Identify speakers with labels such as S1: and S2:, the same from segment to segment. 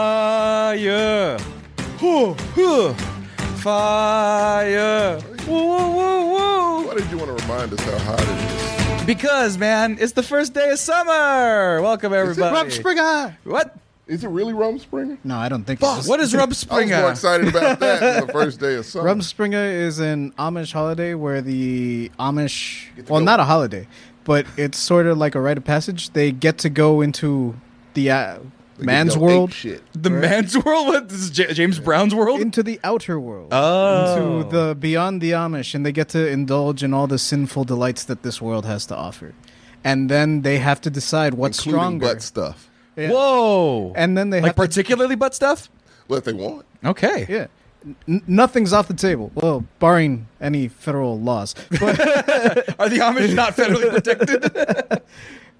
S1: Fire. Huh, huh. Fire. Woo, woo, woo, woo.
S2: Why did you want to remind us how hot it is?
S1: Because, man, it's the first day of summer. Welcome, everybody.
S3: Rumspringer.
S1: What?
S2: Is it really Rumspringer?
S3: No, I don't think.
S1: What is
S2: I was more
S1: Rumspringer?
S2: excited about that than the first day of summer.
S3: Rumspringer is an Amish holiday where the Amish,
S2: Get to
S3: well,
S2: go.
S3: not a holiday, but it's sort of like a rite of passage. They get to go into the uh,
S2: They
S3: man's
S2: could go ape
S3: world,
S2: Shit.
S1: The man's world? What? This is J- James Brown's world?
S3: into the outer world,
S1: Oh.
S3: into the beyond the Amish, and they get to indulge in all the sinful delights that this world has to offer. And then they have to decide what's
S2: Including
S3: stronger.
S2: butt stuff.
S3: Yeah.
S1: Whoa.
S3: And then they
S1: like
S3: have to-
S1: particularly butt stuff?
S2: Well, if they want.
S1: Okay.
S3: Yeah. N- nothing's off the table. Well, barring any federal laws. But,
S1: Are the Amish not federally protected?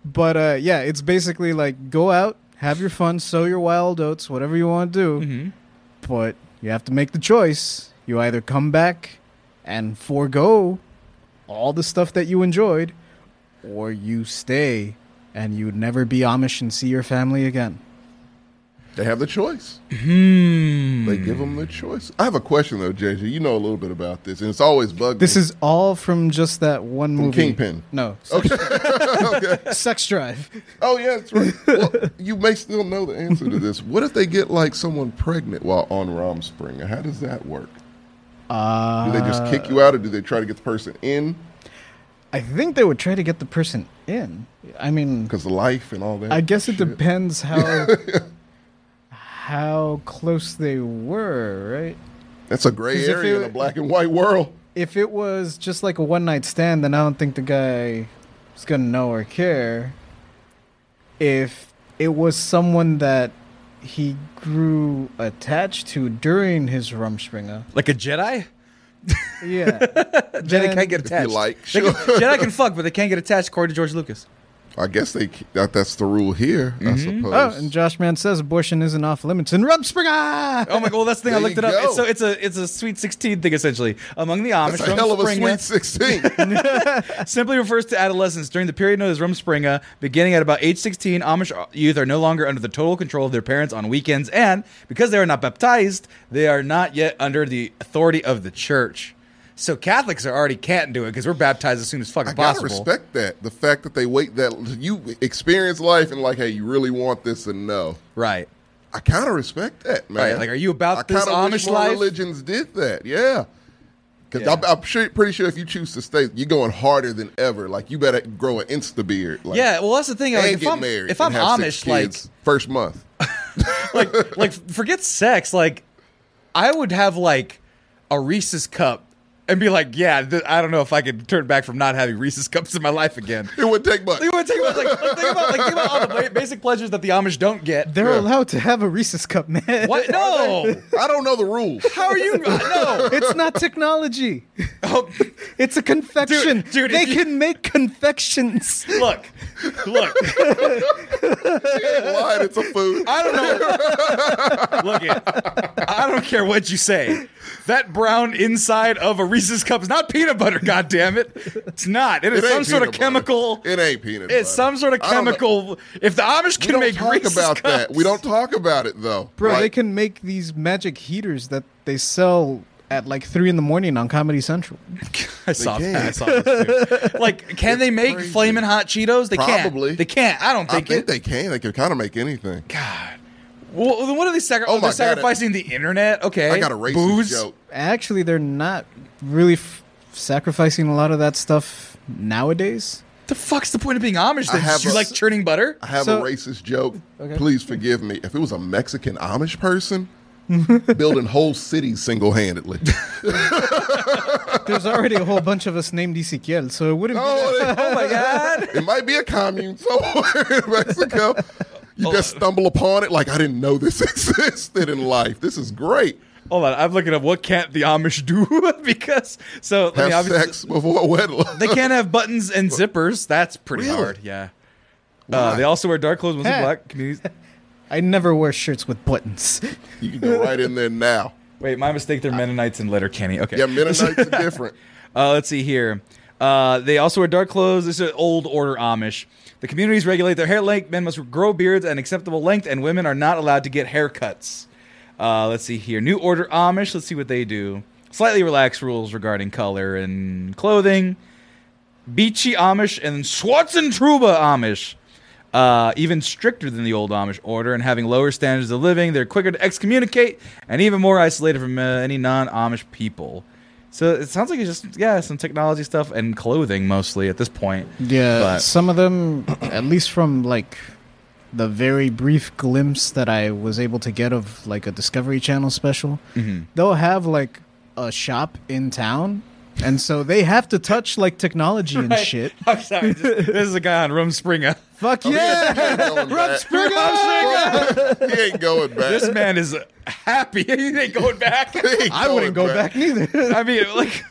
S3: but uh, yeah, it's basically like go out, have your fun, sow your wild oats, whatever you want to do. But you have to make the choice. You either come back and forego all the stuff that you enjoyed, or you stay and you never be Amish and see your family again.
S2: They have the choice.
S3: Hmm.
S2: They give them the choice. I have a question though, JJ. You know a little bit about this, and it's always bugged
S3: This
S2: me.
S3: is all from just that one movie.
S2: Kingpin.
S3: No. Sex Drive.
S2: Oh yeah, that's right. well, you may still know the answer to this. What if they get like someone pregnant while on Rumspringer? How does that work?
S3: Uh,
S2: Do they just kick you out, or do they try to get the person in
S3: I think they would try to get the person in. I mean,
S2: because of life and all that?
S3: I guess it
S2: shit?
S3: depends how how close they were, right?
S2: That's a gray
S3: 'Cause if
S2: area
S3: it-
S2: in a black and white world.
S3: If it was just like a one night stand, then I don't think the guy is gonna know or care. If it was someone that he grew attached to during his Rumspringa,
S1: like a Jedi?
S3: yeah,
S1: Jedi
S3: then-
S1: can't get
S2: If
S1: attached.
S2: you like,
S1: They
S2: sure.
S1: can- Jedi can fuck, but they can't get attached according to George Lucas.
S2: I guess they that, that's the rule here. I
S1: Mm-hmm.
S2: suppose.
S3: Oh, and Josh Man says abortion isn't off limits in Rumspringa.
S1: Oh my god, well, that's the thing I
S2: There
S1: looked
S2: you
S1: it up.
S2: go.
S1: It's, so it's a it's a sweet sixteen thing essentially. Among the Amish,
S2: that's a hell of a
S1: Rumspringa
S2: sweet sixteen.
S1: Oh. simply refers to adolescence during the period known as Rumspringa. Beginning at about age sixteen, Amish youth are no longer under the total control of their parents on weekends, and because they are not baptized, they are not yet under the authority of the church. So Catholics are already can't do it because we're baptized as soon as fucking
S2: I gotta
S1: possible.
S2: respect that. The fact that they wait that you experience life and like, hey, you really want this and no.
S1: Right.
S2: I kind of respect that, man.
S1: Right, like, are you about
S2: I
S1: this
S2: kinda
S1: Amish
S2: wish more
S1: life?
S2: Religions did that, yeah. Because
S1: Yeah.
S2: I'm, I'm sure, pretty sure if you choose to stay, you're going harder than ever. Like you better grow an Insta beard. Like,
S1: Yeah, well, that's the thing. Like,
S2: and
S1: if
S2: get
S1: I'm,
S2: married.
S1: if I'm
S2: and have six
S1: Amish, like,
S2: kids first month,
S1: like, like, forget sex. Like, I would have like a Reese's cup and be like, yeah, th- I don't know if I could turn back from not having Reese's cups in my life again.
S2: it wouldn't take much.
S1: Like, what- think about, like, like, think about, like, think about all the ba- basic pleasures that the Amish don't get.
S3: They're allowed to have a Reese's cup, man.
S1: What? No.
S2: I don't know the rules.
S1: How are you? No.
S3: It's not technology.
S1: Oh,
S3: It's a confection.
S1: Dude, dude,
S3: they
S1: if you-
S3: can make confections.
S1: look, look.
S2: She ain't lying, it's a food.
S1: I don't know. Look, it. I don't care what you say. That brown inside of a Reese's cup is not peanut butter. God damn it! It's not. It is
S2: It ain't
S1: some sort of
S2: peanut butter.
S1: chemical.
S2: It ain't peanut.
S1: It's
S2: butter.
S1: some sort of
S2: I don't know.
S1: chemical. If the Amish
S2: We
S1: can
S2: don't
S1: make
S2: talk
S1: Reese's
S2: about
S1: cups,
S2: that. We don't talk about it though,
S3: Bro, they
S2: Like,
S3: can make these magic heaters that they sell at like three in the morning on Comedy Central.
S1: I saw
S2: can.
S1: that. I saw this too. Like, can they make
S2: crazy.
S1: flaming hot Cheetos? They
S2: Probably.
S1: can't. They can't. I don't
S2: I
S1: think,
S2: think
S1: it.
S2: they can. They can kind of make anything.
S1: God. Well, then what are they sacri-
S2: Oh my
S1: They're
S2: God.
S1: sacrificing the internet? Okay.
S2: I got a racist
S1: Booze?
S2: joke.
S3: Actually, they're not really f- sacrificing a lot of that stuff nowadays.
S1: The fuck's the point of being Amish?
S2: I
S1: Then?
S2: have
S1: You
S2: a-
S1: like churning butter?
S2: I have
S3: So-
S2: a racist joke.
S3: Okay.
S2: Please forgive me. If it was a Mexican Amish person building whole cities single handedly.
S3: There's already a whole bunch of us named Ezequiel, so it wouldn't be.
S1: Oh my god.
S2: it might be a commune somewhere in Mexico. You just stumble upon it like I didn't know this existed in life. This is great.
S1: Hold on, I'm looking up what can't the Amish do because so I mean,
S2: Have
S1: obviously,
S2: sex before wedlock.
S1: They can't have buttons and zippers. That's pretty
S2: Really?
S1: hard. Yeah. Uh, they also wear dark clothes. Mostly
S3: Hey.
S1: black communities.
S3: I never wear shirts with buttons.
S2: You can go right in there now.
S1: Wait, my mistake. They're Mennonites and Letterkenny. Okay.
S2: Yeah, Mennonites are different.
S1: Uh, let's see here. Uh, they also wear dark clothes. This is old order Amish. The communities regulate their hair length. Men must grow beards an acceptable length, and women are not allowed to get haircuts. Uh, let's see here. New Order Amish. Let's see what they do. Slightly relaxed rules regarding color and clothing. Beachy Amish and Swanson Truba Amish. Uh, even stricter than the old Amish order and having lower standards of living, they're quicker to excommunicate and even more isolated from uh, any non Amish people. So it sounds like it's just, yeah, some technology stuff and clothing mostly at this point.
S3: Yeah,
S1: But-
S3: some of them, at least from like the very brief glimpse that I was able to get of like a Discovery Channel special, they'll have like a shop in town, and so they have to touch like technology and shit.
S1: I'm sorry. just- this is a guy on Rum Springer.
S3: Fuck
S2: Oh,
S3: yeah!
S2: He ain't going back. He ain't going back.
S1: This man is happy. he ain't going back.
S2: He ain't
S3: I wouldn't go
S2: going
S3: back neither.
S1: I mean, like,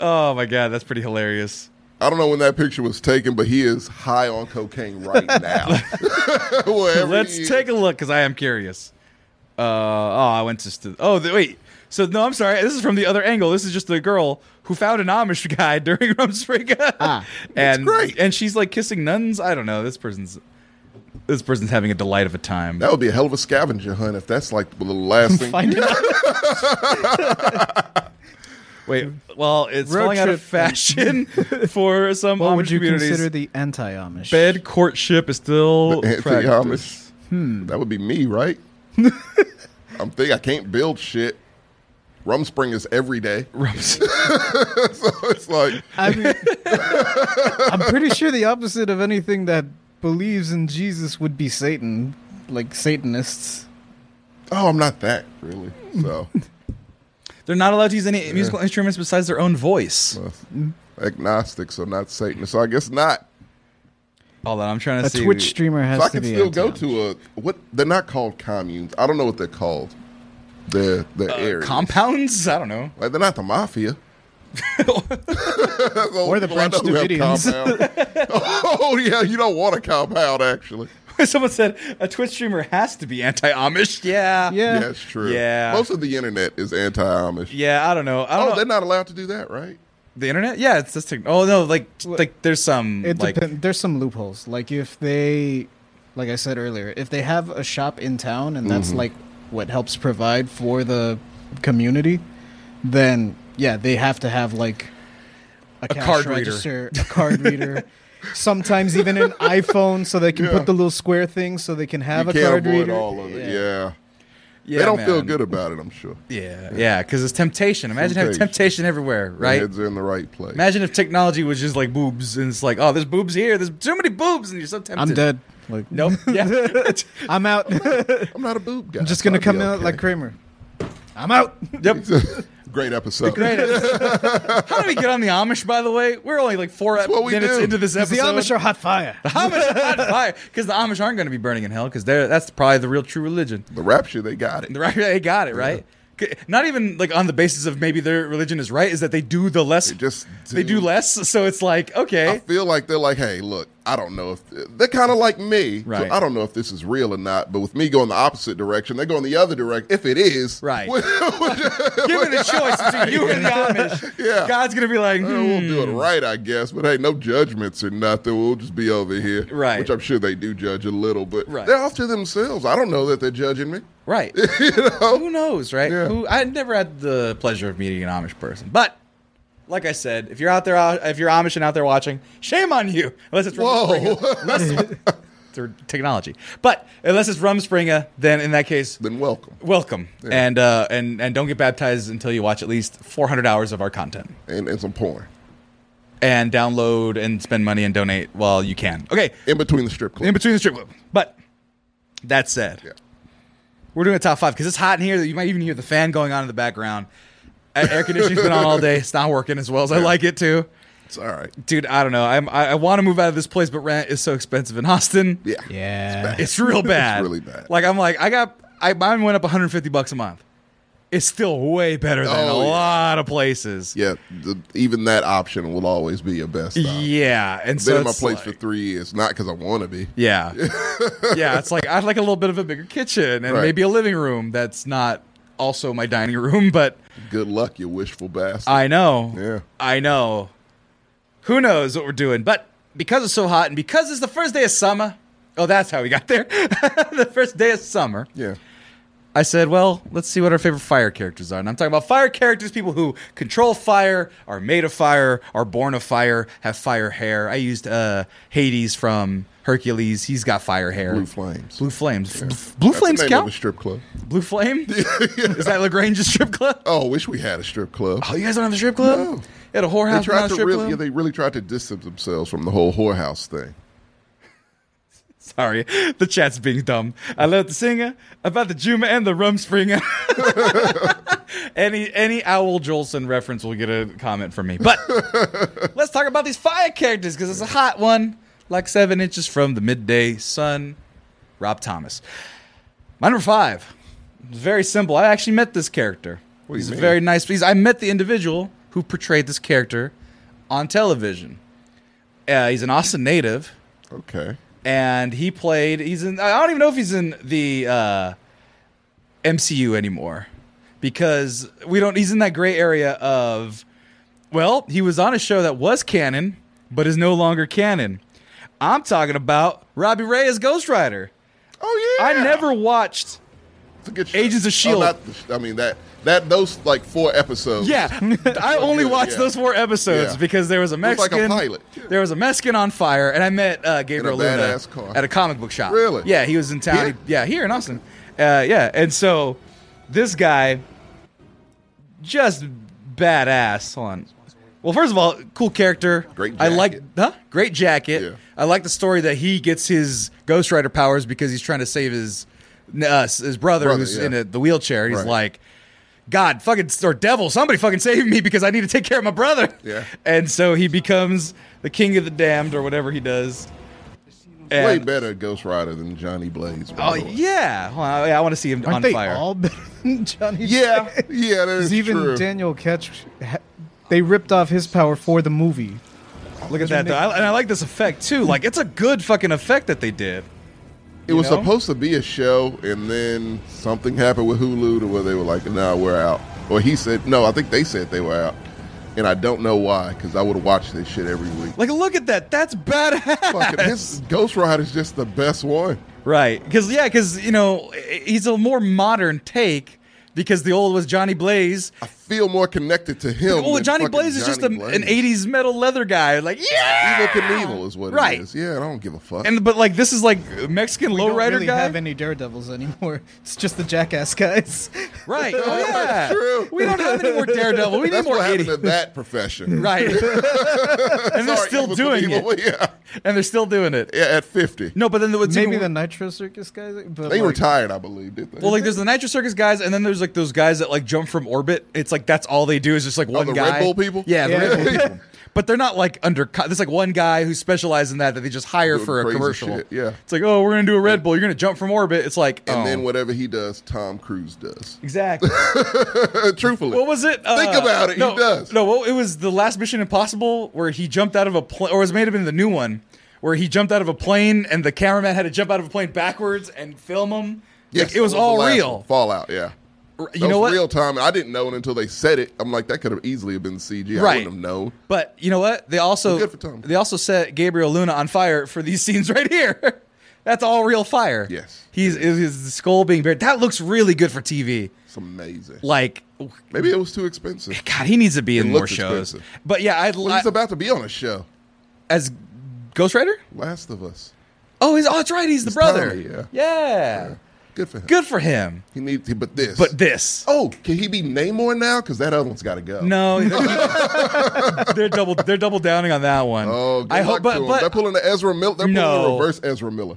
S1: oh my God, that's pretty hilarious.
S2: I don't know when that picture was taken, but he is high on cocaine right now. Wherever he
S1: Let's
S2: is.
S1: take a look because I am curious. Uh, oh, I went to. St- oh, the, wait. So no, I'm sorry. This is from the other angle. This is just the girl who found an Amish guy during Rumspringa,
S3: Ah,
S1: and
S2: great.
S1: and she's like kissing nuns. I don't know. This person's this person's having a delight of a time.
S2: That would be a hell of a scavenger hunt if that's like the last thing.
S3: Find out.
S1: Wait, well, it's
S3: Road
S1: falling out of
S3: trip.
S1: fashion for some
S3: What
S1: Amish
S3: would you
S1: communities.
S3: consider the anti-Amish?
S1: Bed courtship is still
S2: The
S1: practiced.
S2: anti-Amish.
S3: Hmm.
S2: That would be me, right? I'm thinking I can't build shit. Rumspring is every day,
S1: Rums-
S2: so it's like
S3: I mean, I'm pretty sure the opposite of anything that believes in Jesus would be Satan, like Satanists.
S2: Oh, I'm not that really. So
S1: They're not allowed to use any musical instruments besides their own voice.
S2: uh, agnostic, so not Satanist. So I guess not.
S1: Hold on, I'm trying to
S3: A
S1: see.
S3: Twitch streamer has
S2: So I
S3: to
S2: can
S3: be.
S2: still go
S3: anti-Amish.
S2: to a what? They're not called communes. I don't know what they're called. They're the
S1: Uh,
S2: area.
S1: compounds. I don't know.
S2: like they're not the mafia.
S3: Or the Branch Davidians.
S2: oh yeah, you don't want a compound actually.
S1: Someone said a Twitch streamer has to be anti-Amish. Yeah.
S3: Yeah.
S2: Yeah, that's true.
S1: Yeah.
S2: most of the internet is anti-Amish.
S1: Yeah, I don't know. I don't
S2: Oh,
S1: know.
S2: they're not allowed to do that, right?
S1: the internet? Yeah, it's this. Tech- oh no, like like there's some
S3: It
S1: like
S3: depends. There's some loopholes. Like if they, like I said earlier, if they have a shop in town and
S2: Mm-hmm.
S3: that's like what helps provide for the community, then yeah, they have to have like a, cash
S1: card reader.
S3: register, a card reader. Sometimes even an iPhone, so they can
S2: Yeah.
S3: put the little square thing, so they can have
S2: you
S3: a
S2: can't
S3: card
S2: avoid
S3: reader.
S2: all of it. Yeah,
S1: yeah,
S2: they don't feel
S1: man.
S2: good about it. I'm sure.
S1: Yeah, yeah, because it's temptation. Imagine having
S2: Temptation.
S1: temptation everywhere,
S2: Their
S1: right?
S2: heads are in the right place.
S1: Imagine if technology was just like boobs, and it's like, oh, there's boobs here. There's too many boobs, and you're so tempted.
S3: I'm dead. Like
S1: Nope. Yeah.
S3: I'm out. I'm
S2: I'm not a boob guy.
S3: just
S2: so
S3: gonna
S2: I'll be
S3: come out
S2: okay.
S3: like Kramer. I'm out.
S1: yep.
S2: Great episode.
S1: Great. How do we get on the Amish? By the way, we're only like four
S2: what we
S1: minutes
S2: do.
S1: into this
S3: Because the
S1: episode.
S3: Amish are hot fire.
S1: Amish are on fire because the Amish aren't going to be burning in hell because they're that's probably the real true religion.
S2: The rapture, they got it.
S1: The right they got it right. C- Not even like on the basis of maybe their religion is right is that they do the less
S2: They just
S1: they do
S2: do.
S1: less. So it's like
S2: I
S1: okay,
S2: feel like they're like, hey, look, I don't know if they're kind of like me. so
S1: Right.
S2: I don't know if this is real or not, but with me going the opposite direction, they're going the other direction. If it is,
S1: Right.
S2: we'll,
S1: give it a choice between you and the Amish.
S2: Yeah. Oh.
S1: God's going to be like,
S2: we'll
S1: hmm.
S2: do it right, I guess. But hey, no judgments or nothing. We'll just be over here.
S1: Right.
S2: Which I'm sure they do judge a little, but
S1: Right.
S2: they're off to themselves. I don't know that they're judging me.
S1: right. Who knows, right?
S2: Yeah.
S1: Who I never had the pleasure of meeting an Amish person, but. Like I said, if you're out there, uh, if you're Amish and out there watching, shame on you. Unless it's Rumble Springer.
S2: Whoa.
S1: through technology. But unless it's Rumspringa, then in that case,
S2: then welcome.
S1: welcome and uh, and and don't get baptized until you watch at least 400 hours of our content
S2: And, and some porn
S1: and download and spend money and donate while you can. Okay,
S2: in between the strip club.
S1: in between the strip club. But that said,
S2: Yeah.
S1: we're doing a top five because it's hot in here. That you might even hear the fan going on in the background. A- Air conditioning's been on all day. It's not working as well as I like it to.
S2: it's all right.
S1: Dude, I don't know. I'm, I, I want to move out of this place, but rent is so expensive in Austin.
S2: Yeah.
S3: Yeah.
S1: It's real bad.
S2: really bad.
S1: Like I'm like I got I mine went up 150 bucks a month. It's still way better than
S2: Oh,
S1: a
S2: yeah.
S1: lot of places.
S2: Yeah. The, even that option will always be your best. option.
S1: Yeah, and so
S2: been in my
S1: it's
S2: place
S1: like-
S2: for three years, not because I want to be.
S1: yeah, yeah. It's like I'd like a little bit of a bigger kitchen and
S2: Right.
S1: maybe a living room that's not also my dining room. But
S2: Good luck, you wishful bastard.
S1: I know,
S2: Yeah.
S1: I know. Who knows what we're doing? But because it's so hot and because it's the first day of summer. Oh, that's how we got there. the first day of summer.
S2: Yeah.
S1: I said, well, let's see what our favorite fire characters are. And I'm talking about fire characters, people who control fire, are made of fire, are born of fire, have fire hair. I used uh, Hades from Hercules. He's got fire hair.
S2: Blue flames.
S1: Blue Flames. Blue
S2: That's the
S1: Flames
S2: name of a
S1: count?
S2: strip club.
S1: Blue Flame? Is that LaGrange's strip club?
S2: Oh, wish we had a strip club.
S1: Oh, you guys don't have a strip club?
S2: No.
S1: You had a
S2: They
S1: whorehouse but
S2: tried
S1: not a
S2: to
S1: strip
S2: really,
S1: club?
S2: yeah, they really tried to distance themselves from the whole whorehouse thing.
S1: Sorry, the chat's being dumb. I love the singer about the Juma and the Rumspringer. any any Owl Jolson reference will get a comment from me. But let's talk about these fire characters because it's a hot one, like seven inches from the midday sun. Rob Thomas. My number five. It's very simple. I actually met this character.
S2: do you
S1: He's a
S2: mean?
S1: very nice. He's, I met the individual who portrayed this character on television. Uh, he's an Austin native
S2: Okay.
S1: and he played. He's in. I don't even know if he's in the uh, MCU anymore because we don't. He's in that gray area of. Well, he was on a show that was canon, but is no longer canon. I'm talking about Robbie Ray as Ghost Rider.
S2: Oh yeah.
S1: I never watched.
S2: It's a good show.
S1: Agents of S.H.I.E.L.D..
S2: Oh, not the sh- I mean that that those like four episodes.
S1: Yeah, I only
S2: Yeah,
S1: watched
S2: yeah.
S1: those four episodes
S2: Yeah.
S1: because there was a
S2: was like a
S1: Mexican.
S2: pilot.
S1: There was a Mexican on fire, and I met uh, Gabriel Luna
S2: badass car.
S1: at a comic book shop.
S2: Really?
S1: Yeah, he was in town.
S2: Here?
S1: He- yeah, here in Austin. Uh, yeah, and so this guy, just badass. Hold on. Well, first of all, cool character.
S2: Great
S1: I like,
S2: jacket.
S1: huh? Great jacket.
S2: Yeah.
S1: I like the story that he gets his Ghost Rider powers because he's trying to save his uh, his brother,
S2: Brother,
S1: who's
S2: yeah.
S1: in a, the wheelchair. And he's
S2: Right.
S1: like, God, fucking or devil, somebody fucking save me because I need to take care of my brother.
S2: Yeah.
S1: And so he becomes the king of the damned or whatever he does.
S2: Way
S1: And-
S2: better Ghost Rider than Johnny Blaze. by
S1: Oh
S2: the way.
S1: yeah, Hold on, I want to see him
S3: Aren't
S1: on
S3: they
S1: fire.
S3: all better than Johnny?
S2: Yeah, yeah, that
S3: Because
S2: is
S3: even
S2: true.
S3: Daniel Ketch, ha- they ripped off his power for the movie.
S1: Look at that though, I, and I like this effect too. Like it's a good fucking effect that they did.
S2: it was
S1: know?
S2: supposed to be a show, and then something happened with Hulu to where they were like, "Nah, we're out." Or he said, "No, I think they said they were out," and I don't know why because I would watch this shit every week.
S1: Like look at that, that's badass.
S2: Fucking, his Ghost Rider is just the best one.
S1: Right. Because, yeah, because, you know, i- he's a more modern take because the old was Johnny Blaze.
S2: I feel more connected to him.
S1: Well,
S2: than
S1: Johnny
S2: fucking
S1: Blaze is just a,
S2: Johnny
S1: an
S2: Blaze.
S1: 80s metal leather guy. Like, yeah!
S2: Evil Knievel is what
S1: Right.
S2: it is. Yeah, I don't give a fuck.
S1: And, but, like, this is like Mexican
S3: We
S1: lowrider
S3: don't really
S1: guy.
S3: have any daredevils anymore. It's just the jackass guys.
S1: right. Oh, yeah.
S2: That's true.
S1: We don't have any more Daredevil. We need
S2: That's
S1: more
S2: what happened
S1: idiots.
S2: to that profession.
S1: Right. and they're
S2: Sorry,
S1: still
S2: Evil
S1: doing it.
S2: Knievel, Yeah.
S1: And they're still doing it.
S2: yeah, at fifty.
S1: No, but then there was
S3: Maybe
S1: even-
S3: the Nitro Circus guys. But
S2: They
S3: like,
S2: retired, I believe, didn't they?
S1: Well, like there's the Nitro Circus guys, and then there's like those guys that like jump from orbit. It's like that's all they do is just like one
S2: Oh, the
S1: guy.
S2: Red Bull people?
S1: Yeah, the
S3: Yeah.
S1: Red Bull people. But they're not like under. There's like one guy who specializes in that that they just hire
S2: Doing
S1: for a
S2: crazy
S1: commercial.
S2: shit, yeah.
S1: it's like oh, we're gonna do a Red Bull. You're gonna jump from orbit. It's like
S2: and
S1: oh.
S2: then whatever he does, Tom Cruise does.
S1: Exactly.
S2: Uh, truthfully,
S1: What was it? Uh,
S2: Think about it, he
S1: No,
S2: does.
S1: No, well, it was the last Mission Impossible where he jumped out of a plane, or it may have been the new one where he jumped out of a plane and the cameraman had to jump out of a plane backwards and film him.
S2: Yes,
S1: Like, it was
S2: the
S1: all
S2: last
S1: real.
S2: one. Fallout, yeah.
S1: You
S2: That
S1: know
S2: was
S1: what?
S2: Real time. I didn't know it until they said it. I'm like, that could have easily been CG. I
S1: Right.
S2: wouldn't have known.
S1: But you know what? They also
S2: Good for Tom.
S1: they also set Gabriel Luna on fire for these scenes right here. That's all real fire.
S2: Yes.
S1: he's is his skull being buried. That looks really good for TV.
S2: It's amazing.
S1: Like,
S2: Maybe it was too expensive.
S1: God, he needs to be in more
S2: looks
S1: shows.
S2: expensive.
S1: But yeah, I'd
S2: Well,
S1: like
S2: he's about to be on a show.
S1: as Ghost Rider.
S2: Last of Us.
S1: Oh, he's oh, that's right. He's the brother.
S2: Tommy, yeah.
S1: yeah,
S2: Good for him.
S1: good for him.
S2: He needs, but this.
S1: But this.
S2: oh, can he be Namor now? Because that other one's got to go.
S1: No, they're double. They're double downing on that one.
S2: Oh, good
S1: I
S2: luck
S1: hope, but,
S2: to him.
S1: but
S2: they're pulling the Ezra Miller. They're pulling
S1: No.
S2: the reverse Ezra Miller.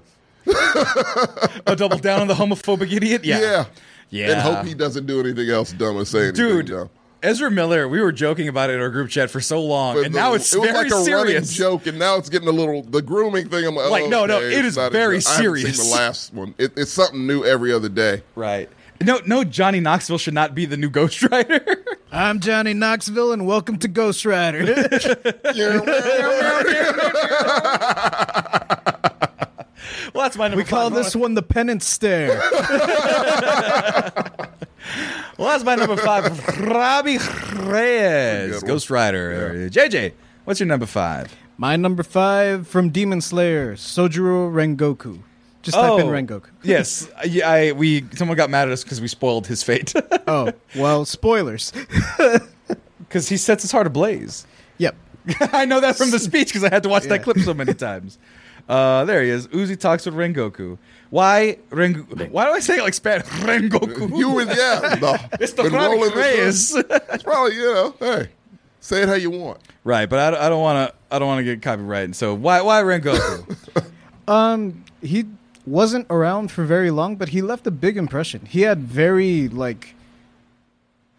S1: a double down on the homophobic idiot. Yeah,
S2: Yeah.
S1: Yeah.
S2: And hope he doesn't do anything else dumb or say anything
S1: dude.
S2: dumb.
S1: Ezra Miller, we were joking about it in our group chat for so long,
S2: But
S1: and
S2: the-
S1: now it's
S2: it was
S1: very
S2: like a running
S1: serious.
S2: joke, and now it's getting a little the grooming thing. I'm like,
S1: Like,
S2: oh,
S1: no, no,
S2: okay,
S1: it
S2: it's
S1: is
S2: not a
S1: very
S2: joke. I haven't seen
S1: serious.
S2: the last one, It- it's something new every other day.
S1: Right? No, no, Johnny Knoxville should not be the new Ghost Rider.
S3: I'm Johnny Knoxville, and welcome to Ghost Rider.
S1: well, that's my number.
S3: we call
S1: five.
S3: this one the Penance Stare.
S1: Well, that's my number five. Robbie Reyes,
S2: Good one.
S1: Ghost Rider, JJ. What's your number five?
S3: My number five from Demon Slayer, Sojuro Rengoku. Just type in Rengoku.
S1: Oh, yes, I, I we someone got mad at us because we spoiled his fate
S3: Oh, well, spoilers.
S1: because he sets his heart ablaze.
S3: yep.
S1: I know that from the speech because I had to watch
S3: Yeah.
S1: that clip so many times. Uh, there he is. Uzi talks with Rengoku. Why Rengoku? Why do I say it like Spanish? Rengoku.
S2: You was yeah. No.
S1: it's the
S2: Been rolling
S1: Robin
S2: this-
S1: Reyes.
S2: It's probably you know. Hey, say it how you want.
S1: right, but I, don't- I don't want to. I don't want to get copyright. And so why why Rengoku?
S3: Um, he wasn't around for very long, but he left a big impression. He had very like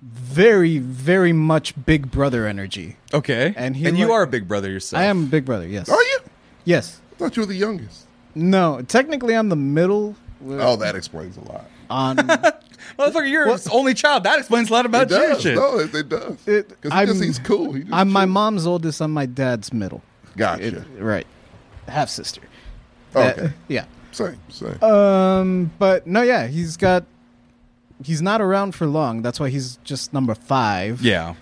S3: very very much Big Brother energy.
S1: Okay.
S3: And he
S1: you
S3: like-
S1: are a big brother yourself.
S3: I am Big Brother. Yes.
S2: Are you?
S3: Yes.
S2: I thought you were the youngest.
S3: No. Technically, I'm the middle.
S2: Oh, that explains a lot.
S3: On
S1: Motherfucker, you're his only child. That explains a lot
S2: It
S1: about you. and
S2: does.
S1: Shit.
S2: No, it, it does.
S3: It-
S2: Because he
S3: I'm-
S2: just he's cool. He just
S3: I'm my
S2: chill.
S3: mom's oldest. I'm my dad's middle.
S2: Gotcha.
S3: Right. Half sister.
S2: Oh, okay.
S3: yeah.
S2: Same. Same.
S3: Um, but no, yeah, he's got. He's not around for long. That's why he's just number five.
S1: Yeah.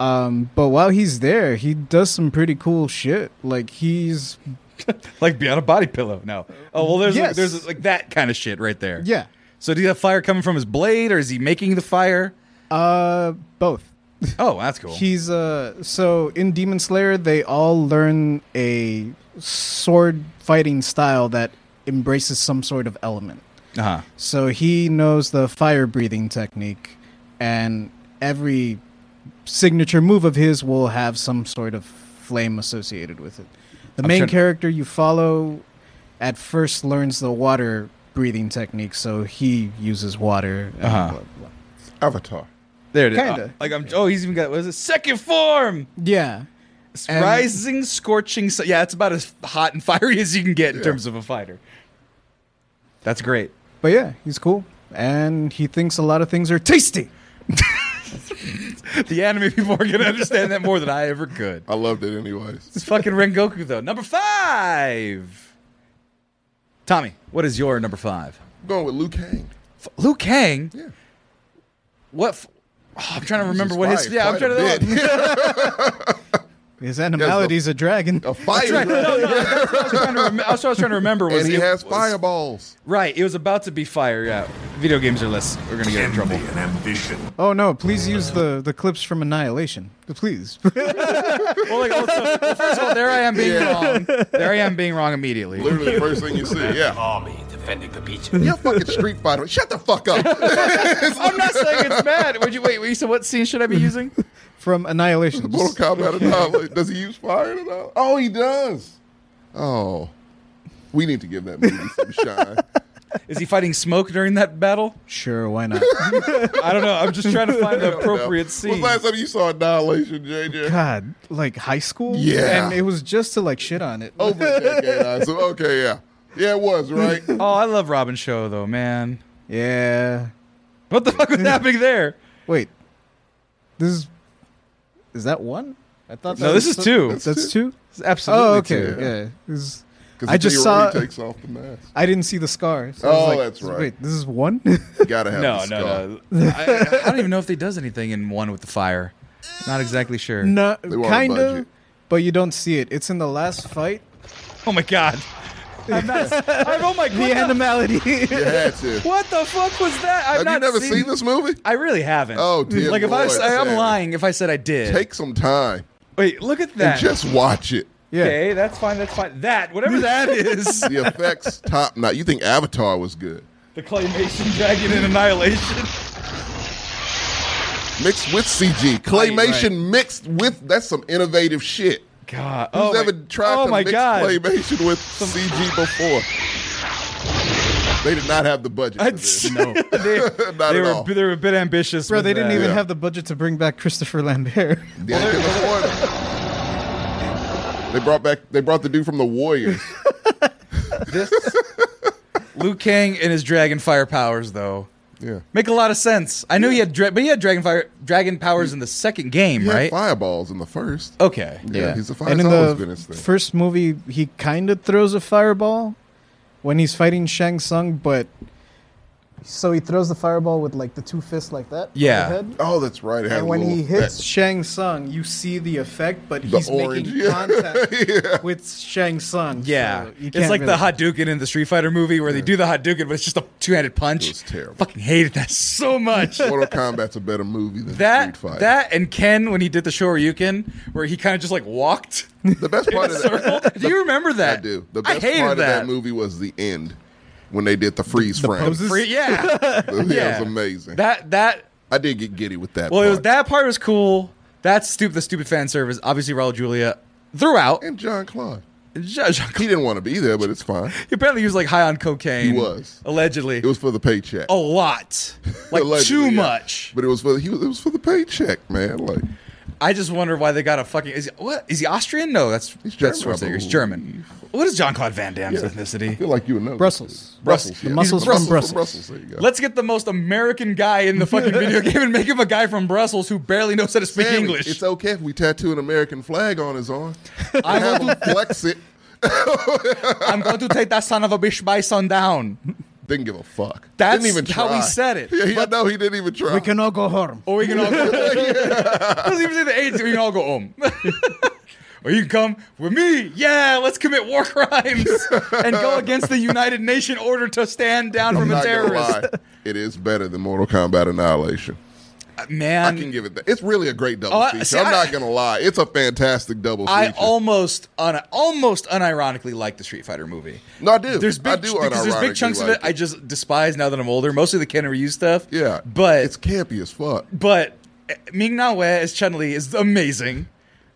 S3: Um, but while he's there, he does some pretty cool shit. Like he's
S1: Like be on a body pillow. No. Oh well, there's like,
S3: Yes.
S1: there's like that kind of shit right there.
S3: yeah.
S1: So do you have fire coming from his blade, or is he making the fire?
S3: Uh, both.
S1: Oh, that's cool.
S3: He's uh so in Demon Slayer they all learn a sword fighting style that embraces some sort of element.
S1: uh huh.
S3: So he knows the fire breathing technique, and every signature move of his will have some sort of flame associated with it. The
S1: I'm
S3: main
S1: trying-
S3: character you follow at first learns the water breathing technique, so he uses water. and
S1: Uh-huh.
S3: blah, blah.
S2: Avatar.
S1: There it is.
S3: Kinda.
S1: Uh, like I'm. Oh, he's even got. What is it? Second form.
S3: Yeah.
S1: It's
S3: And-
S1: Rising, scorching. Sun. Yeah, it's about as hot and fiery as you can get in terms of a fighter. That's great.
S3: But yeah, he's cool. And he thinks a lot of things are tasty.
S1: The anime people are gonna understand that more than I ever could.
S2: I loved it anyways.
S1: It's fucking Rengoku though. Number five. Tommy, what is your number five?
S2: I'm going with Liu Kang.
S1: F- Liu Kang.
S2: Yeah.
S1: What? F- oh, I'm trying to remember
S2: He's
S1: what his.
S2: fired
S1: Yeah, I'm
S2: quite a
S1: trying to.
S2: bit.
S3: His animality's a dragon.
S1: Oh.
S2: a fire.
S1: That's right. No, no, that's what I was trying to remember. That's what I was trying to remember. Was
S2: and he
S1: it
S2: has
S1: was-
S2: fireballs.
S1: Right, it was about to be fire. Yeah, video games are less. We're gonna get in trouble.
S4: Envy and ambition.
S3: Oh no, please use the, the clips from Annihilation. Please.
S1: well, like, also, well, first of all, there I am being wrong. There I am being wrong immediately.
S2: Literally the first thing you see. Yeah.
S4: Army defending the beach.
S2: You're a fucking Street Fighter. Shut the fuck up. It's
S1: I'm not saying it's bad. Would you wait? Wait. So what scene should I be using?
S3: from Annihilation.
S2: Mortal Kombat at all. Like, Does he use fire at all? Oh, he does. Oh. We need to give that movie some shine.
S1: Is he fighting smoke during that battle?
S3: Sure, why not?
S1: I don't know. I'm just trying to find the appropriate
S2: When's
S1: scene.
S2: the last time you saw Annihilation, JJ?
S3: God, like high school?
S2: Yeah. Oh.
S3: And it was just to like shit on it.
S2: Over a decade. I said, okay, yeah. Yeah, it was, right?
S1: Oh, I love Robin Show though, man.
S3: Yeah.
S1: What the fuck was happening there?
S3: Wait. This is Is that one? I thought
S1: No, this is two.
S3: That's two?
S1: It's absolutely.
S3: Oh, okay.
S2: two.
S3: Yeah. This is-
S2: Because
S3: I just saw
S2: takes off the mask.
S3: I didn't see the scar. so I
S2: Oh,
S3: was like,
S2: that's right.
S3: Wait, this is one?
S2: You gotta have
S1: No,
S2: the scar.
S1: no, no. I, I don't even know if they does anything in one with the fire. Not exactly sure.
S3: no,
S2: were on a
S3: kind of,
S2: budget.
S3: but you don't see it. It's in the last fight.
S1: Oh my god. I'm not, I'm, oh my god.
S3: The animality.
S2: You had to.
S1: What the fuck was that? I've
S2: have
S1: not
S2: you never seen this movie?
S1: I really haven't.
S2: Oh, dear
S1: Like if I,
S2: Lord,
S1: was- I I'm
S2: Sam.
S1: lying if I said I did.
S2: Take some time
S1: Wait, look at
S2: and
S1: that.
S2: just watch it.
S3: yeah.
S1: Okay, that's fine. That's fine. That whatever that is,
S2: The effects top notch. You think Avatar was good?
S1: the claymation dragon in annihilation.
S2: Mixed with CG, claymation mixed with that's some innovative shit.
S1: God,
S2: Who's
S1: oh
S2: ever
S1: my,
S2: tried
S1: oh
S2: to
S1: my
S2: mix
S1: god.
S2: claymation with CG before? They did not have the budget. For this.
S1: no, they,
S2: Not
S1: they
S2: at
S1: were
S2: all.
S1: they were a bit ambitious.
S3: Bro,
S1: with
S3: they didn't
S1: that.
S3: even
S2: Yeah.
S3: have the budget to bring back Christopher Lambert.
S2: They couldn't afford it. They brought back. They brought the dude from the Warriors.
S1: This, Liu Kang and his dragon fire powers, though,
S2: Yeah.
S1: make a lot of sense. I knew he had, dra- but he had dragon fire, dragon powers in the second game,
S2: He had
S1: right?
S2: fireballs in the first.
S1: Okay.
S2: Yeah, he's a fire.
S3: And
S2: It's
S3: in
S2: always
S3: the
S2: been his thing.
S3: first movie, he kind of throws a fireball when he's fighting Shang Tsung, but
S5: So he throws the fireball with like the two fists like that. on the
S1: Yeah.
S5: head.
S2: Oh, that's right. It had
S5: And
S2: a
S5: when
S2: little-
S5: he hits-
S3: Shang Tsung, you see the effect, but
S2: The
S3: he's
S2: orange,
S3: making
S2: yeah.
S3: contact with Shang Tsung.
S1: Yeah,
S3: so you
S1: it's
S3: can't
S1: like the
S3: really-
S1: Hadouken in the Street Fighter movie where they do the Hadouken, but it's just a two-handed punch.
S2: It was terrible.
S1: Fucking hated that so much.
S2: that, Mortal Kombat's a better movie than
S1: that
S2: Street Fighter.
S1: that and Ken when he did the Shoryuken, where he kind of just like walked
S2: the best part
S1: in a
S2: of that,
S1: circle. do you remember that?
S2: I do. The
S1: I
S2: best
S1: hated
S2: part of
S1: that.
S2: that movie was the end when they did the freeze frame.
S1: Free- yeah,
S2: yeah,
S1: yeah,
S2: it was amazing.
S1: That that
S2: I did get giddy with that.
S1: well, it was
S2: part.
S1: that part was cool. That's stupid. The stupid fan service. Obviously, Raul Julia throughout.
S2: and John Claude.
S1: Ju- ju-
S2: He didn't want to be there, but it's fine.
S1: Apparently, he was like high on cocaine.
S2: He was.
S1: allegedly.
S2: It was for the paycheck.
S1: a lot, Oh, like
S2: Allegedly,
S1: too
S2: yeah.
S1: much.
S2: But it was for he was, it was for the paycheck, man. Like
S1: I just wonder why they got a fucking. Is he, what is he Austrian? No, that's
S2: He's
S1: that's
S2: German, I
S1: Schwarzenegger. He's
S2: believe.
S1: German. What is John Claude Van Damme's
S2: Yeah. I
S1: ethnicity?
S2: feel like you would know.
S5: Brussels.
S2: Brussels.
S1: The
S2: yeah.
S1: muscles from
S2: From
S5: Brussels.
S2: Brussels. There you go.
S1: Let's get the most American guy in the fucking video game and make him a guy from Brussels who barely knows how to speak
S2: Sammy,
S1: English.
S2: It's okay if we tattoo an American flag on his arm.
S1: I
S2: I have him flex it.
S1: I'm going to take that son of a bitch by sundown.
S2: Didn't give a fuck.
S1: That's
S2: didn't even try.
S1: how he said it.
S2: Yeah, he, I know he didn't even try.
S3: We can all go home.
S1: Or we can all go. Doesn't even say the age. We can all go home. or you can come with me. Yeah, let's commit war crimes and go against the United Nation order to stand down
S2: I'm
S1: from a
S2: not gonna
S1: terrorist.
S2: lie. It is better than Mortal Kombat Annihilation.
S1: Uh, Man,
S2: I can give it that. It's really a great double
S1: Oh, I-
S2: feature.
S1: see,
S2: I'm
S1: I-
S2: not gonna lie. It's a fantastic double feature.
S1: I almost un- almost unironically like the Street Fighter movie.
S2: No, I do.
S1: There's
S2: I
S1: big
S2: do
S1: because there's big
S2: unironically
S1: chunks of
S2: like
S1: it, I just despise now that I'm older. Mostly the Ken Ryu stuff.
S2: yeah,
S1: but
S2: it's campy as fuck.
S1: but eh, Ming Na Wei as Chun Li is amazing.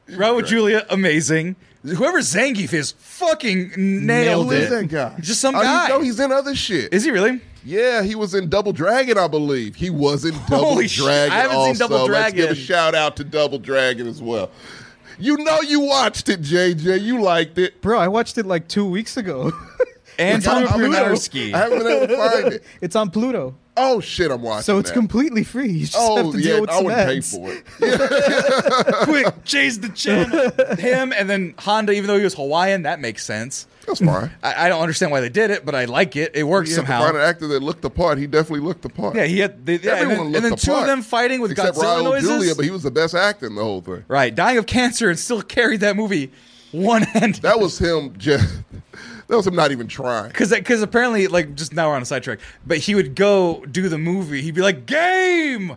S1: Raul Julia amazing. Whoever Zangief is fucking nailed,
S2: Who is
S1: it.
S2: that guy?
S1: Just some
S2: oh, you
S1: guy.
S2: know he's in other shit.
S1: Is he really?
S2: yeah, he was in Double Dragon, I believe. He was in Double
S1: Holy shit,
S2: Dragon.
S1: I haven't seen
S2: also.
S1: Double
S2: Let's give a
S1: Dragon.
S2: shout out to Double Dragon as well. You know you watched it, JJ. You liked it.
S3: Bro, I watched it like two weeks ago.
S1: Anton
S2: I- I- I
S1: Brunarski.
S2: haven't been able to find it.
S3: it's on Pluto,
S2: Oh shit, I'm watching.
S3: so it's
S2: that.
S3: completely free. You just
S2: Oh
S3: have to
S2: yeah,
S3: deal with
S2: I
S3: some
S2: wouldn't
S3: ads.
S2: pay for it. Yeah,
S1: Quick, chase the channel. Him and then Honda, even though he was Hawaiian, that makes sense.
S2: that's fine.
S1: I, I don't understand why they did it, but I like it. It works
S2: You have to
S1: somehow.
S2: find an actor that looked the part. He definitely looked the part.
S1: Yeah, he had. They, yeah, and
S2: Everyone
S1: then,
S2: looked
S1: and then
S2: the
S1: two
S2: part.
S1: of them fighting with
S2: except
S1: Godzilla
S2: Raul
S1: noises.
S2: Julia, but he was the best actor in the whole thing.
S1: right, dying of cancer and still carried that movie one handed.
S2: That was him. Just that was him not even trying.
S1: Because because apparently, like, just now we're on a sidetrack. But he would go do the movie. He'd be like, "Game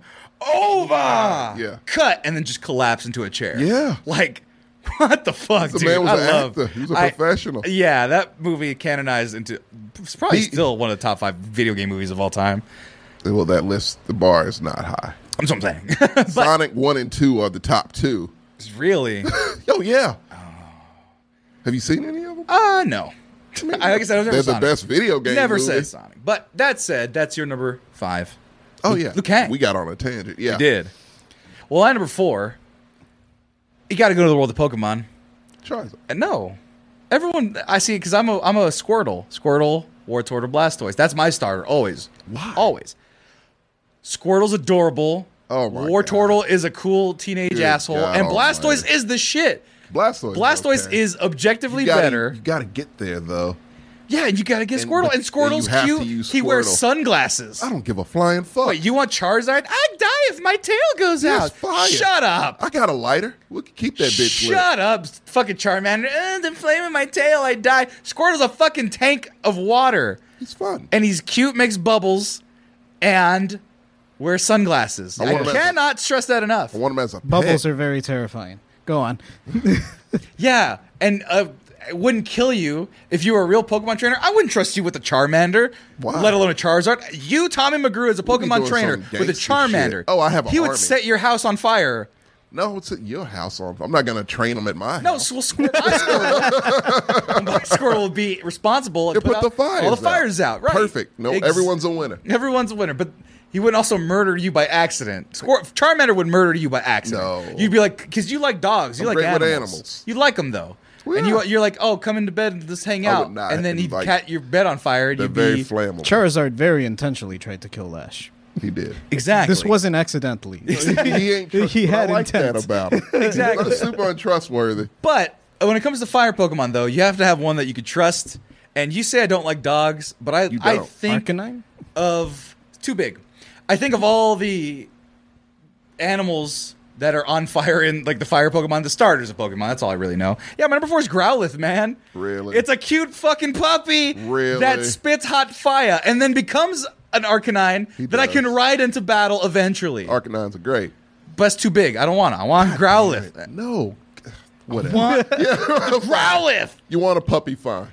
S1: over."
S2: Yeah.
S1: Cut, and then just collapse into a chair.
S2: Yeah.
S1: Like, what the fuck,
S2: The
S1: dude?
S2: man was
S1: I
S2: an
S1: love.
S2: actor. He was a
S1: I-
S2: professional.
S1: yeah, that movie canonized into. It's probably
S2: He-
S1: still one of the top five video game movies of all time.
S2: Well, that list, the bar is not high.
S1: That's what I'm saying. but
S2: Sonic One and Two are the top two.
S1: really,
S2: Oh yeah. Have you seen any of them?
S1: uh no. I guess I was never
S2: They're the
S1: Sonic.
S2: best video game.
S1: Never
S2: movie.
S1: said Sonic. But that said, that's your number five.
S2: Oh yeah,
S1: Liu Kang.
S2: We got on a tangent. Yeah,
S1: I did. Well, my number four, you got to go to the world of Pokemon.
S2: Charizard.
S1: And no, everyone I see because I'm a I'm a Squirtle, Squirtle, Wartortle, Blastoise. That's my starter always. Why? Always. Squirtle's adorable.
S2: Oh my
S1: Wartortle is a cool teenage
S2: Good
S1: asshole,
S2: God
S1: and Blastoise
S2: almighty.
S1: is the shit.
S2: Blastoise.
S1: Blastoise
S2: okay.
S1: is objectively
S2: You gotta-
S1: better.
S2: You got to get there though.
S1: yeah, and you got to get
S2: And-
S1: Squirtle,
S2: but-
S1: and
S2: and you
S1: Squirtle's
S2: have to
S1: cute.
S2: use
S1: He wears
S2: Squirtle.
S1: sunglasses.
S2: I don't give a flying fuck.
S1: Wait, you want Charizard? I'd die if my tail goes
S2: That's
S1: out.
S2: fire.
S1: Shut up.
S2: I got a lighter. We can keep that bitch lit.
S1: Shut up, fucking Charmander. Uh, the flame in my tail, I die. Squirtle's a fucking tank of water.
S2: It's fun.
S1: And he's cute, makes bubbles, and wears sunglasses. I,
S2: want him as a-
S1: cannot stress that enough.
S2: I want him as a
S3: Bubbles
S2: pet.
S3: are very terrifying. Go on.
S1: Yeah, and uh, it wouldn't kill you if you were a real Pokemon trainer. I wouldn't trust you with a Charmander,
S2: Why?
S1: let alone a Charizard. You, Tommy McGrew, as a
S2: We be
S1: Pokemon
S2: doing
S1: trainer
S2: some
S1: with a
S2: gangsta shit.
S1: Charmander.
S2: Oh, I have a
S1: He would
S2: army.
S1: set your house on fire.
S2: No, it's at your house. I'm I'm not gonna train them at my
S1: No,
S2: house.
S1: so Squirtle, my Squirtle, my Squirtle will be responsible.
S2: They
S1: And
S2: put, the fires.
S1: all the fires out. Right.
S2: Perfect. No,
S1: Ex-
S2: everyone's a winner.
S1: everyone's a winner, but he wouldn't also murder you by accident. Squir- Charmander would murder you by accident.
S2: No.
S1: you'd be like, because you like dogs, you
S2: I'm
S1: like
S2: great with
S1: animals.
S2: animals.
S1: You like them though,
S2: Well,
S1: and you
S2: yeah.
S1: you're like, oh, come into bed and just hang
S2: I
S1: out,
S2: would not
S1: and then he'd
S2: invite-
S1: cat your bed on fire, and
S2: They're
S1: you'd
S2: very
S1: be
S2: flammable.
S3: Charizard very intentionally tried to kill Lash.
S2: He did.
S1: exactly.
S3: This wasn't accidentally.
S2: he ain't. Trust-
S3: He
S2: but
S3: had
S2: I like
S3: intent.
S2: that about him.
S1: Exactly.
S2: That's super untrustworthy.
S1: But when it comes to fire Pokemon, though, you have to have one that you could trust. And you say I don't like dogs, but I I
S2: don't.
S1: think
S3: Arcanine?
S1: of It's too big. I think of all the animals that are on fire in like the fire Pokemon, the starters of Pokemon. That's all I really know. Yeah, my number four is Growlithe, man.
S2: Really?
S1: It's a cute fucking puppy
S2: Really?
S1: that spits hot fire and then becomes an Arcanine
S2: He
S1: that I
S2: does.
S1: can ride into battle eventually.
S2: Arcanines are great.
S1: but it's too big. I don't want it. I want Growlithe.
S2: No, whatever.
S1: Want
S2: yeah,
S1: Growlithe,
S2: You want a puppy? Fine.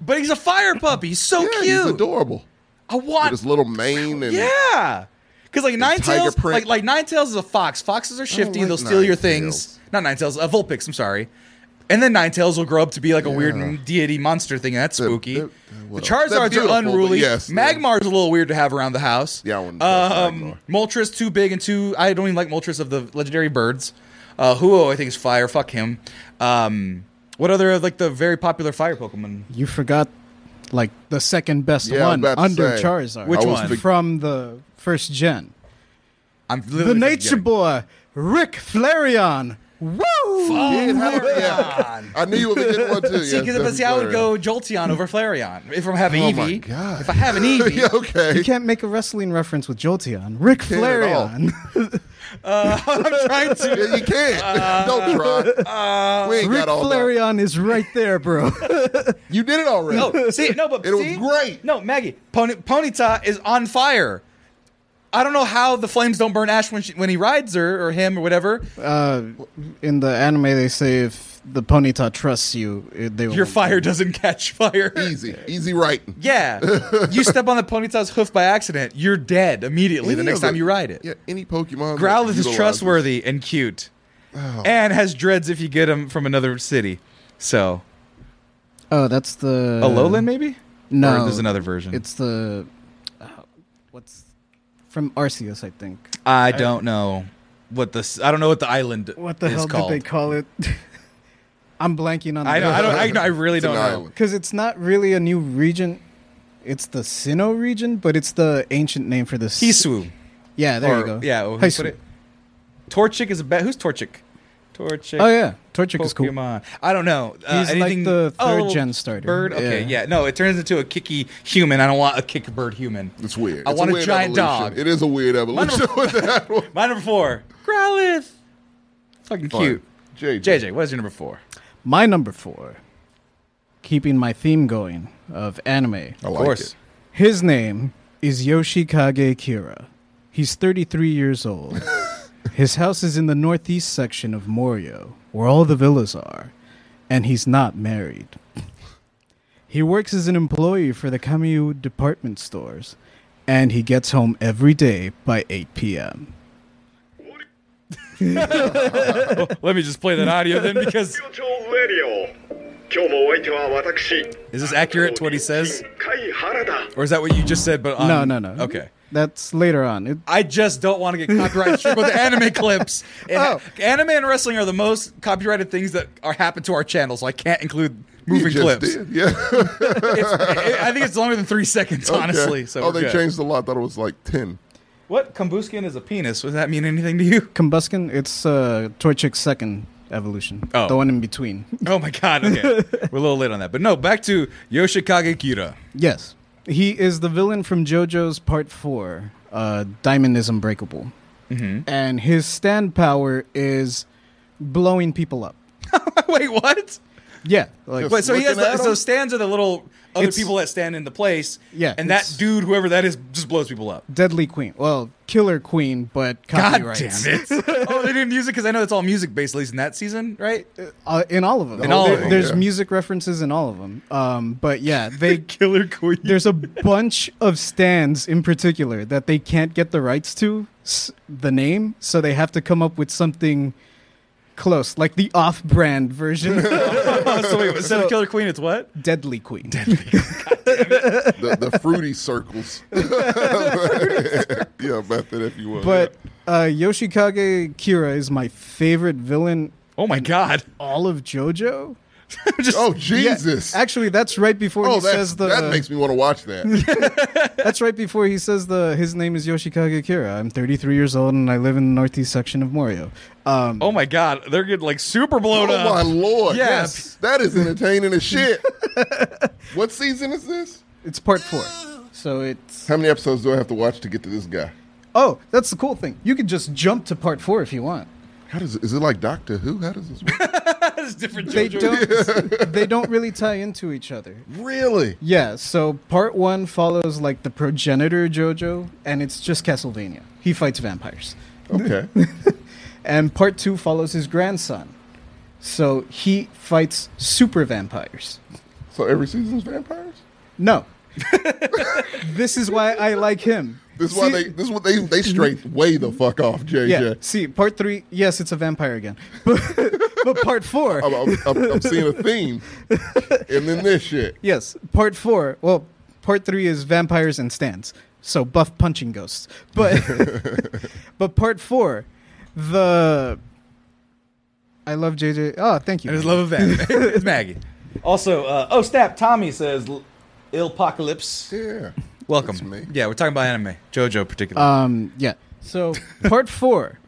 S1: but he's a fire puppy. He's so
S2: Yeah, he's
S1: cute.
S2: adorable.
S1: I
S2: With
S1: want
S2: his little mane and
S1: Yeah, because like nine
S2: tiger
S1: tails,
S2: print.
S1: like like nine tails is a fox. Foxes are shifty;
S2: like
S1: they'll steal your
S2: Ninetales.
S1: things. Not nine tails, uh, Vulpix. I'm sorry. And then nine tails will grow up to be like a weird deity monster thing, and that's
S2: They're-
S1: spooky.
S2: they're-
S1: the
S2: well, they're
S1: Charizards
S2: beautiful,
S1: are
S2: but
S1: unruly.
S2: yes, they're-
S1: Magmar's a little weird to have around the house.
S2: Yeah, I wouldn't trust
S1: um,
S2: Magmar.
S1: Moltres too big and too. I don't even like Moltres of the legendary birds. Uh, Huo, I think is fire. Fuck him. Um, what other of, like the very popular fire Pokemon?
S3: You forgot like the second best
S2: Yeah, I was
S3: one
S2: about to
S3: under
S2: say.
S3: Charizard.
S1: Which
S2: I was
S1: one?
S2: big-
S3: From the first gen.
S1: I'm
S3: The
S1: literally
S3: Nature
S1: forgetting.
S3: Boy, Rick Flareon. Woo!
S1: Oh,
S2: Yeah, how-
S1: Flareon.
S2: I knew you would be getting one too.
S1: See,
S2: Yes,
S1: because
S2: that's
S1: I would
S2: hilarious.
S1: go Jolteon over Flareon if I have an
S2: Oh
S1: Eevee.
S2: my God.
S1: If I have an Eevee,
S2: Yeah, okay.
S3: You can't make a wrestling reference with Jolteon. Rick
S2: Can't at all.
S3: Flareon.
S1: I'm trying to.
S2: Yeah, you can't.
S1: Uh,
S2: Don't try. we ain't
S3: Rick
S2: got all that.
S3: Flareon is right there, bro.
S2: You did it already.
S1: No, see, no, but
S2: It was
S1: see?
S2: great.
S1: No, Maggie, Pony, Ponyta is on fire. I don't know how the flames don't burn Ash when she, when he rides her or him or whatever.
S3: uh, in the anime, they say if the Ponyta trusts you, it- they will.
S1: Your fire doesn't catch fire.
S2: Easy, easy writing.
S1: Yeah, you step on the Ponyta's hoof by accident, you're dead immediately the
S2: Any
S1: next
S2: of the-
S1: time you ride it.
S2: Yeah, any Pokemon. that
S1: Growlithe is
S2: utilizes-
S1: trustworthy and cute,
S2: Oh.
S1: and has dreads if you get him from another city. So,
S3: Oh, that's the
S1: Alolan maybe?
S3: No,
S1: Or there's another version.
S3: It's the uh, what's from Arceus, I think.
S1: I don't know what the I don't know what the island
S3: What the
S1: is
S3: hell
S1: called.
S3: did they call it? I'm blanking on.
S1: I
S3: the
S1: don't I don't I, no, I really
S2: It's an
S1: don't know.
S2: island.
S3: because it's not really a new region. It's the Sinnoh region, but it's the ancient name for this.
S1: Hisu.
S3: Yeah, there
S1: Or-
S3: you go.
S1: Yeah, who
S3: Hisu.
S1: put it? Torchic is a bet. Who's Torchic? Torchic.
S3: Oh yeah, Torchic is cool.
S1: Pokemon. I don't know. Uh,
S3: He's like
S1: anything,
S3: the
S1: oh,
S3: third
S1: little
S3: gen starter.
S1: Bird. Okay,
S3: Yeah.
S1: yeah. No, it turns into a kicky human. I don't want a kick bird human.
S2: It's weird.
S1: I
S2: It's
S1: want a
S2: weird
S1: giant
S2: evolution.
S1: dog.
S2: It is a weird evolution with that one.
S1: My number four, Growlithe. Fucking cute.
S2: Fine. JJ.
S1: JJ, what is your number four?
S3: My number four, keeping my theme going of anime.
S2: I like
S1: of course.
S2: it.
S3: His name is Yoshikage Kira. He's 33 years old. His house is in the northeast section of Morio, where all the villas are, and he's not married. He works as an employee for the Kamiyu department stores, and he gets home every day by 8 p.m.
S1: Let me just play that audio then, because
S6: 長レディオ今日もお相手は私
S1: is this accurate to what he says,
S6: 貝原だ
S1: or is that what you just said? But on,
S3: no, no, no.
S1: Okay.
S3: That's later on. It,
S1: I just don't want to get copyright struck with anime clips. And
S3: Oh.
S1: Anime and wrestling are the most copyrighted things that are happen to our channel, so I can't include
S2: You
S1: moving
S2: just
S1: clips.
S2: did, Yeah.
S1: It's- I I think it's longer than three seconds, honestly.
S2: Okay.
S1: So
S2: oh,
S1: we're
S2: they
S1: good.
S2: changed a lot. I thought it was like ten.
S1: What Kumbuskin is a penis? Would that mean anything to you?
S3: Combuskin, it's uh, Torchic's second evolution,
S1: Oh.
S3: the one in between.
S1: Oh my god. Okay, we're a little late on that, but no. Back to Yoshikage Kira.
S3: Yes. He is the villain from JoJo's Part 4, uh, Diamond is Unbreakable.
S1: Mm-hmm.
S3: And his stand power is blowing people up.
S1: Wait, what?
S3: Yeah. Like,
S1: Wait, so he has
S2: Looking
S1: the,
S2: at
S1: so
S2: him?
S1: stands are the little other
S3: It's-
S1: people that stand in the place.
S3: Yeah,
S1: and that
S3: it's-
S1: dude, whoever that is, just blows people up.
S3: Deadly Queen. Well, Killer Queen, but
S1: God
S3: copyrights.
S1: damn it! oh, they didn't use it because I know it's all music based, at least in that season, right?
S3: Uh, in all of them.
S1: In all of
S3: There-
S1: them,
S3: There's
S2: yeah.
S3: music references in all of them. Um, but yeah, they
S1: Killer Queen.
S3: there's a bunch of stands in particular that they can't get the rights to s- the name, so they have to come up with something close, like the off-brand version,
S1: so wait, instead of Killer Queen, it's what?
S3: Deadly Queen.
S2: The, the fruity circles. yeah, method if you will.
S3: But uh, Yoshikage Kira is my favorite villain.
S1: Oh my God!
S3: All of JoJo.
S1: Just-
S2: yeah. oh
S3: Yeah,
S2: Jesus.
S3: actually, that's right before
S2: oh,
S3: he
S2: that
S3: says the.
S2: that makes me want to watch that.
S3: That's right before he says the his name is Yoshikage Kira. I'm 33 years old and I live in the northeast section of Morio. Um,
S1: Oh my God! They're getting like super
S2: oh
S1: blown up.
S2: my lord.
S1: Yes.
S2: That is entertaining as shit. what season is this?
S3: It's part four. So it's
S2: How many episodes do I have to watch to get to this guy?
S3: oh, that's the cool thing. You could just jump to part four if you want.
S2: How does it, is it like Doctor Who? How does this work?
S1: It's different.
S3: They
S1: JoJo.
S3: don't. they don't really tie into each other.
S2: really?
S3: Yeah. So part one follows like the progenitor JoJo, and it's just Castlevania. He fights vampires.
S2: Okay.
S3: and part two follows his grandson. So he fights super vampires.
S2: so every season's vampires.
S3: No. this is why I like him.
S2: This is why
S3: See-
S2: they. This is what they. They straight way the fuck off, JJ.
S3: Yeah. See, part three, yes, it's a vampire again. But, but part four,
S2: I'm, I'm, I'm, I'm seeing a theme, and then this shit.
S3: yes, part four, well, part three is vampires and stands. So buff punching ghosts. But but part four, the I love JJ. Oh, thank you.
S1: And his love of anime. it's Maggie. Also, uh, oh snap! Tommy says, "Ilpocalypse."
S2: Yeah.
S1: Welcome.
S2: That's me.
S1: Yeah, we're talking about anime, JoJo particularly.
S3: Um, yeah. So part four,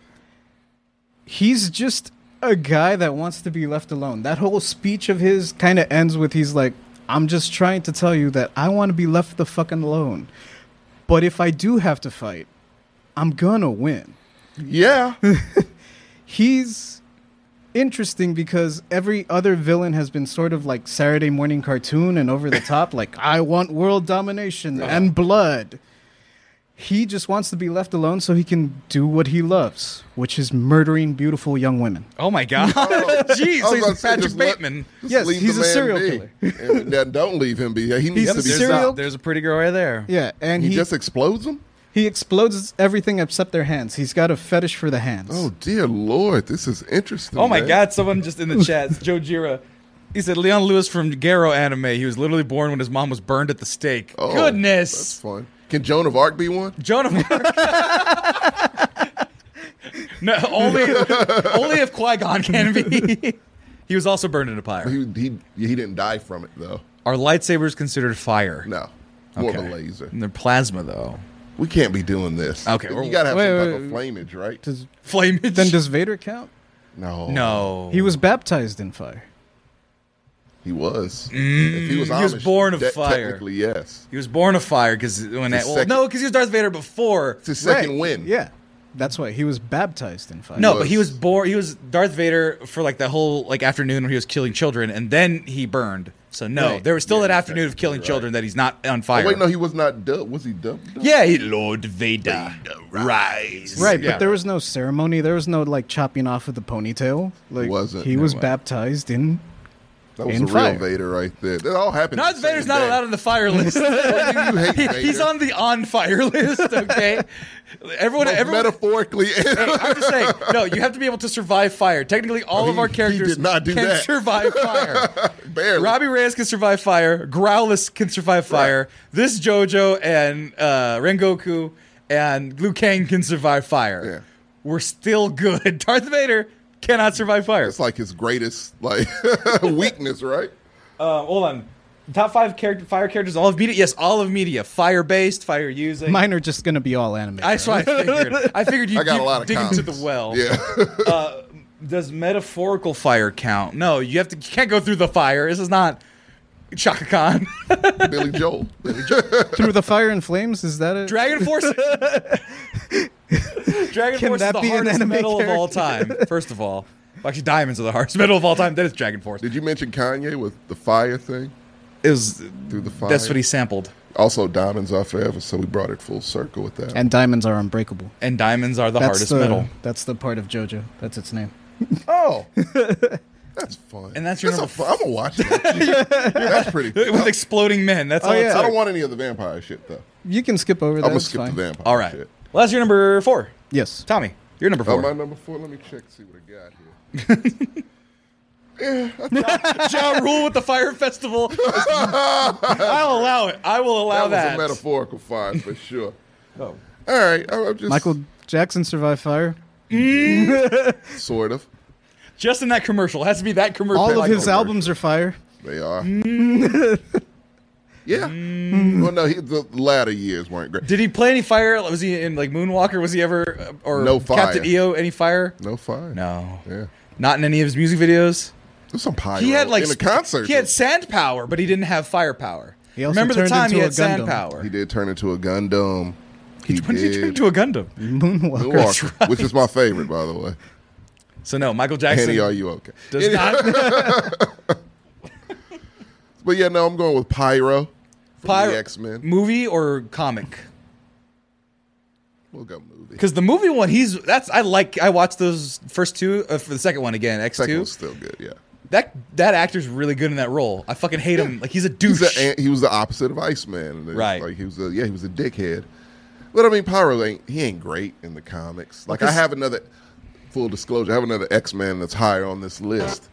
S3: he's just a guy that wants to be left alone. That whole speech of his kind of ends with he's like, "I'm just trying to tell you that I want to be left the fucking alone, but if I do have to fight, I'm gonna win."
S2: Yeah.
S3: He's interesting because every other villain has been sort of like Saturday morning cartoon and over the top, like I want world domination and blood. He just wants to be left alone so he can do what he loves, which is murdering beautiful young women.
S1: oh my god! Jeez,
S2: I was
S1: so
S2: about to
S1: he's
S2: say,
S1: Patrick
S2: just let-
S1: Bateman.
S2: just
S3: Yes,
S2: leave
S3: he's
S2: the
S3: a
S2: man
S3: serial
S2: be.
S3: killer.
S2: And then don't leave him be. He needs
S3: He's
S2: to be
S3: a
S1: There's,
S2: stopped.
S3: serial-
S1: a, there's a pretty girl right there.
S3: Yeah, and
S2: He,
S3: he,
S2: just explodes him.
S3: he explodes everything except their hands. He's got a fetish for the hands.
S2: Oh dear lord, this is interesting.
S1: Oh my
S2: man.
S1: god! Someone just in the chat, Joe Jira. He said Leon Lewis from Garo anime. He was literally born when his mom was burned at the stake.
S2: Oh, That's
S1: Goodness,
S2: fun. Can Joan of Arc be one?
S1: Joan of Arc. no, only only if Qui Gon can be. he was also burned in a pyre.
S2: He, he he didn't die from it though.
S1: Are lightsabers considered fire?
S2: No, more
S1: Okay.
S2: of a laser.
S1: They're plasma though.
S2: We can't be doing this.
S1: Okay,
S2: you
S1: we're-
S2: gotta have some
S3: Wait,
S2: type of flamage, right?
S3: Does,
S1: Flame. it.
S3: then does Vader count?
S2: No,
S1: no.
S3: He was baptized in fire.
S2: he was. if he was,
S1: he was
S2: Amish,
S1: born of
S2: that-
S1: fire.
S2: Technically, yes.
S1: He was born of fire because when that
S2: His
S1: well,
S2: second-
S1: no because he was Darth Vader before.
S2: It's his second
S3: Right,
S2: win.
S3: Yeah, that's why he was baptized in fire.
S1: No,
S2: was-
S1: but he was born. He was Darth Vader for like that whole like afternoon when he was killing children, and then he burned. So no,
S3: Right.
S1: there was still
S2: Yeah,
S1: that afternoon of
S2: technically
S1: killing
S2: right.
S1: children that he's not on
S2: Oh,
S1: fire.
S2: wait, no, he was not dubbed. Was he dubbed? dubbed?
S1: yeah, he, Lord Vader, rise.
S3: Right,
S2: Yeah.
S3: but there was no ceremony. There was no like chopping off of the ponytail. Like
S2: Wasn't,
S3: he
S2: there
S3: was
S2: wasn't.
S3: baptized in.
S2: that was
S3: In
S2: the
S3: fire.
S2: real Vader right there. That all happened.
S1: Darth
S2: the same
S1: Vader's not
S2: day.
S1: allowed on the fire list.
S2: You hate Vader.
S1: he's on the on fire list. Okay, everyone,
S2: Both
S1: everyone.
S2: metaphorically.
S1: Hey, I'm just saying, no, you have to be able to survive fire. Technically, all
S2: No,
S1: of
S2: Oh, he-
S1: our
S2: he
S1: characters
S2: did not do
S1: can
S2: that.
S1: survive fire.
S2: Barely.
S1: Robbie Reyes can survive fire. Growlithe can survive fire. This JoJo and uh, Rengoku and Liu Kang can survive fire.
S2: Yeah.
S1: We're still good. Darth Vader cannot survive fire.
S2: It's like his greatest like weakness, right?
S1: Uh, hold on. Top five character, fire characters, all of media. Yes, all of media. Fire based, fire using.
S3: Mine are just gonna be all anime.
S1: That's what I figured. I figured you
S2: I got
S1: keep
S2: a lot of
S1: digging
S2: comments.
S1: to the well.
S2: Yeah,
S1: Does metaphorical fire count? No, you have to. You can't go through the fire. This is not Chaka Khan.
S2: Billy Joel. Billy Joel.
S3: Through the fire and flames, is that a
S1: Dragon Force. Dragon
S3: Can
S1: Force is
S3: that
S1: the
S3: be an
S1: hardest
S3: anime
S1: metal of all time.
S3: character?
S1: First of all, actually, diamonds are the hardest metal of all time. That is Dragon Force.
S2: Did you mention Kanye with the fire thing
S1: It was.
S2: through the fire?
S1: That's what he sampled.
S2: Also, diamonds are forever, so we brought it full circle with that.
S3: And diamonds are unbreakable.
S1: And diamonds are the
S3: That's
S1: hardest
S3: the
S1: metal.
S3: that's the part of JoJo. That's its name.
S2: oh, that's fun.
S1: And that's your
S2: a
S1: number
S2: fun. I'm gonna watch that. that's pretty. Cool.
S1: With exploding men. That's all.
S3: yeah.
S1: It's
S2: I don't
S1: like.
S2: want any of the vampire shit though.
S3: You can skip over that.
S2: I'm gonna
S3: it's
S2: skip
S3: fine.
S2: the vampire.
S1: All right.
S2: Shit.
S1: Well, that's your number four,
S3: Yes.
S1: Tommy. Your number
S2: Oh,
S1: four.
S2: my number four. Let me check. See what I got here.
S1: Ja Rule with the Fire Festival. I'll allow it. I will allow that.
S2: that was a metaphorical fire for sure.
S1: Oh.
S2: All right, I- I'm just
S3: Michael Jackson survived fire.
S2: Sort of,
S1: Just in that commercial. It has to be that commercial.
S3: All of
S2: Michael
S3: his
S2: Jackson.
S3: albums are fire.
S2: they are.
S1: Mm.
S2: yeah. Well, no, he, the latter years weren't great.
S1: Did he play any fire? Was he in like Moonwalker? Was he ever uh, or
S2: No fire.
S1: Captain EO? Any fire?
S2: No fire.
S1: No.
S2: Yeah.
S1: Not in any of his music videos.
S2: There's some pyro.
S1: He had like
S2: in a
S1: sp-
S2: concert.
S1: He had sand power, but he didn't have firepower.
S3: He also
S1: Remember the
S3: turned
S1: time he
S3: into a
S1: had sand
S3: Gundam.
S1: power.
S2: He did turn into a Gundam. He
S1: when did he turn into a Gundam?
S3: Moonwalker.
S2: Milwaukee, which is my favorite, by the way.
S1: So no, Michael Jackson
S2: Penny, are you okay?
S1: does not.
S2: But yeah, no, I'm going with Pyro. from
S1: Pyro-
S2: the X Men.
S1: movie or comic?
S2: We'll go movie.
S1: Because the movie one, he's that's I like. I watched those first two uh, for the second one again. X
S2: Second
S1: two.
S2: one's still good. Yeah,
S1: That that actor's really good in that role. I fucking hate him. Like he's a douche.
S2: he's a, he was the opposite of Iceman. And it's
S1: Right.
S2: Like he was a yeah, he was a dickhead. But I mean, Pyro ain't he ain't great in the comics. Like I
S1: Because-
S2: have another full disclosure. I have another X Men that's higher on this list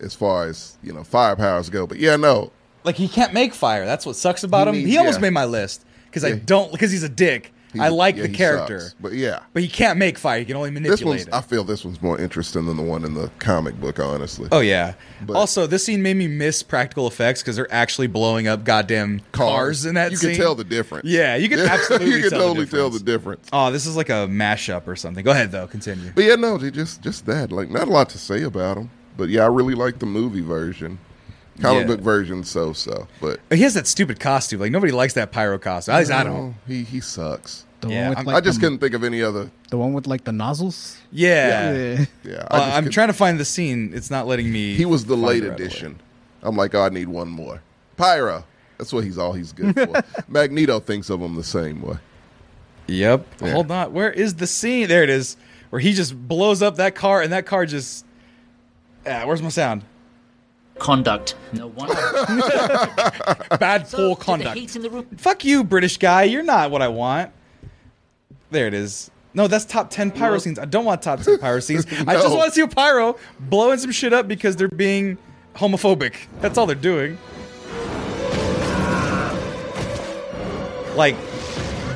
S2: as far as you know firepowers go. But yeah, no,
S1: like he can't make fire. That's what sucks about
S2: He
S1: him.
S2: needs-
S1: he almost
S2: yeah.
S1: made my list because I
S2: Yeah.
S1: don't because he's a dick.
S2: he's
S1: I
S2: a-
S1: like
S2: yeah,
S1: the
S2: he
S1: character,
S2: sucks.
S1: but,
S2: But yeah,
S1: he can't make fire. He can only manipulate
S2: this one's.
S1: it.
S2: I feel this one's more interesting than the one in the comic book. Honestly,
S1: Oh yeah.
S2: But-
S1: also, this scene made me miss practical effects because they're actually blowing up goddamn cars, in that
S2: you
S1: scene.
S2: can tell the difference.
S1: Yeah, you can absolutely
S2: you can
S1: tell the
S2: totally tell the
S1: difference.
S2: difference.
S1: Oh, this is like a mashup or something. Go ahead though, continue.
S2: But yeah, no, they just just that. Like, not a lot to say about them. But yeah, I really like the movie version. Comic
S1: Yeah.
S2: book version, so so. But
S1: He has that stupid costume. Like nobody likes that pyro costume. At least I don't.
S2: Oh, he he sucks.
S3: The
S1: Yeah,
S3: one with
S1: I'm-
S3: like
S2: I just
S3: the,
S2: couldn't think of any other.
S3: the one with like the nozzles.
S1: Yeah.
S3: Yeah.
S1: Uh,
S2: Yeah, I just
S1: I'm
S2: couldn't-
S1: trying to find the scene. It's not letting me.
S2: He was the
S1: find
S2: late
S1: it right away.
S2: edition. I'm like, oh, I need one more. Pyro. That's what he's all he's good for. Magneto thinks of him the same way.
S1: Yep.
S2: Yeah.
S1: Hold on. Where is the scene? There it is. Where he just blows up that car and that car just. Ah, where's my sound?
S7: Conduct. No wonder.
S1: Bad
S7: So,
S1: poor
S7: to
S1: conduct.
S7: The heat in the room.
S1: Fuck you, British guy. You're not what I want. There it is. No, that's top 10 pyro scenes. I don't want top 10 pyro scenes. I just
S2: No.
S1: want to see a pyro blowing some shit up because they're being homophobic. That's all they're doing. Like,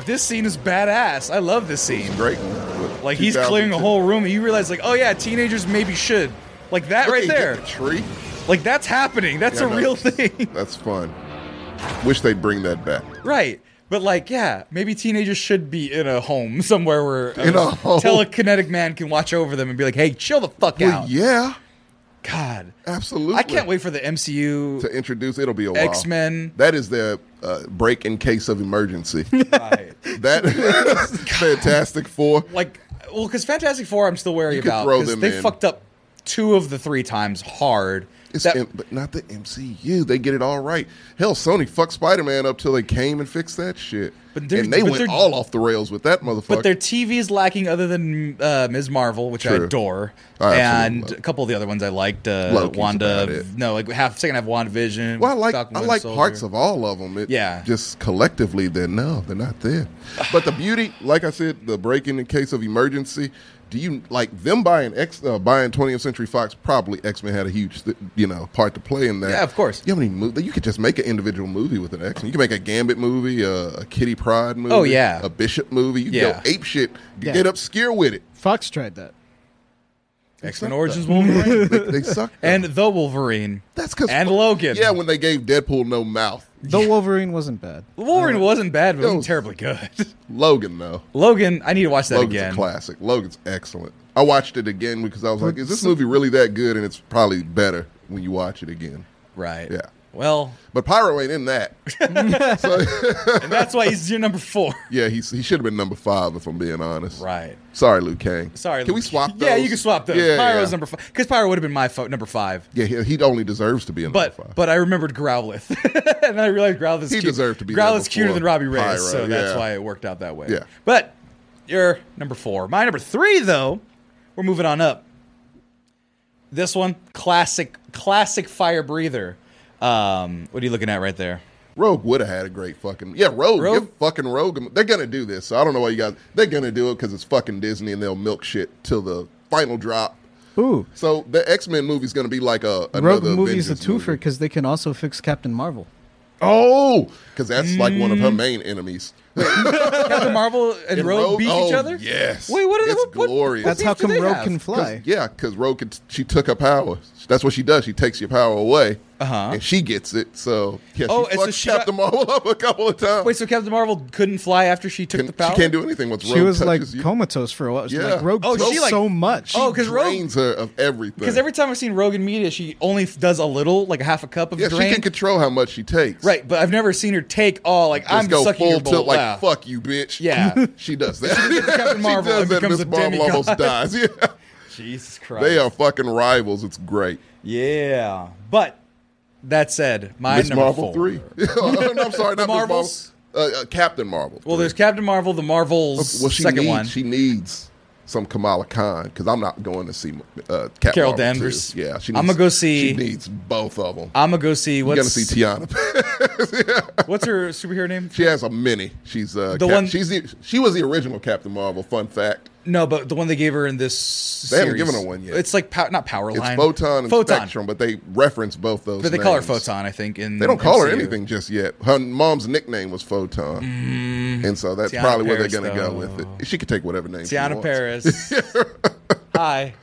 S1: this scene is badass. I love this scene.
S2: Great. But
S1: Like, he's clearing a
S2: 2002
S1: whole room, and you realize, like, oh yeah, teenagers maybe should. Like, that
S2: Look,
S1: right
S2: he hit
S1: there.
S2: the tree.
S1: Like, that's happening. That's
S2: Yeah,
S1: a
S2: no,
S1: real thing.
S2: That's fun. Wish they'd bring that back.
S1: Right. But like, yeah, maybe teenagers should be in a home somewhere where a,
S2: In a home.
S1: telekinetic man can watch over them and be like, "Hey, chill the fuck
S2: Well,
S1: out."
S2: yeah,
S1: God,
S2: absolutely.
S1: I can't wait for the MCU.
S2: to introduce. It'll be a while.
S1: X-Men.
S2: That is their uh, break in case of emergency.
S1: Right.
S2: that Fantastic Four.
S1: like, well, because Fantastic Four, I'm still wary
S2: could
S1: about
S2: throw
S1: 'cause
S2: them
S1: they
S2: in.
S1: fucked up two of the three times hard.
S2: It's
S1: That-
S2: M- but not the MCU. They get it all right. Hell, Sony fucked Spider Man up till they came and fixed that shit.
S1: But they're-
S2: and they
S1: but
S2: went
S1: they're-
S2: all off the rails with that motherfucker.
S1: but their TV is lacking, other than uh, Ms. Marvel, which I
S2: True.
S1: adore,
S2: I absolutely
S1: and
S2: love.
S1: a couple of the other ones I liked. Uh,
S2: Loki's about
S1: Wanda,
S2: it.
S1: no, like half second half Wanda Vision.
S2: Well, I like
S1: Falcon
S2: I
S1: Winter
S2: like
S1: Soldier.
S2: parts of all of them. It,
S1: Yeah.
S2: Just collectively, they're no, they're not there. But the beauty, like I said, the break in case of emergency. Do you like them buying X uh, buying 20th Century Fox? Probably X Men had a huge th- you know part to play in that.
S1: Yeah, of course.
S2: You have any movie? You could just make an individual movie with an X Men. You can make a Gambit movie, a, a Kitty Pride movie.
S1: Oh, yeah.
S2: a Bishop movie. You can
S1: Yeah.
S2: go ape shit. You
S3: Yeah.
S2: get obscure with it.
S3: Fox tried that.
S1: X Men Origins Wolverine.
S2: They, they suck.
S1: and the Wolverine.
S2: that's because
S1: and Logan.
S2: Yeah, when they gave Deadpool no mouth.
S3: The Wolverine wasn't bad.
S2: uh,
S1: Wolverine wasn't bad, but it
S2: Yo.
S1: was terribly good.
S2: Logan though.
S1: Logan, I need to watch that
S2: Logan's
S1: again.
S2: a classic. Logan's excellent. I watched it again because I was like, is this movie really that good? And it's probably better when you watch it again.
S1: Right.
S2: Yeah.
S1: Well,
S2: But Pyro ain't in that. so,
S1: and that's why he's your number four.
S2: yeah, he's, he should have been number five, if I'm being honest.
S1: Right.
S2: Sorry, Luke Kang.
S1: Sorry.
S2: Can we
S1: Luke.
S2: swap those?
S1: Yeah, you can swap those.
S2: Yeah,
S1: Pyro's
S2: yeah.
S1: number five. Because Pyro would have been my fo- number five.
S2: Yeah, he, he only deserves to be in
S1: But
S2: number five.
S1: but I remembered Growlith. and then I realized Growlith is
S2: He
S1: cute.
S2: deserved to be
S1: Growlith's
S2: number
S1: cuter
S2: four.
S1: than Robbie Reyes,
S2: Pyro,
S1: so that's
S2: yeah.
S1: why it worked out that way.
S2: Yeah.
S1: But you're number four. My number three, though, we're moving on up. This one, classic, classic fire breather. Um, what are you looking at right there?
S2: Rogue would have had a great fucking yeah. Rogue,
S1: Rogue-
S2: give fucking Rogue. a- They're gonna do this. So I don't know why you guys. They're gonna do it because it's fucking Disney and they'll milk shit till the final drop.
S3: Ooh.
S2: So the X Men movie's gonna be like a another
S3: Rogue movie is a
S2: Avengers movie.
S3: twofer because they can also fix Captain Marvel.
S2: Oh, because that's like one of her main enemies.
S1: Captain Marvel and,
S2: And
S1: Mm. Rogue
S2: Rogue-
S1: beat each
S2: oh,
S1: other.
S2: yes.
S1: Wait, what?
S2: It's
S1: what, what,
S2: glorious.
S1: what
S3: That's how
S1: beef do
S3: come
S1: they
S3: Rogue
S1: have?
S3: can fly.
S2: Yeah, because Rogue, can, she took her power. That's what she does. She takes your power away,
S1: Uh-huh.
S2: and she gets it. So yeah,
S1: Oh,
S2: she
S1: and so
S2: fucked
S1: she got-
S2: Captain Marvel up a couple of times.
S1: Wait, so Captain Marvel couldn't fly after she took
S2: Can-
S1: the power?
S2: She can't do anything once Rogue
S3: She was like
S2: touches you.
S3: comatose for a while. She,
S2: Yeah.
S3: Like Rogue
S1: Oh,
S3: took
S1: she, like-
S3: so much.
S1: Oh, because Rogue.
S2: drains her of everything.
S1: Because every time I've seen Rogue in media, she only does a little, like a half a cup of
S2: yeah,
S1: drain.
S2: she can control how much she takes.
S1: right, but I've never seen her take all. Like
S2: Just
S1: I'm
S2: go
S1: sucking
S2: full
S1: your
S2: tilt,
S1: bowl.
S2: like
S1: wow.
S2: fuck you, bitch.
S1: Yeah.
S2: she does that. she
S1: Captain Marvel
S2: does
S1: and
S2: that.
S1: becomes
S2: Miss
S1: a
S2: Marvel
S1: demigod.
S2: almost dies. Yeah,
S1: Jesus Christ.
S2: they are fucking rivals. It's great.
S1: Yeah, but that said, my
S2: Miss
S1: number
S2: Marvel
S1: four.
S2: three. oh, no, I'm sorry, not
S1: Marvels?
S2: Miss Marvel. Uh, uh, Captain Marvel.
S1: Well,
S2: three.
S1: there's Captain Marvel, the Marvels
S2: Oh, well, she
S1: second
S2: needs,
S1: one.
S2: She needs some Kamala Khan because I'm not going to see uh, Captain
S1: Carol
S2: Marvel
S1: Danvers.
S2: 2. Yeah, she needs,
S1: I'ma go see-
S2: She needs both of them.
S1: I'm gonna go see
S2: You
S1: what's
S2: gotta see Tiana.
S1: what's her superhero name?
S2: she has a mini. She's uh,
S1: The
S2: Cap-
S1: one-
S2: She's the, she was the original Captain Marvel. Fun fact.
S1: No, but the one they gave her in this.
S2: They haven't
S1: series.
S2: given her one yet.
S1: It's like pow- not power
S2: It's
S1: line.
S2: Photon and
S1: photon.
S2: Spectrum, but they reference both those.
S1: But they call her
S2: names.
S1: photon, I think. In
S2: They don't call her
S1: MCU.
S2: anything just yet. Her mom's nickname was Photon, and so that's
S1: Mm-hmm. Tiana
S2: probably where
S1: Paris,
S2: they're gonna
S1: though.
S2: go with it. She could take whatever name. she
S1: Tiana
S2: wants.
S1: Paris. Hi,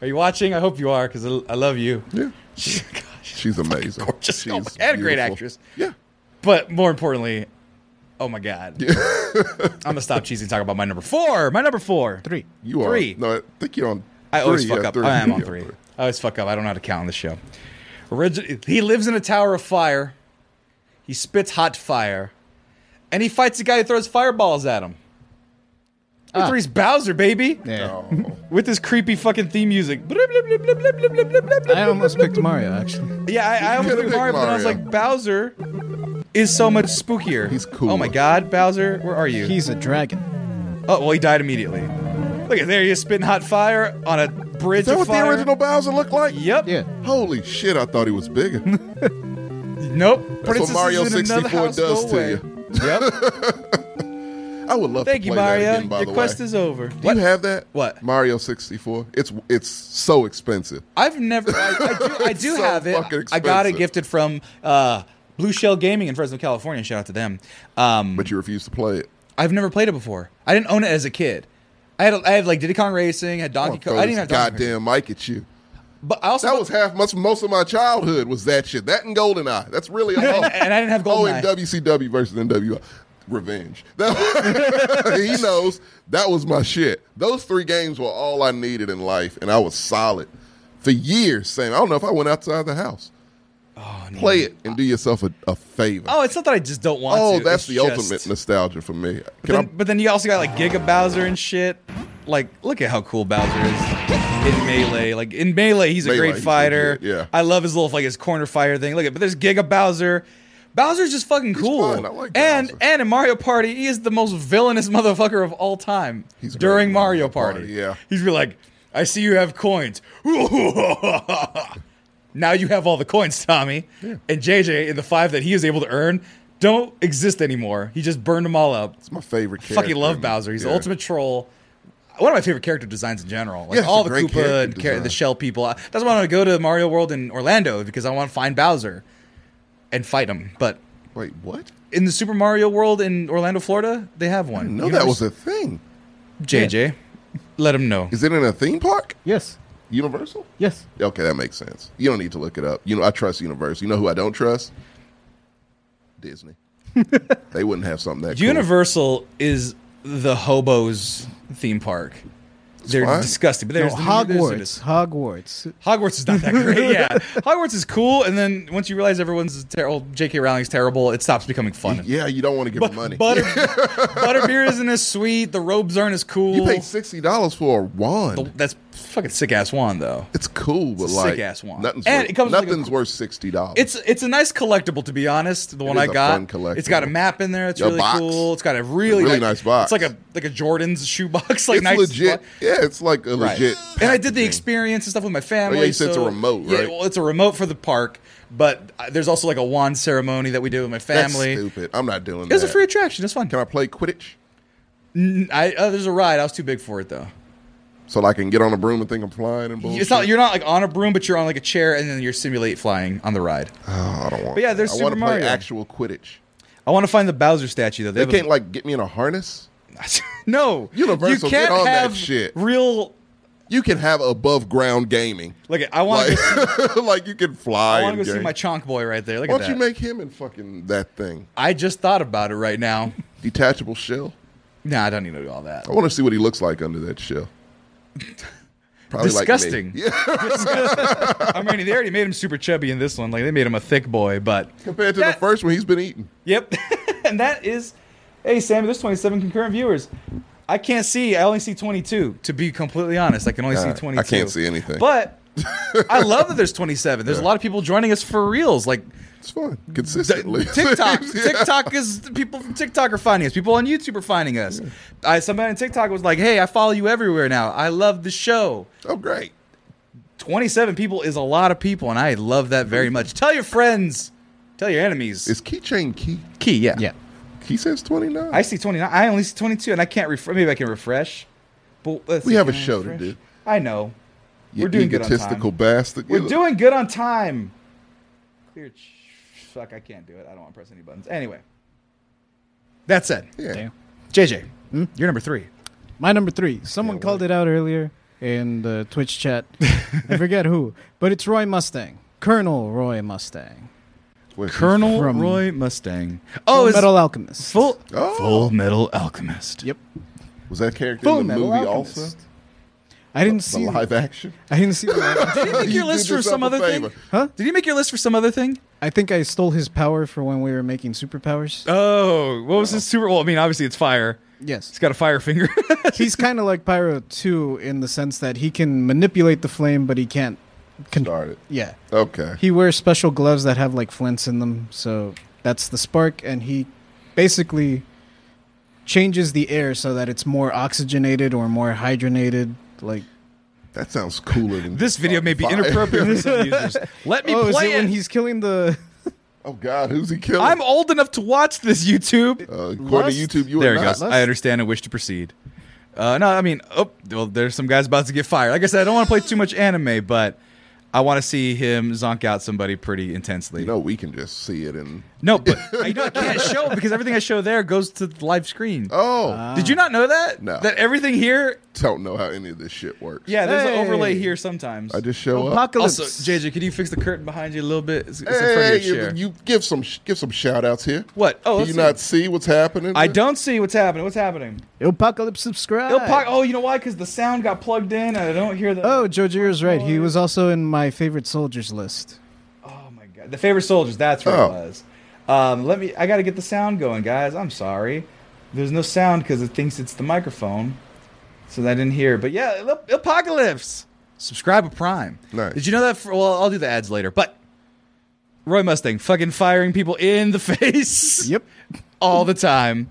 S1: are you watching? I hope you are because I love you.
S2: Yeah,
S1: Gosh.
S2: she's amazing.
S1: gorgeous.
S2: She's
S1: Oh my- and a great
S2: beautiful.
S1: actress.
S2: Yeah.
S1: But more importantly, oh my god, I'm gonna stop cheesing and talk about my number four. My number four.
S3: Three.
S2: You are
S1: Three.
S2: No, I think you're on.
S1: I always
S2: three,
S1: fuck
S2: yeah,
S1: up. I am on
S2: Yeah,
S1: three. I always fuck up. I don't know how to count on the show. Origi- he lives in a tower of fire. He spits hot fire, and he fights the guy who throws fireballs at him.
S2: Ah.
S1: Number three's Bowser, baby,
S3: Yeah.
S1: with his creepy fucking theme music. Blub, blub, blub, blub, blub, blub, blub, blub, blub,
S3: I almost
S1: blub,
S3: picked Mario actually.
S1: blub. Yeah, I, I almost
S2: could've
S1: picked
S2: picked
S1: Mario, but I was
S2: Mario.
S1: like, Bowser is so much spookier.
S2: He's cool.
S1: Oh my god, Bowser, where are you?
S3: He's a dragon.
S1: oh well, he died immediately. Look at there, he is spitting hot fire on a bridge.
S2: Is that
S1: of
S2: what
S1: fire.
S2: the original Bowser looked like?
S1: Yep.
S3: Yeah.
S2: Holy shit! I thought he was bigger. That's
S1: Nope.
S2: what
S1: Princess
S2: Mario
S1: is in another
S2: sixty four
S1: house, go
S2: does to
S1: away.
S2: you.
S1: Yep.
S2: I would love
S1: Thank
S2: to
S1: you,
S2: play
S1: Mario.
S2: that again. By
S1: Your
S2: the
S1: quest
S2: way.
S1: is over.
S2: Do you have that?
S1: What?
S2: Mario 64. It's it's so expensive.
S1: I've never. I, I do. I do
S2: So
S1: have it.
S2: fucking
S1: I got it
S2: expensive.
S1: gifted from uh, Blue Shell Gaming in Fresno, California. Shout out to them. Um,
S2: But you refuse to play it.
S1: I've never played it before. I didn't own it as a kid. I had, I had like Diddy Kong Racing, had
S2: I'm
S1: Donkey
S2: gonna
S1: Kong.
S2: throw
S1: I didn't
S2: this
S1: even have Donkey Kong.
S2: goddamn mic at you.
S1: But I also
S2: That was half most most of my childhood was that shit. That and GoldenEye. That's really all.
S1: and I didn't have
S2: Oh, and
S1: GoldenEye.
S2: WCW versus NWI. Revenge. That, he knows that was my shit. Those three games were all I needed in life, and I was solid for years. Saying I don't know if I went outside the house. Play it and do yourself a, a favor.
S1: Oh, it's not that I just don't want
S2: Oh,
S1: to.
S2: that's
S1: It's
S2: the
S1: just-
S2: ultimate nostalgia for me. Can
S1: Then, but then you also got like Giga Bowser and shit. Like, look at how cool Bowser is in melee. Like in melee, he's a
S2: Melee,
S1: great
S2: he's
S1: fighter.
S2: legit, yeah.
S1: I love his little like his corner fire thing. Look at, but there's Giga Bowser. Bowser's just fucking cool.
S2: fun. I like
S1: and
S2: Bowser.
S1: and in Mario Party, he is the most villainous motherfucker of all time.
S2: He's great
S1: during
S2: in
S1: Mario
S2: Mario
S1: Party.
S2: Party, yeah.
S1: He's really like, I see you have coins. now you have all the coins, Tommy. And JJ in the five that he is able to earn don't exist anymore. He just burned them all up.
S2: It's my favorite character.
S1: Fucking love Bowser. He's
S2: Yeah.
S1: the ultimate troll. One of my favorite character designs in general, like
S2: Yeah, it's
S1: all
S2: a
S1: the
S2: great character
S1: Koopa and char-
S2: design.
S1: the shell people. I- That's why I want to go to Mario World in Orlando because I want to find Bowser and fight him. But
S2: Wait, what?
S1: in the Super Mario World in Orlando, Florida, they have one.
S2: No,
S1: You
S2: that
S1: never
S2: was
S1: s-
S2: a thing.
S1: JJ. Let him know.
S2: Is it in a theme park?
S5: Yes.
S2: Universal?
S5: Yes.
S2: Okay, that makes sense. You don't need to look it up. You know, I trust Universal. You know who I don't trust? Disney. they wouldn't have something that cool.
S1: Universal is the hobos theme park. They're
S2: fine.
S1: disgusting, but
S3: No,
S1: there's the- there's it is.
S3: Hogwarts. Hogwarts.
S1: Hogwarts is not that great. Yeah, Hogwarts is cool, and then once you realize everyone's terrible, J.K. Rowling's terrible, it stops becoming fun.
S2: Yeah, you don't want to give them money.
S1: Butter, butterbeer isn't as sweet. The robes aren't as cool.
S2: you pay sixty dollars for a wand.
S1: The- That's fucking sick ass wand though.
S2: it's cool, but
S1: It's a
S2: like
S1: sick-ass wand.
S2: nothing's
S1: And
S2: worth,
S1: it comes with, like, a
S2: nothing's worth sixty dollars.
S1: It's it's a nice collectible to be honest. The one
S2: is
S1: I
S2: a
S1: got.
S2: fun collectible.
S1: It's got a map in there. It's
S2: A
S1: really
S2: box.
S1: cool. It's got a really,
S2: really
S1: like-
S2: nice box.
S1: It's like a like a Jordan's shoebox. Like
S2: It's
S1: nice
S2: legit.
S1: bo-
S2: Yeah, it's like a
S1: Right.
S2: legit.
S1: And I did the
S2: packaging.
S1: experience and stuff with my family.
S2: Oh, yeah, you said it's a
S1: so-
S2: remote,
S1: Yeah,
S2: right?
S1: well, it's a remote for the park, but uh, there's also like a wand ceremony that we did with my
S2: That's
S1: family.
S2: stupid. I'm not doing
S1: It was
S2: that.
S1: a free attraction. It's fun.
S2: Can I play Quidditch?
S1: I, uh, there's a ride. I was too big for it though.
S2: so I can get on a broom and think I'm flying and bullshit.
S1: It's not. You're not like on a broom, but you're on like a chair, and then you're simulate flying on the ride.
S2: Oh, I don't want.
S1: But yeah, there's
S2: I
S1: Super
S2: want to play
S1: Mario.
S2: actual Quidditch.
S1: I I want to find the Bowser statue though.
S2: They
S1: have a-
S2: can't like get me in a harness.
S1: no,
S2: Universal,
S1: you
S2: get
S1: can't
S2: on that
S1: have
S2: shit.
S1: real.
S2: You can have above ground gaming.
S1: Look, I want to.
S2: Like,
S1: go see-
S2: like you can fly.
S1: I want
S2: and
S1: to go see
S2: game.
S1: my chonk boy right there. Look
S2: Why
S1: at
S2: don't
S1: that.
S2: you make him in fucking that thing
S1: I just thought about it right now.
S2: detachable shell?
S1: nah, I don't need to do all that.
S2: I want to see what he looks like under that shell. Probably like me.
S1: Disgusting. I mean, they already made him super chubby in this one. Like they made him a thick boy, but
S2: Compared to
S1: That-
S2: the first one, he's been eating.
S1: Yep. and that is, hey, Sammy, there's 27 concurrent viewers. I can't see. I only see 22. To be completely honest, I can only
S2: Uh,
S1: see 22.
S2: I can't see anything.
S1: But I love that there's 27. There's a lot of people joining us for reals. Like
S2: It's fun
S1: th-
S2: consistently.
S1: TikTok,
S2: Yeah.
S1: TikTok is people from TikTok are finding us. People on YouTube are finding us. I somebody on TikTok was like, "Hey, I follow you everywhere now. I love the show."
S2: Oh, great.
S1: 27 people is a lot of people, and I love that very much. Tell your friends. Tell your enemies.
S2: Is keychain key?
S1: key. Yeah.
S3: Yeah.
S2: He says twenty nine.
S1: I see 29. I only see 22, and I can't refresh. Maybe I can refresh. But let's
S2: We
S1: see,
S2: have a
S1: can I
S2: show to do.
S1: I know.
S2: You
S1: we're doing good on
S2: egotistical bastard.
S1: We're
S2: You-
S1: doing good on time. Clear. ch- Fuck, I can't do it. I don't want to press any buttons. Anyway. That said,
S2: Yeah.
S3: Damn.
S1: JJ, you're number three.
S3: My number three. Someone called it out earlier in the Twitch chat. I forget who, but it's Roy Mustang. Colonel Roy Mustang.
S2: Where's this-
S1: Colonel
S3: From-
S1: Roy Mustang. Oh, is
S3: Metal Alchemist.
S1: full,
S2: Oh.
S1: full Metal Alchemist.
S3: Yep.
S2: Was that character
S3: Full
S2: in the
S3: Metal
S2: movie
S3: Alchemist.
S2: also?
S3: I didn't
S2: The
S3: see.
S2: live action.
S3: I didn't see. The,
S1: Did he make
S2: You
S1: your
S2: did
S1: list for
S2: yourself
S1: some
S2: a
S1: other thing?
S2: favor.
S3: Huh?
S1: Did he make your list for some other thing?
S3: I think I stole his power for when we were making superpowers.
S1: Oh, what was his super? Well, I mean, obviously it's fire.
S3: yes.
S1: He's got a fire finger.
S3: He's kind of like Pyro 2 in the sense that he can manipulate the flame, but he can't. Con-
S2: Started.
S3: yeah.
S2: Okay.
S3: He wears special gloves that have like flints in them, so that's the spark, and he basically changes the air so that it's more oxygenated or more hydrogenated. Like,
S2: That sounds cooler than
S1: This video may be
S2: fucking fire.
S1: inappropriate for some users. Let me
S3: oh, is
S1: play
S3: it
S1: it.
S3: when he's killing the?
S2: Oh God, who's he killing?
S1: I'm old enough to watch this YouTube.
S2: uh, according
S3: Lust?
S2: to YouTube, you
S1: there
S2: are
S1: it
S2: not.
S1: goes. I understand and wish to proceed. Uh, no, I mean, oh, well, there's some guys about to get fired. Like I said, I don't want to play too much anime, but I want to see him zonk out somebody pretty intensely.
S2: You know, we can just see it in.
S1: No, but I know I can't show it because everything I show there goes to the live screen.
S2: Oh,
S1: Did you not know that?
S2: No.
S1: That everything here,
S2: don't know how any of this shit works.
S1: yeah, there's
S3: Hey.
S1: an overlay here sometimes.
S2: I just show up.
S3: Apocalypse.
S1: also, JJ, could you fix the curtain behind you a little bit? It's, it's in front of your
S2: Hey, you,
S1: chair.
S2: you give some sh- give some shout outs here.
S1: What? Oh,
S2: Do
S1: let's
S2: you
S1: see.
S2: not see what's happening?
S1: I don't see what's happening. What's happening?
S3: Apocalypse, subscribe.
S1: Bill Pock- oh, you know why? Because the sound got plugged in and I don't hear the.
S3: oh, Jojiro's right. He was also in my favorite soldiers list.
S1: Oh my god. The favorite soldiers. That's where
S2: Oh.
S1: it was. Um, let me. I got to get the sound going, guys. I'm sorry. There's no sound because it thinks it's the microphone, so that I didn't hear. But yeah, look, apocalypse. Subscribe to Prime.
S2: Nice.
S1: Did you know that? For, well, I'll do the ads later. But Roy Mustang fucking firing people in the face.
S3: Yep.
S1: All the time.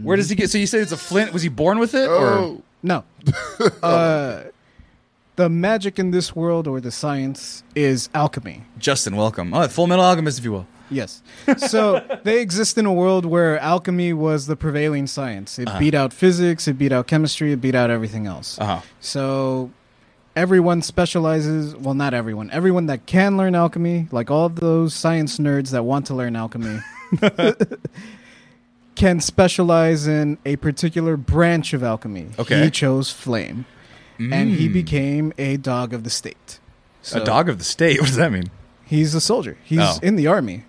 S1: Where does he get? So you said it's a flint. Was he born with it? Or
S2: Oh,
S3: No. uh, the magic in this world, or the science, is alchemy.
S1: Justin, welcome. Oh, Full Metal Alchemist, if you will.
S3: Yes. So they exist in a world where alchemy was the prevailing science. It beat out physics, it beat out chemistry, it beat out everything else.
S1: Uh-huh.
S3: So everyone specializes, well, not everyone, everyone that can learn alchemy, like all of those science nerds that want to learn alchemy, can specialize in a particular branch of alchemy.
S1: Okay. Mm.
S3: He chose flame, and he became a dog of the state. So-
S1: a dog of the state. What does that mean?
S3: He's a soldier. He's
S1: Oh.
S3: in the army.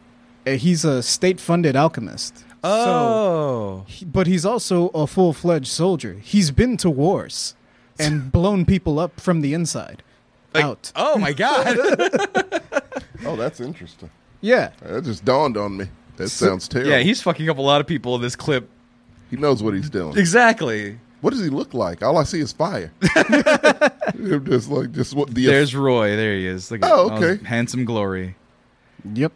S3: Uh, He's a state-funded alchemist.
S1: Oh,
S3: So, he- but he's also a full-fledged soldier. He's been to wars and blown people up from the inside out.
S1: oh my god!
S2: oh, that's interesting.
S3: Yeah.
S2: That just dawned on me. That sounds terrible.
S1: yeah, he's fucking up a lot of people in this clip.
S2: he knows what he's doing.
S1: Exactly.
S2: What does he look like? All I see is fire. Him just like just what the
S1: There's Roy. There he is. Look at
S2: Oh,
S1: oh,
S2: okay.
S1: handsome glory.
S3: Yep.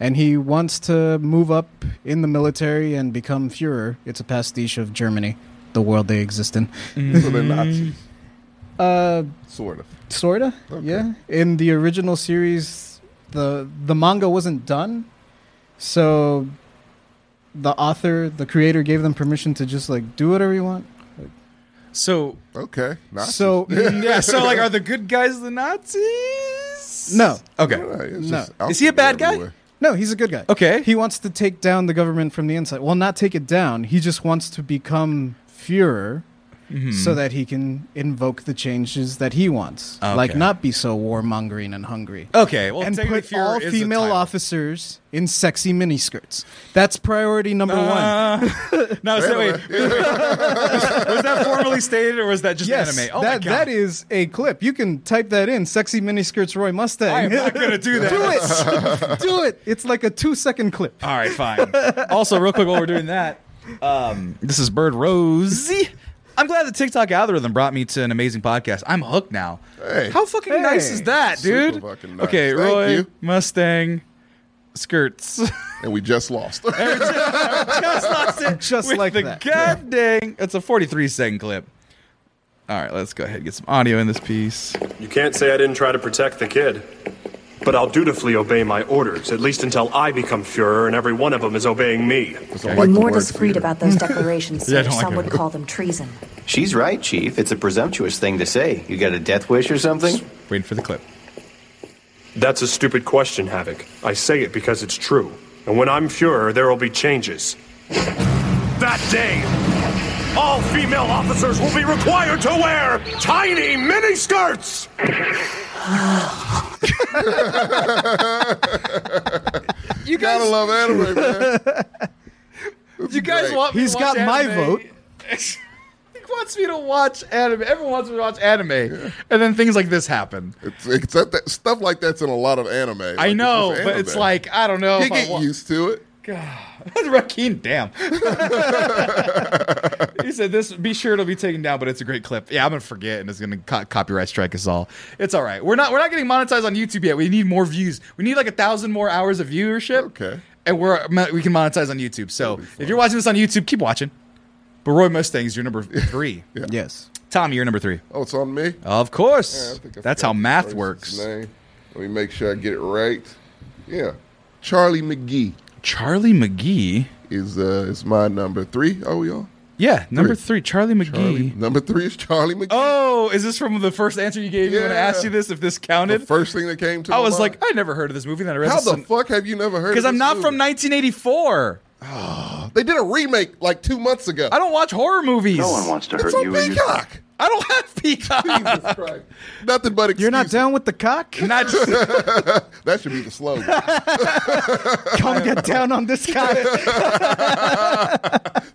S3: And he wants to move up in the military and become Führer. It's a pastiche of Germany, the world they exist in.
S2: so they're Nazis,
S3: Uh,
S2: sort of.
S3: sorta. Yeah. In the original series, the the manga wasn't done, so the author, the creator, gave them permission to just like do whatever you want.
S1: So
S2: Okay, Nazis.
S3: So
S1: yeah. So like, are the good guys the Nazis?
S3: no,
S1: Okay.
S2: All right, it's
S3: No.
S2: just
S1: Is he a bad guy?
S2: everywhere.
S3: No, he's a good guy.
S1: Okay.
S3: He wants to take down the government from the inside. Well, not take it down. He just wants to become Fuhrer
S1: Mm-hmm.
S3: so that he can invoke the changes that he wants. Like,
S1: Okay.
S3: not be so warmongering and hungry.
S1: Okay, well,
S3: and
S1: technically
S3: put
S1: Fuhrer
S3: all
S1: is a
S3: female
S1: title.
S3: officers in sexy miniskirts. That's priority number one.
S1: Uh, no, so wait, wait, wait. was that formally stated or was that just
S3: Yes,
S1: anime? Oh my
S3: that,
S1: god,
S3: that is a clip. You can type that in. Sexy miniskirts Roy Mustang.
S1: I am not gonna do that.
S3: do it. do it. It's like a two second clip.
S1: All right, fine. also, real quick while we're doing that, um, this is Bird Rose. I'm glad the TikTok algorithm brought me to an amazing podcast. I'm hooked now.
S2: Hey.
S1: How fucking
S3: Hey.
S1: nice is that,
S2: Super
S1: dude?
S2: fucking nice.
S1: Okay,
S2: Thank
S1: Roy
S2: you.
S1: Mustang skirts.
S2: and we just lost.
S1: just lost it.
S3: Just
S1: with
S3: like
S1: the
S3: that.
S1: god dang. It's a 43 second clip. All right, let's go ahead and get some audio in this piece.
S8: You can't say I didn't try to protect the kid. But I'll dutifully obey my orders, at least until I become Fuhrer and every one of them is obeying me.
S2: Like
S9: Be
S2: the
S9: more
S2: word
S9: discreet
S2: theater.
S9: about those declarations,
S1: Yeah, I
S9: sir.
S1: don't like
S9: Some
S1: it.
S9: would call them treason.
S10: She's right, Chief. It's a presumptuous thing to say. You got a death wish or something?
S1: Waiting for the clip.
S8: That's a stupid question, Havoc. I say it because it's true. And when I'm Fuhrer, there will be changes. That day, all female officers will be required to wear tiny miniskirts!
S1: You
S2: Gotta love anime, man.
S1: You guys
S2: Great.
S1: want me
S3: He's
S1: to
S3: got
S1: watch
S3: my
S1: anime?
S3: vote.
S1: he wants me to watch anime. Everyone wants me to watch anime, and then things like this happen.
S2: It's, except that stuff like that's in a lot of anime. Like,
S1: I
S2: it's
S1: know,
S2: just
S1: but
S2: anime.
S1: it's like I don't know.
S2: you
S1: if I
S2: get
S1: wa-
S2: used to it.
S1: Rakim, damn. he said this. Be sure it'll be taken down, but it's a great clip. Yeah, I'm gonna forget, and it's gonna co- copyright strike us all. It's all right. We're not we're not getting monetized on YouTube yet. We need more views. We need like a thousand more hours of viewership.
S2: Okay.
S1: and we're we can monetize on YouTube. So if you're watching this on YouTube, keep watching. But Roy Mustang's your number three.
S3: Yes.
S1: Tommy, you're number three.
S2: Oh, it's on me.
S1: Of
S2: Yeah, I
S1: course.
S2: think I
S1: That's
S2: forgot
S1: how
S2: the
S1: math
S2: person's
S1: works.
S2: Name. Let me make sure I get it right. Yeah, Charlie McGee
S1: Charlie McGee.
S2: is uh is my number three. Oh, we on?
S1: Yeah, number three, Charlie McGee.
S2: Charlie- Number three is Charlie McGee.
S1: Oh, is this from the first answer you gave me when I
S2: Yeah.
S1: asked you this? If this
S2: the
S1: counted,
S2: first thing that came to
S1: I
S2: my
S1: was
S2: mind.
S1: like, oh, I never heard of this movie. Then I read
S2: how the fuck have you never heard?
S1: because
S2: of
S1: I'm
S2: this
S1: not from
S2: movie?
S1: 1984.
S2: They did a remake like two months ago.
S1: I don't watch horror movies.
S10: No one wants to
S2: it's
S10: hurt
S2: on
S10: you. and your-
S2: Peacock.
S1: I don't have Peacock.
S2: Jesus Christ. Nothing but excuses.
S3: You're not down with the cock?
S1: Not
S2: That should be the slogan.
S3: Come get down on this guy.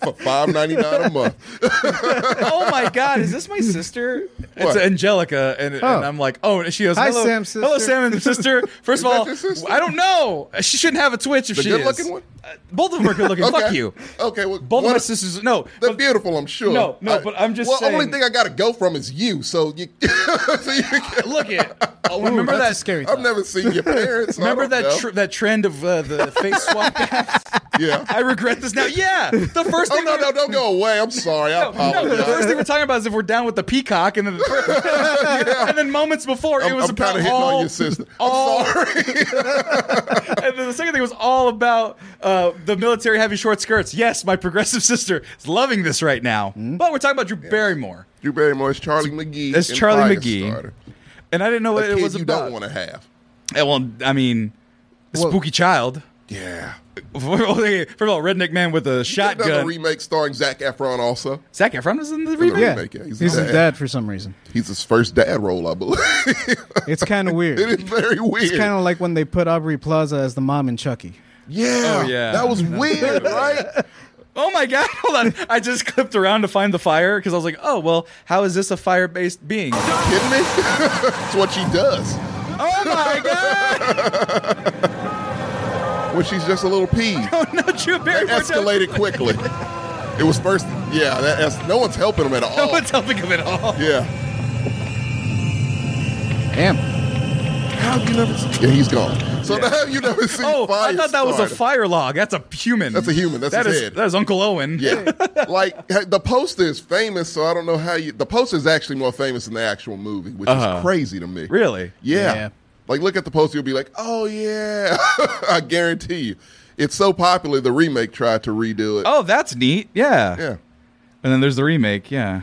S2: For five ninety nine a month.
S1: oh my god, is this my sister? It's
S2: What?
S1: Angelica, and,
S3: Oh.
S1: and I'm like, oh, and she goes,
S3: Hi,
S1: hello,
S3: Sam's
S1: hello,
S3: sister."
S1: Sam and sister. First of
S2: that
S1: all,
S2: your sister?
S1: I don't know. She shouldn't have a twitch if
S2: The
S1: she is.
S2: good-looking one?
S1: Uh, both of them are good looking. Fuck
S2: Okay.
S1: you.
S2: Okay, well,
S1: Both of
S2: one
S1: my
S2: of-
S1: sisters. No,
S2: They're
S1: but-
S2: beautiful, I'm sure.
S1: No, no,
S2: I-
S1: but I'm just
S2: Well, only
S1: saying-
S2: thing I got to go from is you. So you, so you can,
S1: Look it. Oh, remember
S3: that's
S1: that
S3: a scary
S2: I've never seen your parents. so I
S1: Remember that
S2: don't know.
S1: tr- that trend of uh, the face swap? apps?
S2: yeah.
S1: I regret this now. Yeah, the first
S2: oh
S1: thing.
S2: no,
S1: we were-
S2: no, don't go away. I'm sorry. I
S1: No,
S2: apologize.
S1: the first thing we're talking about is if we're down with the peacock, and then the, and then moments before it
S2: I'm,
S1: was
S2: I'm
S1: about
S2: kind of hitting
S1: all
S2: on your sister.
S1: all-
S2: I'm sorry.
S1: and then the second thing was all about uh, the military having short skirts. Yes, my progressive sister is loving this right now.
S2: Hmm?
S1: But we're talking about Drew Barrymore.
S2: Drew Barrymore is Charlie McGee.
S1: It's
S2: in
S1: Charlie
S2: Firestarter.
S1: McGee. And I didn't know
S2: A
S1: what
S2: kid
S1: it was
S2: you
S1: about.
S2: don't want to have.
S1: Eh, well, I mean, spooky child.
S2: Yeah.
S1: First of all, redneck man with a
S2: Another
S1: shotgun.
S2: remake starring Zach Efron also.
S1: Zac Efron was in the
S2: Another
S1: remake.
S3: yeah.
S2: remake, yeah.
S3: He's
S2: He's
S3: his
S2: a dad.
S3: dad for some reason.
S2: He's his first dad role, I believe.
S3: It's kind of weird.
S2: it is very weird.
S3: It's kind of like when they put Aubrey Plaza as the mom in Chucky.
S2: yeah,
S1: Oh, yeah.
S2: That was
S1: That's
S2: weird, right?
S1: Oh my god! Hold on, I just clipped around to find the fire because I was like, "Oh well, how is this a fire-based being?" oh
S2: Kidding me? That's what she does.
S1: my god!
S2: When she's just a little peeved.
S1: Oh no, Drew
S2: That
S1: Barrymore
S2: escalated quickly. It was first, yeah. That es- no one's helping him at all.
S1: No one's helping him at all.
S2: yeah.
S3: Damn.
S2: How have you never? Seen- yeah, he's gone. So how have you never seen?
S1: Oh, I thought that was a
S2: Firestarter?
S1: fire log. That's a human.
S2: That's a human. That's
S1: That
S2: his
S1: is-
S2: head.
S1: That is Uncle Owen.
S2: Yeah, like ha- the poster is famous, so I don't know how you. The poster is actually more famous than the actual movie, which
S1: Uh-huh.
S2: is crazy to me.
S1: Really?
S2: Yeah.
S3: Yeah.
S2: Like, look at the poster, you'll be like, "Oh yeah," I guarantee you. It's so popular, the remake tried to redo it.
S1: Oh, that's neat. Yeah.
S2: Yeah,
S1: And then there's the remake. Yeah.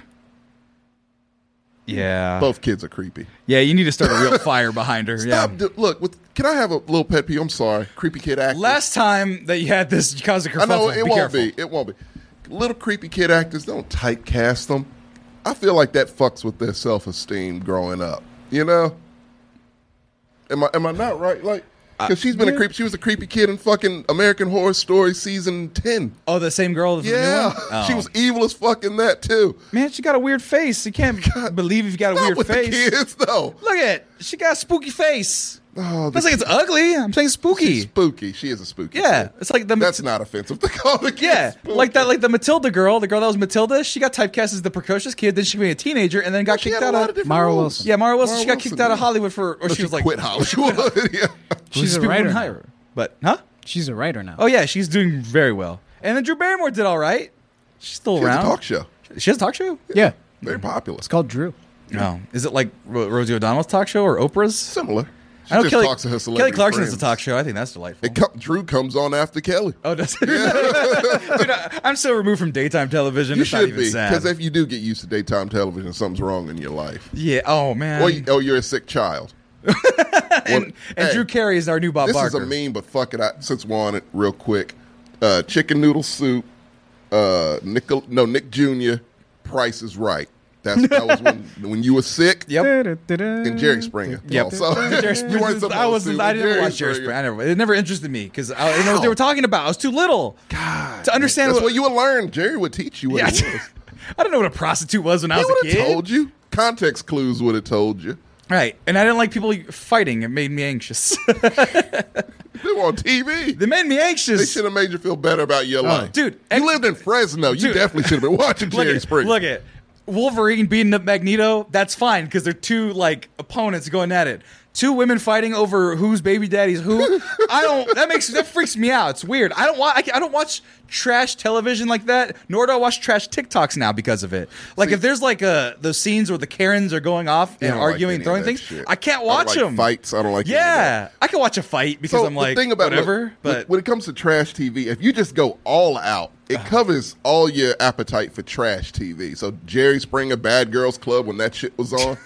S1: Yeah.
S2: both kids are creepy.
S1: Yeah. You need to start a real fire behind her.
S2: Stop.
S1: Yeah.
S2: do- look, with Can I have a little pet peeve? I'm sorry, creepy kid actors.
S1: Last time that you had this, you caused a
S2: I know
S1: kerfuffle.
S2: it
S1: Be
S2: won't
S1: careful.
S2: be. It won't be. Little creepy kid actors don't typecast them. I feel like that fucks with their self esteem growing up. You know? Am I am I not right? Like, because she's been a creep. She was a creepy kid in fucking American Horror Story season ten.
S1: Oh, the same girl. the new
S2: Yeah,
S1: one? Oh.
S2: she was evil as fucking that too.
S1: Man, she got a weird face. You can't believe you've got a
S2: Not
S1: weird
S2: with the
S1: face.
S2: kids, though.
S1: Look at she got a spooky face.
S2: Oh,
S1: That's like it's ugly. I'm saying
S2: She's
S1: spooky.
S2: spooky. She is a spooky.
S1: Yeah,
S2: kid.
S1: it's like the-
S2: That's not offensive to call the kids
S1: Yeah,
S2: spooky.
S1: like that, like the Matilda girl, the girl that was Matilda. She got typecast as the precocious kid, then she became a teenager, and then got
S2: She
S1: kicked
S2: had a
S1: out
S2: lot
S1: of.
S2: of different
S3: Mara
S2: roles.
S3: Wilson.
S1: yeah, Mara Wilson.
S2: Mara
S1: she got
S2: Wilson
S1: kicked out of
S2: did.
S1: Hollywood for, or
S2: No,
S1: she was like,
S2: quit Hollywood. yeah.
S3: She's a
S1: people wouldn't
S3: writer now.
S1: hire her. But huh?
S3: She's a writer now.
S1: Oh yeah, she's doing very well. And then Drew Barrymore did all right. She's still
S2: She has a
S1: around. Mm-hmm.
S2: talk show.
S1: She has a talk show.
S3: yeah.
S2: Very popular.
S3: It's called Drew.
S1: No, is it like Ro- Rosie O'Donnell's talk show or Oprah's?
S2: Similar. She
S1: I know
S2: just
S1: Kelly,
S2: talks to her
S1: Kelly
S2: celebrity
S1: Clarkson
S2: friends.
S1: has a talk show. I think that's delightful.
S2: It co- Drew comes on after Kelly.
S1: Oh, does it? Dude, I, am so removed from daytime television.
S2: You
S1: it's not
S2: should
S1: even
S2: be
S1: sad.
S2: because if you do get used to daytime television, something's wrong in your life,
S1: yeah. Oh man.
S2: or, you, or you're a sick child.
S1: and and
S2: hey,
S1: Drew Carey is our new Bob
S2: This
S1: Barker.
S2: is a meme, but fuck it. I, since we're on it, real quick, uh, chicken noodle soup. Uh, Nickel, no, Nick Jr. Price is right. That's that was when when you were sick.
S1: Yep.
S2: And Jerry Springer.
S1: Yep.
S2: Also.
S1: Jerry
S2: You weren't
S1: Springer.
S2: supposed
S1: I was.
S2: to,
S1: I
S2: but
S1: didn't watch Jerry Springer. I never. It never interested me because I didn't know what they
S2: How?
S1: were talking about. I was too little to understand.
S2: That's
S1: what,
S2: what you would learn. Jerry would teach you what
S1: Yeah.
S2: it was.
S1: I don't know what a prostitute was when I
S2: He
S1: was a
S2: would
S1: kid.
S2: have told you. Context clues would have told you.
S1: Right. And I didn't like people fighting. It made me anxious.
S2: They were on TV.
S1: it made me
S2: They
S1: anxious.
S2: should have made you feel better about your life.
S1: Oh. dude,
S2: You
S1: ex-
S2: lived in Fresno. You
S1: Dude.
S2: definitely should have been watching
S1: look
S2: Jerry
S1: at,
S2: Springer.
S1: Look at Wolverine beating up Magneto. That's fine because they're two like opponents going at it. Two women fighting over whose baby daddy's who. I don't. That makes that freaks me out. It's weird. I don't watch. I, don't watch trash television like that. Nor do I watch trash TikToks now because of it. Like
S2: See-
S1: if there's like uh those scenes where the Karens are going off
S2: I
S1: and
S2: don't like
S1: arguing,
S2: any
S1: and
S2: of
S1: throwing
S2: that
S1: things,
S2: shit.
S1: I can't
S2: I don't
S1: watch
S2: like
S1: them.
S2: fights. I don't like any of
S1: Yeah,
S2: that.
S1: I can watch a fight because I'm
S2: the
S1: like
S2: thing about-
S1: whatever.
S2: look,
S1: but Uh.
S2: when- when it comes to trash TV, if you just go all out, it covers all your appetite for trash TV. So Jerry Springer, Bad Girls Club, when that shit was on,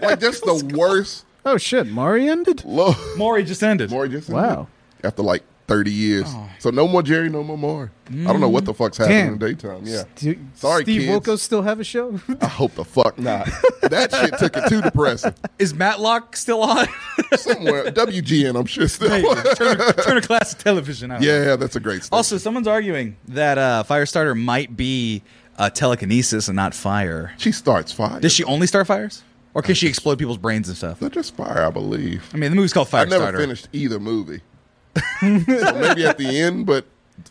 S2: like just the worst.
S3: Oh shit, Mari ended.
S2: Low.
S1: Maury just ended.
S2: Maury just
S3: Wow.
S2: after like thirty years.
S1: Oh.
S2: So no more Jerry, no more Maury. I don't know what the fuck's happening in daytime. Yeah,
S3: Do-
S2: sorry,
S3: Steve
S2: kids.
S3: Wilkos still have a show?
S2: I hope the fuck not. that shit took it too depressing.
S1: Is Matlock still on?
S2: Somewhere WGN, I'm sure still.
S1: Hey, turn, a- turn a class of television out.
S2: yeah, that's a great. Story.
S1: Also, someone's arguing that uh, Firestarter might be uh, telekinesis and not fire.
S2: she starts fire.
S1: Does she only start fires, or can she explode people's brains and stuff?
S2: Not just fire, I believe.
S1: I mean, the movie's called
S2: I never
S1: Firestarter.
S2: finished either movie. so maybe at the end, but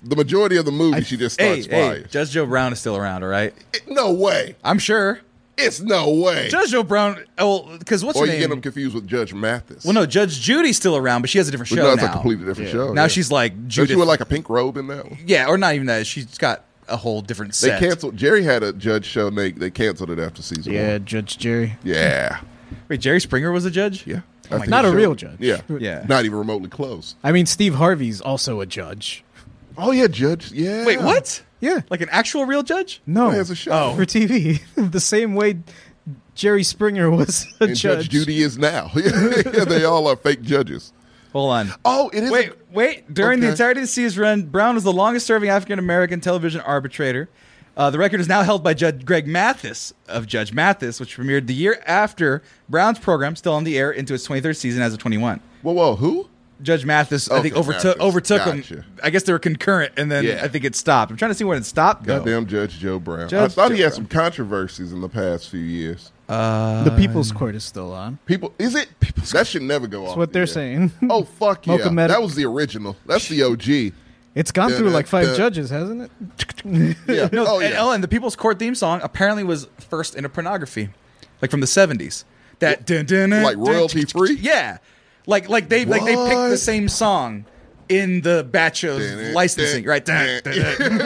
S2: the majority of the movie, she just
S1: Hey,
S2: starts
S1: hey,
S2: fire.
S1: Judge Joe Brown is still around, all right?
S2: It- no way.
S1: I'm sure.
S2: It's no way.
S1: Judge Joe Brown. Oh, because what's
S2: or
S1: her
S2: you get
S1: name?
S2: them confused with Judge Mathis.
S1: well, no, Judge Judy's still around, but she has a different
S2: But
S1: show
S2: no, it's
S1: now.
S2: a completely different show.
S1: now
S2: yeah.
S1: she's like
S2: Does
S1: Judith.
S2: she wear like a pink robe in that one?
S1: yeah, or not even that. She's got a whole different
S2: They
S1: set.
S2: canceled. Jerry had a judge show. And they they canceled it after season
S3: yeah,
S2: one.
S3: Judge Jerry.
S2: Yeah,
S1: Wait, Jerry Springer was a judge?
S2: yeah. I
S1: my
S2: think
S3: Not
S2: it
S3: a
S2: showed-
S3: real judge.
S2: Yeah,
S1: Yeah.
S2: Not even remotely close.
S3: I mean, Steve Harvey's also a judge.
S2: Oh yeah, judge. Yeah.
S1: Wait, what?
S3: Yeah.
S1: Like an actual real judge?
S3: No,
S2: He has a show.
S3: for TV. the same way Jerry Springer was a
S2: And Judge
S3: judge.
S2: Judy is now. yeah, they all are fake judges.
S1: Hold on.
S2: Oh, it is. a-
S1: Wait, wait. During the
S2: Okay.
S1: entirety of the series run, Brown was the longest serving African American television arbitrator. Uh, the record is now held by Judge Greg Mathis of Judge Mathis, which premiered the year after Brown's program, still on the air, into its 23rd season as of 21.
S2: Whoa, whoa, who?
S1: Judge Mathis, I think,
S2: Okay,
S1: overtook
S2: Mathis.
S1: overtook him.
S2: Gotcha.
S1: I guess they were concurrent, and then
S2: Yeah.
S1: I think it stopped. I'm trying to see when it stopped. Go.
S2: Goddamn Judge Joe Brown. I
S1: Judge
S2: thought
S1: Joe
S2: he had
S1: Brown.
S2: some controversies in the past few years.
S3: the People's Court is still on.
S2: People, is it? that should never go off.
S3: That's what
S2: the
S3: they're
S2: air.
S3: saying.
S2: Oh fuck yeah!
S3: Mocha Medic.
S2: That was the original. That's the OG.
S3: It's gone
S2: Dun,
S3: through
S2: dun,
S3: like five
S2: dun.
S3: judges, hasn't it?
S2: Yeah.
S1: No,
S2: oh
S1: and,
S3: uh,
S2: yeah.
S1: oh, and the People's Court theme song apparently was first into pornography, like from the seventies. That dun, dun, dun,
S2: Like
S1: dun,
S2: royalty-free?
S1: Yeah, like like they like they picked the
S2: What?
S1: same song in the batch of
S2: Dun, dun,
S1: licensing,
S2: dun,
S1: right? Dun, dun, dun.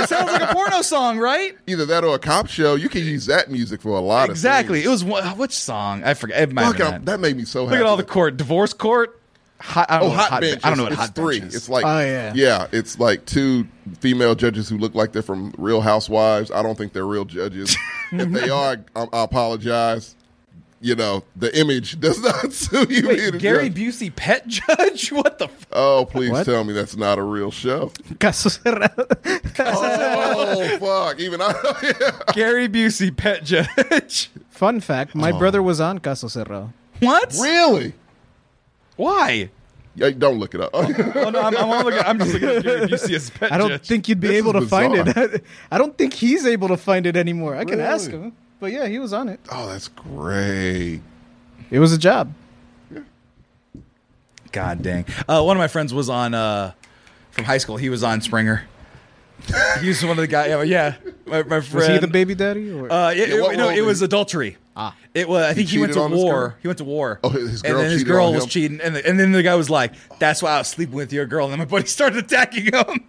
S1: it sounds like a porno song, right?
S2: Either that or a cop show. You can use that music for a lot
S1: Exactly.
S2: of
S1: It was one, which song? I forget. It might have
S2: Fuck,
S1: been
S2: I'm-
S1: that.
S2: that made me so happy.
S1: Look at all the court, divorce court. Hot, I don't
S2: Oh,
S1: know
S2: hot,
S1: hot
S2: bench.
S1: I don't know what
S2: it's,
S1: hot
S2: it's three.
S1: bench is.
S2: It's like
S3: Oh, yeah.
S2: It's like two female judges who look like they're from Real Housewives. I don't think they're real judges. if they are, I, I apologize. you know, the image does not suit you.
S1: Wait,
S2: It-
S1: Gary
S2: yeah.
S1: Busey pet judge? What the f-
S2: Oh, please
S3: What?
S2: tell me that's not a real show. oh, fuck. Even I.
S1: Gary Busey pet judge?
S3: Fun fact: My brother was on Caso Cerrado.
S1: What?
S2: really?
S1: Why?
S2: Yeah, don't look it up.
S1: Oh no, I'm, I'm, all looking, I'm just looking at Gary Busey as pet
S3: I don't
S1: judge.
S3: think you'd be
S2: This
S3: able to
S2: is
S3: find
S2: bizarre.
S3: it. I don't think he's able to find it anymore. I can ask
S2: Really?
S3: him, but yeah, he was on it.
S2: oh, that's great.
S3: It was a job.
S1: God dang. Uh, one of my friends was on uh, from high school. He was on Springer. He was one of the guys. Yeah, yeah. My, my friend.
S3: Was he the baby daddy? Or?
S1: Uh, yeah,
S2: Yeah, what
S1: it, no,
S2: role
S1: it
S2: did
S1: was
S2: he-
S1: adultery. Ah, it was. I think he, went
S2: cheated
S1: to
S2: on his
S1: war.
S2: girl?
S1: He went to war.
S2: Oh,
S1: and
S2: his girl
S1: then his
S2: cheated
S1: girl
S2: on
S1: was
S2: him?
S1: cheating, and, the, and then the guy was like, "That's why I was sleeping with your girl." And then my buddy started attacking him.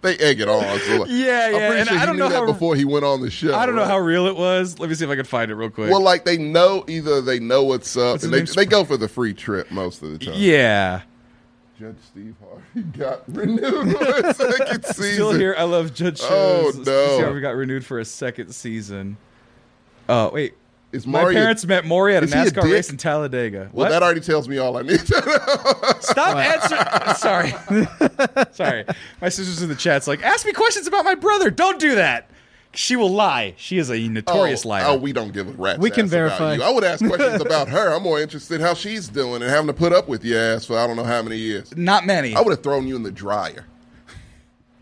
S2: They egg it on. So like,
S1: Yeah,
S2: I'm
S1: yeah,
S2: pretty
S1: and
S2: sure
S1: I
S2: he
S1: don't
S2: knew
S1: know
S2: that
S1: how-
S2: before he went on the show.
S1: I don't know
S2: right?
S1: how real it was. Let me see if I can find it real quick.
S2: Well, like they know either they know what's up,
S1: What's
S2: and
S1: his
S2: they,
S1: name?
S2: they go for the free trip most of the time.
S1: yeah,
S2: Judge Steve Harvey got renewed for a second season.
S1: still here. I love Judge Shows.
S2: Oh,
S1: Let's
S2: no.
S1: see how we got renewed for a second season. Oh wait,
S2: Is
S1: my
S2: Mario-
S1: parents met Maury at a
S2: Is he a
S1: NASCAR
S2: dick?
S1: race in Talladega.
S2: Well,
S1: what?
S2: that already tells me all I need to know.
S1: Stop answering. Sorry. Sorry. My sister's in the chat's like, ask me questions about my brother. Don't do that. She will lie. She is a notorious
S2: oh,
S1: liar.
S2: oh, we don't give a rat's
S3: We can
S2: ass about
S3: verify.
S2: you. I would ask questions about her. I'm more interested how she's doing and having to put up with your ass for I don't know how many years.
S1: Not many.
S2: I would have thrown you in the dryer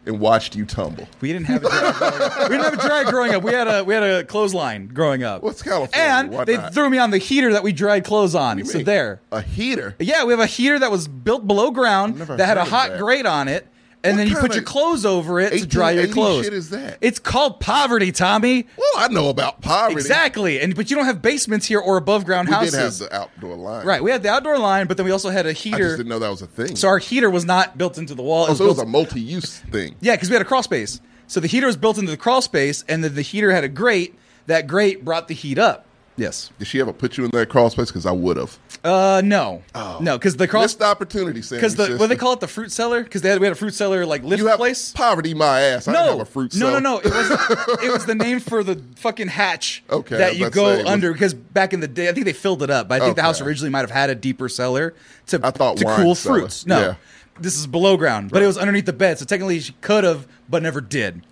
S2: and watched you tumble.
S1: we didn't have a dryer growing up. We didn't have a dryer growing up. We had a we had a clothesline growing up.
S2: What's California?
S1: And
S2: Why
S1: they
S2: not?
S1: threw me on the heater that we dried clothes on. So
S2: Me.
S1: there.
S2: a heater.
S1: Yeah, we have a heater that was built below ground
S2: Never
S1: that had a
S2: heard of
S1: hot
S2: that.
S1: grate on it, and
S2: What
S1: then you
S2: kind
S1: put your
S2: of
S1: clothes over it to dry your
S2: 1880
S1: clothes.
S2: shit is that?
S1: It's called poverty, Tommy.
S2: Well, I know about poverty.
S1: Exactly, and but you don't have basements here or above ground
S2: We
S1: houses.
S2: did have the outdoor line,
S1: Right, we had the outdoor line, but then we also had a
S2: I
S1: heater.
S2: just didn't know that was a thing.
S1: So our heater was not built into the wall.
S2: Oh, so it was a
S1: built-
S2: multi-use thing.
S1: yeah, because we had a crawl space. So the heater was built into the crawl space, and then the heater had a grate. That grate brought the heat up. Yes.
S2: Did she ever put you in that crawl space? Because I would have.
S1: Uh, no.
S2: Oh.
S1: No, because the crawl
S2: Missed opportunity, Sam.
S1: because the what they call it the fruit cellar because they had, we had a fruit cellar like lift
S2: you have
S1: place.
S2: poverty, my ass. I
S1: no,
S2: didn't have a fruit.
S1: no,
S2: cell.
S1: no, no. It was it was the name for the fucking hatch
S2: Okay,
S1: that
S2: I'm
S1: you
S2: about to say,
S1: go
S2: it was-
S1: under because back in the day, I think they filled it up. But I think the house
S2: Okay.
S1: originally might have had a deeper cellar to
S2: I thought
S1: to
S2: wine
S1: cool
S2: cellar.
S1: fruits. No,
S2: Yeah.
S1: this is below ground, but it was underneath the bed, so technically she could have, but never did.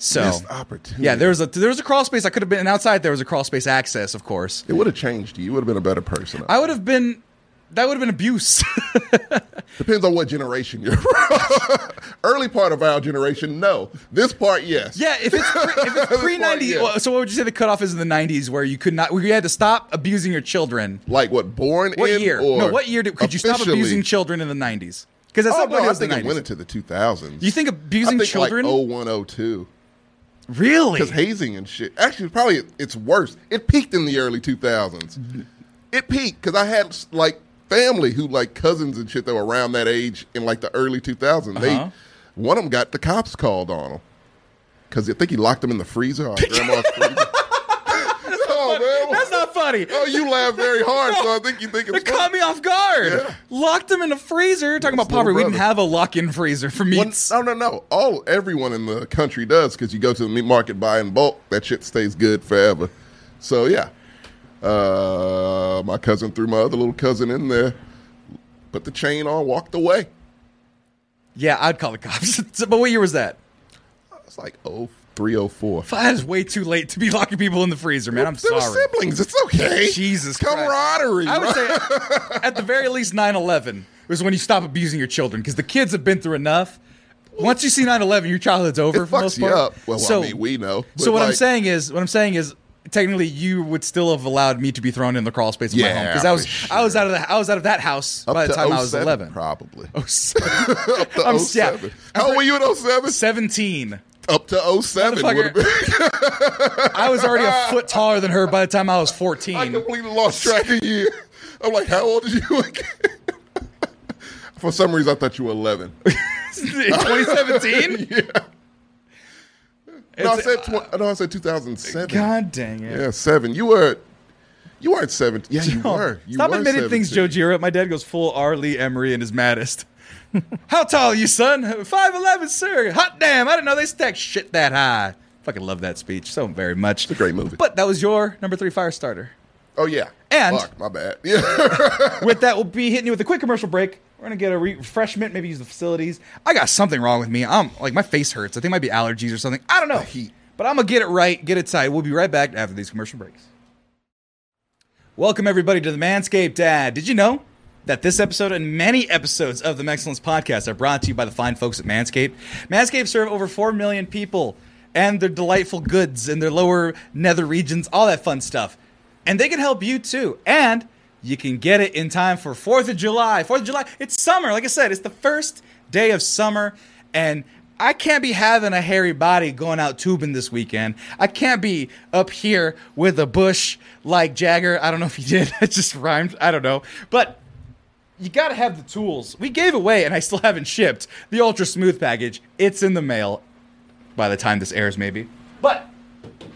S1: So
S2: Missed opportunity.
S1: Yeah, there was a there was a crawl space. I could have been and outside. There was a crawl space access, of course.
S2: It would have changed you. You would have been a better person.
S1: I would have been. That would have been abuse.
S2: Depends on what generation you're from. Early part of our generation, no. This part, yes.
S1: Yeah, if it's pre, if it's pre ninety,
S2: Yeah.
S1: well, so what would you say the cutoff is in the nineties, where you could not, where you had to stop abusing your children?
S2: Like what? Born
S1: What
S2: in
S1: year?
S2: or
S1: No, what year did, could you stop
S2: officially-
S1: abusing children in the nineties? Because at
S2: Oh
S1: some
S2: no,
S1: point it
S2: I
S1: was the
S2: think it went
S1: nineties.
S2: into the 2000s.
S1: You think abusing
S2: I think
S1: children?
S2: Like 0102.
S1: really?
S2: Because hazing and shit. Actually, probably it- it's worse. It peaked in the early 2000s. It peaked because I had like family who like cousins and shit that were around that age in like the early 2000s.
S1: Uh-huh.
S2: They one of them got the cops called on him because I think he locked them in the freezer. Or grandma's freezer. oh man,
S1: That's not funny.
S2: oh you laugh very hard, so I think you think
S1: It
S2: it's
S1: caught
S2: funny.
S1: me off guard. Locked them in a freezer. Talking about
S2: That's little
S1: poverty, we didn't
S2: brother.
S1: have a lock-in freezer for
S2: One-
S1: meats.
S2: no, no, no. All everyone in the country does because you go to the meat market, buy in bulk. That shit stays good forever. So yeah, uh, my cousin threw my other little cousin in there, put the chain on, walked away.
S1: Yeah, I'd call the cops. but what year was that?
S2: It's like oh three oh four.
S1: That is way too late to be locking people in the freezer, man. I'm
S2: They were
S1: sorry.
S2: siblings. It's okay.
S1: Jesus Christ.
S2: camaraderie.
S1: I would
S2: bro.
S1: say at the very least 9-11 was when you stop abusing your children because the kids have been through enough. Once you see 9-11, your childhood's over
S2: It
S1: for the
S2: fucks
S1: most
S2: you
S1: part.
S2: up. Well, I mean, we know,
S1: So
S2: but
S1: what I'm
S2: like-
S1: saying is what I'm saying is technically you would still have allowed me to be thrown in the crawl space of my
S2: Yeah,
S1: home. Because I was
S2: for
S1: I was
S2: sure.
S1: out of the I was out of that house
S2: Up
S1: by the
S2: to
S1: time I was
S2: 07,
S1: eleven.
S2: probably.
S1: Oh, seven.
S2: Up to
S1: I'm
S2: i
S1: yeah.
S2: 07. How old were you in 07?
S1: 17.
S2: Up to 07 would have been.
S1: I was already a foot taller than her by the time I was 14.
S2: I completely lost track of you. I'm like, how old are you again? For some reason, I thought you were 11.
S1: In 2017?
S2: No, I said, tw- no, I said 2007.
S1: God dang it.
S2: Yeah, seven. You were, you weren't seven. Yeah, you
S1: No.
S2: were. You
S1: Stop
S2: were
S1: admitting things,
S2: 17.
S1: Jojira. My dad goes full R. Lee Emery and his maddest. How tall are you, son? 5'11, sir. Hot damn. I didn't know they stacked shit that high. Fucking love that speech so very much. It's
S2: a great movie.
S1: But that was your number three fire starter.
S2: Oh yeah.
S1: And
S2: Fuck, my bad. Yeah.
S1: with that, we'll be hitting you with a quick commercial break. We're gonna get a re- refreshment, maybe use the facilities. I got something wrong with me. I'm like my face hurts. I think it might be allergies or something. I don't know.
S2: heat.
S1: But I'm gonna get it right, get it tight. We'll be right back after these commercial breaks. Welcome everybody to the Manscaped ad. Did you know that this episode and many episodes of the Excellence Podcast are brought to you by the fine folks at Manscaped? Manscaped serve over four million people and their delightful goods and their lower nether regions, all that fun stuff. And they can help you too. And you can get it in time for 4th of July. 4th of July, it's summer. Like I said, it's the first day of summer. And I can't be having a hairy body going out tubing this weekend. I can't be up here with a bush like Jagger. I don't know if he did. It just rhymed. I don't know. But you gotta have the tools. We gave away, and I still haven't shipped, the Ultra Smooth package. It's in the mail by the time this airs, maybe. But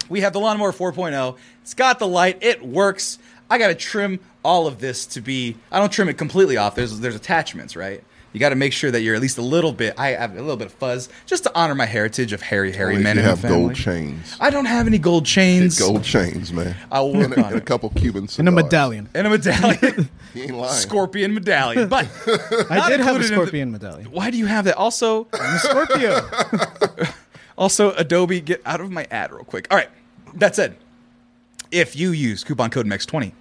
S1: we have the Lawnmower 4.0. It's got the light. It works. I got to trim all of this to be. I don't trim it completely off. There's there's attachments, right? You got to make sure that you're at least a little bit. I have a little bit of fuzz just to honor my heritage of hairy, hairy
S2: If
S1: men.
S2: you
S1: in the
S2: have gold
S1: family.
S2: chains.
S1: I don't have any gold chains.
S2: Gold chains, man.
S1: I will
S2: and,
S1: work
S2: a,
S1: on
S2: and a
S1: it.
S2: couple Cuban cigars.
S3: And a medallion.
S1: And a medallion,
S2: He ain't lying.
S1: scorpion medallion. But
S3: I did have a
S1: medallion.
S3: scorpion medallion.
S1: Why do you have that? Also,
S3: I'm a Scorpio.
S1: Also, Adobe, get out of my ad real quick. All right, that's it. If you use coupon code E MEX20,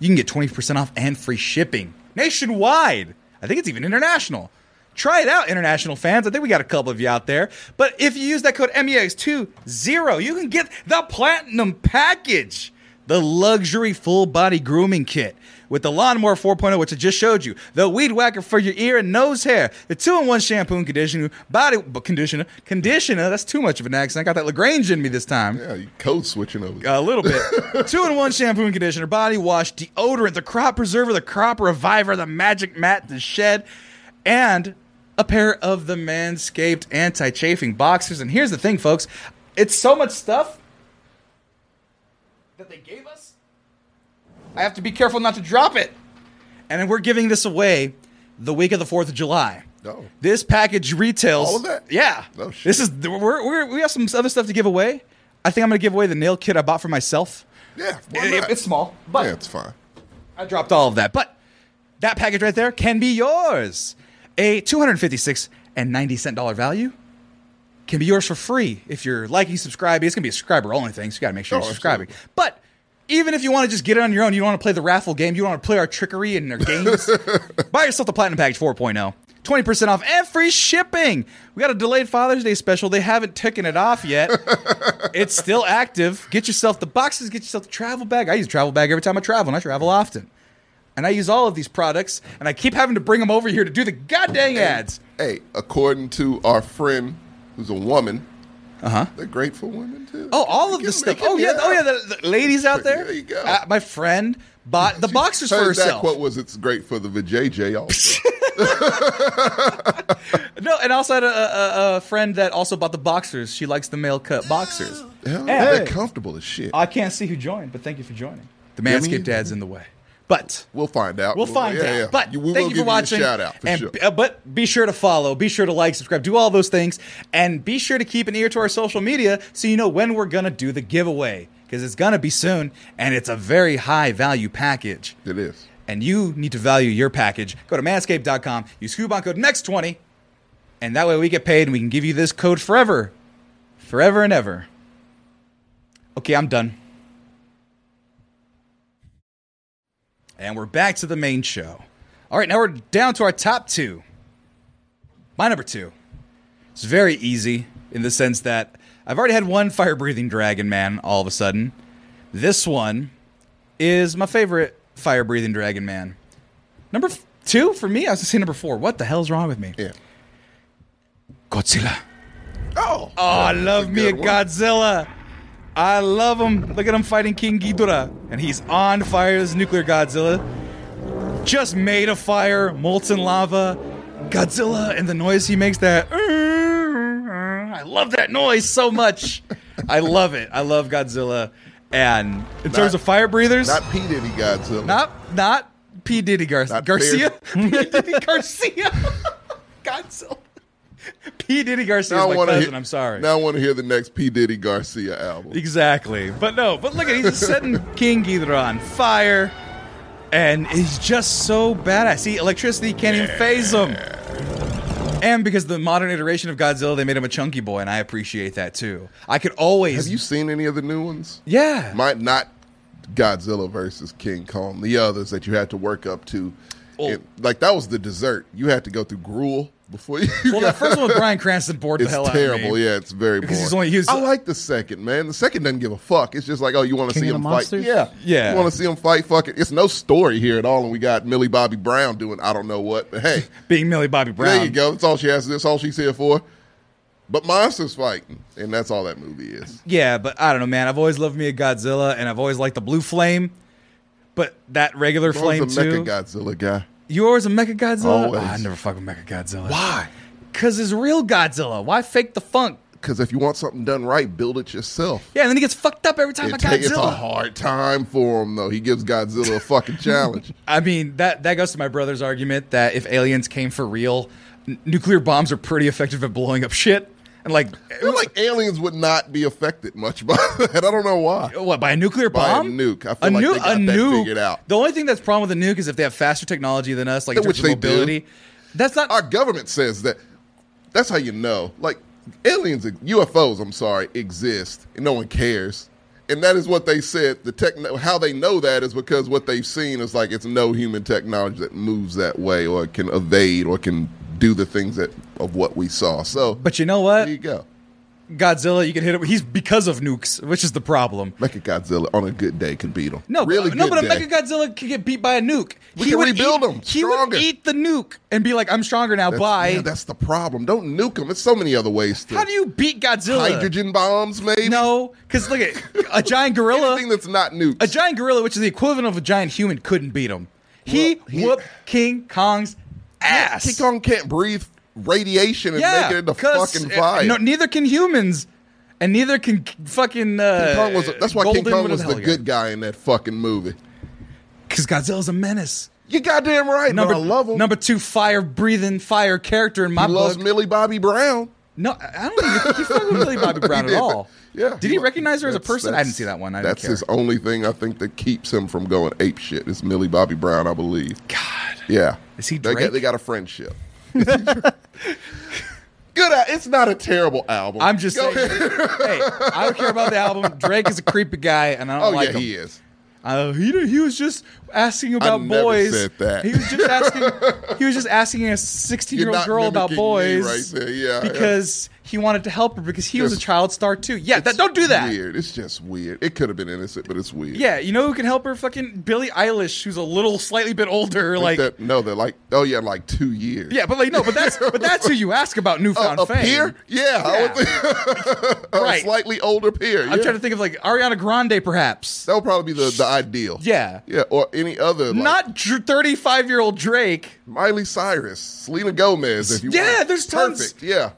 S1: you can get 20% off and free shipping nationwide. I think it's even international. Try it out, international fans. I think we got a couple of you out there. But if you use that code E MEX20, you can get the Platinum Package, the luxury full body grooming kit with the Lawnmower 4.0, which I just showed you, the Weed Whacker for your ear and nose hair, the two in one shampoo and conditioner, body b- conditioner, conditioner. That's too much of an accent. I got that LaGrange in me this time.
S2: Yeah, you code switching over.
S1: A little bit. Two in one shampoo and conditioner, body wash, deodorant, the crop preserver, the crop reviver, the magic mat, the shed, and a pair of the Manscaped anti chafing boxers. And here's the thing, folks it's so much stuff that they gave us. I have to be careful not to drop it. And we're giving this away the week of the 4th of July.
S2: Oh.
S1: This package retails.
S2: All of that?
S1: Yeah.
S2: Oh, shit.
S1: This is we're, we're, we have some other stuff to give away. I think I'm gonna give away the nail kit I bought for myself.
S2: Yeah, why
S1: It-
S2: not?
S1: it's small, but
S2: yeah, it's fine.
S1: I dropped all of that. But that package right there can be yours. A 256 and 90 cent dollar value can be yours for free if you're liking, subscribing. It's gonna be a subscriber only thing, so you gotta make sure
S2: Oh,
S1: you're subscribing.
S2: absolutely.
S1: But even if you want to just get it on your own, you don't want to play the raffle game, you don't want to play our trickery and our games, buy yourself the Platinum Package 4.0. 20% off and free shipping. We got a delayed Father's Day special. They haven't taken it off yet. it's still active. Get yourself the boxes, get yourself the travel bag. I use a travel bag every time I travel, and I travel often. And I use all of these products, and I keep having to bring them over here to do the goddamn ads.
S2: Hey, according to our friend who's a woman, uh huh, they're grateful women too.
S1: Uh-huh. Oh, all of
S2: They
S1: this
S2: can-
S1: stuff.
S2: they
S1: Oh
S2: can-
S1: yeah, oh yeah, the, the ladies out there.
S2: There you go.
S1: Uh, my friend bought the boxers for
S2: Her
S1: herself.
S2: exact quote was, "It's great for the vajayjay." Also,
S1: No, and also had a, a, a- a friend that also bought the boxers. She likes the male cut boxers.
S2: Hell,
S1: Hey.
S2: they're comfortable as shit.
S1: I can't see who joined, but thank you for joining. The
S2: Yeah, me
S1: Manscaped
S2: either.
S1: dad's in the way, but
S2: We'll find out.
S1: We'll find
S2: yeah,
S1: out.
S2: yeah.
S1: But
S2: You- we will
S1: thank you
S2: give
S1: for watching.
S2: You a shout out for
S1: and,
S2: sure.
S1: uh, But be sure to follow. Be sure to like, subscribe, do all those things, and be sure to keep an ear to our social media so you know when we're gonna do the giveaway because it's gonna be soon, and it's a very high value package.
S2: it is.
S1: And you need to value your package. Go to manscaped.com. Use coupon code next twenty, and that way we get paid, and we can give you this code forever, forever and ever. Okay, I'm done. And we're back to the main show. All right, now we're down to our top two. My number two. It's very easy in the sense that I've already had one fire breathing dragon man all of a sudden. This one is my favorite fire breathing dragon man. Number f- two for me, I was gonna say number four. What the hell's wrong with me?
S2: Yeah.
S1: Godzilla.
S2: Oh,
S1: Oh, I love
S2: a
S1: me a
S2: good one.
S1: Godzilla. I love him. Look at him fighting King Ghidorah, and he's on fire. This nuclear Godzilla, just made of fire, molten lava. Godzilla and the noise he makes. That I love that noise so much. I love it. I love Godzilla. And in terms of fire breathers,
S2: not P Diddy Godzilla.
S1: not not P Diddy Gar-
S2: Not
S1: Garcia. P Diddy Garcia. Godzilla. P P. Diddy Garcia is
S2: I
S1: my
S2: wanna
S1: cousin.
S2: hear-
S1: I'm sorry.
S2: Now I want to hear the next P Diddy Garcia album.
S1: Exactly. But no, but look at he's setting King Ghidorah on fire. And he's just so badass. See, electricity can't even phase him. And because the modern iteration of Godzilla, they made him a chunky boy, and I appreciate that too. I could always
S2: Have you seen any of the new ones?
S1: Yeah.
S2: Might not Godzilla versus King Kong. The others that you had to work up to.
S1: Well-
S2: It- like that was the dessert. You had to go through gruel before you.
S1: Well, that first one with Brian Cranston bored the
S2: It's
S1: hell out of
S2: terrible.
S1: me.
S2: Yeah, it's very
S1: Because
S2: boring.
S1: he's only used-
S2: I like the second man. The second doesn't give a fuck. It's just like, oh, you want to
S5: King
S2: see
S5: of the
S2: him fight?
S5: Monsters?
S2: Yeah,
S1: Yeah.
S2: You want to see him fight? Fuck it. It's no story here at all, and we got Millie Bobby Brown doing I don't know what. But hey,
S1: Being Millie Bobby Brown.
S2: there you go. That's all she has. That's all she's here for. But monsters fighting, and that's all that movie is.
S1: Yeah, but I don't know, man. I've always loved me a Godzilla, and I've always liked the blue flame. But that regular
S2: I
S1: flame
S2: was a
S1: too.
S2: Mecha Godzilla guy.
S1: You always a Mecha Godzilla? Ah,
S2: Always.
S1: I never fuck with Mecha Godzilla. Why? Because it's real Godzilla. Why fake the funk?
S2: Because if you want something done right, build it yourself.
S1: Yeah, and then he gets fucked up every time by
S2: It takes a
S1: Godzilla.
S2: hard time for him though. He gives Godzilla a fucking challenge.
S1: I mean, that that goes to my brother's argument that if aliens came for real, n- nuclear bombs are pretty effective at blowing up shit. And like, eh,
S2: I feel like aliens would not be affected much by that. I don't know why.
S1: what by a nuclear
S2: By a
S1: bomb?
S2: nuke. I feel like they got that figured out.
S1: The only thing that's problem with a nuke is if they have faster technology than us, like in
S2: Which
S1: terms of
S2: they do.
S1: mobility. That's not
S2: Our government says that. That's how you know. Like aliens, UFOs. I'm sorry, exist, and no one cares. And that is what they said. The tech, how they know that is because what they've seen is like it's no human technology that moves that way or can evade or can do the things that of what we saw. So,
S1: But you know what?
S2: there you go.
S1: Godzilla, you can hit him. He's because of nukes, which is the problem.
S2: Mecha Godzilla on a good day could beat him.
S1: No,
S2: really
S1: but, no,
S2: good
S1: but a
S2: day.
S1: Mecha Godzilla could get beat by a nuke.
S2: We can rebuild
S1: eat,
S2: him
S1: He would
S2: stronger.
S1: eat the nuke and be like, "I'm stronger now."
S2: That's-
S1: bye.
S2: yeah, that's the problem. Don't nuke him. There's so many other ways to.
S1: How do you beat Godzilla?
S2: hydrogen bombs? Maybe
S1: No, because look at a giant gorilla.
S2: anything that's not nukes.
S1: a giant gorilla, which is the equivalent of a giant human, couldn't beat him. He
S2: Well, he-
S1: whooped King Kong's ass.
S2: King Kong can't breathe radiation and
S1: yeah,
S2: make it into
S1: 'cause,
S2: fucking
S1: uh,
S2: fire.
S1: No, neither can humans, and neither can k- fucking. Uh,
S2: King Kong was that's why King Kong was the good
S1: guy.
S2: guy in that fucking movie.
S1: Because Godzilla's a menace.
S2: You goddamn right.
S1: Number
S2: bro. I love him.
S1: number two, fire breathing fire character in my
S2: he loves
S1: book.
S2: Millie Bobby Brown.
S1: No, I I don't even think he fucked with Millie Bobby Brown
S2: He
S1: at
S2: did.
S1: all.
S2: Yeah.
S1: Did he recognize her as a
S2: That's-
S1: person? I
S2: that's-
S1: didn't see that one. I didn't
S2: that's
S1: care.
S2: his only thing I think that keeps him from going ape shit. Is Millie Bobby Brown, I believe. God. Yeah.
S1: Is he
S2: They
S1: Drake?
S2: got, they got a friendship. Good. al- It's not a terrible album.
S1: I'm just
S2: Go
S1: saying.
S2: ahead.
S1: hey, I don't care about the album. Drake is a creepy guy, and I
S2: Oh
S1: don't like
S2: yeah,
S1: him.
S2: he is.
S1: Uh, he didn't- he was just asking about
S2: never
S1: boys.
S2: said that.
S1: He was just asking. he was just asking a sixteen-year-old
S2: not
S1: girl about
S2: mimicking me
S1: boys,
S2: right there. Yeah, yeah.
S1: because he wanted to help her because he was a
S2: Just-
S1: child star too. Yeah, that, don't do that.
S2: Weird. It's just weird. It could have been innocent, but it's weird.
S1: Yeah, you know who can help her? Fucking Billie Eilish, who's a little, slightly bit older.
S2: Like
S1: Like,
S2: that, no, they're like, oh yeah, like two years.
S1: yeah, but like no, but that's but that's who you ask about newfound
S2: a, a
S1: fame.
S2: peer? Yeah, I would think- a
S1: Right.
S2: slightly older peer.
S1: I'm trying to think of like Ariana Grande, perhaps.
S2: That would probably be the, the ideal.
S1: Yeah.
S2: yeah, or any other like
S1: Not 35 year old Drake.
S2: Miley Cyrus, Selena Gomez. If you
S1: Yeah,
S2: want.
S1: there's tons.
S2: Perfect. Yeah,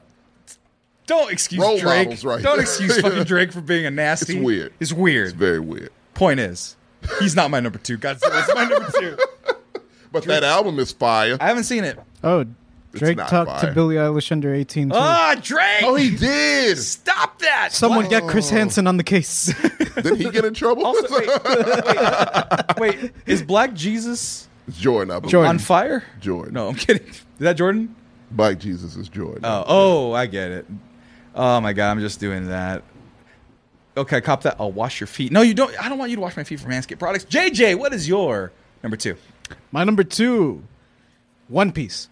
S1: Don't excuse
S2: Role
S1: Drake.
S2: models right
S1: Don't
S2: there.
S1: excuse fucking Drake for being a nasty.
S2: It's weird.
S1: It's weird.
S2: it's very weird.
S1: Point is, he's not my number two. Godzilla's my number two.
S2: But that album is fire.
S1: I haven't seen it.
S2: Hmm.
S3: Oh,
S2: It's
S3: Drake
S2: not
S3: talked
S2: fire.
S3: to Billie Eilish under 18. Too.
S1: Ah, Drake!
S2: oh, he did.
S1: Stop that!
S3: Someone get Chris Hansen on the case.
S2: Didn't he get in trouble?
S1: Also, wait, wait, wait, is Black Jesus
S2: it's Jordan, I believe.
S3: Jordan.
S1: on fire?
S2: Jordan.
S1: No, I'm kidding. Is that Jordan?
S2: Black Jesus is Jordan.
S1: Oh, oh, I get it. Oh my god, I'm just doing that. Okay, cop that. I'll wash your feet. No, you don't. I don't want you to wash my feet for Manscaped products. JJ, what is your number two?
S3: My number two, One Piece.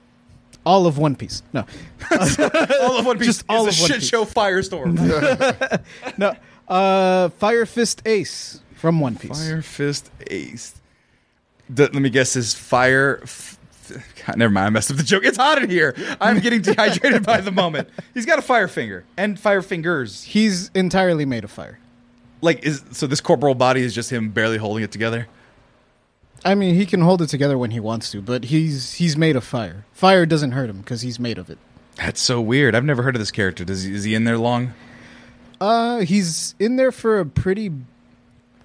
S3: All of One Piece. No,
S1: All of one piece.
S3: Just all
S1: is
S3: of
S1: a
S3: One
S1: shit
S3: Piece.
S1: show firestorm.
S3: no. Uh, Fire Fist Ace from One Piece.
S1: Fire Fist Ace. D- let me guess. Is fire? F- God, never mind. I messed up the joke. It's hot in here. I'm getting dehydrated by the moment. He's got a fire finger and fire fingers.
S3: He's entirely made of fire.
S1: Like is so. This corporal body is just him barely holding it together.
S3: I mean, he can hold it together when he wants to, but he's he's made of fire. Fire doesn't hurt him because he's made of it.
S1: That's so weird. I've never heard of this character. Does he, is he in there long?
S3: Uh, he's in there for a pretty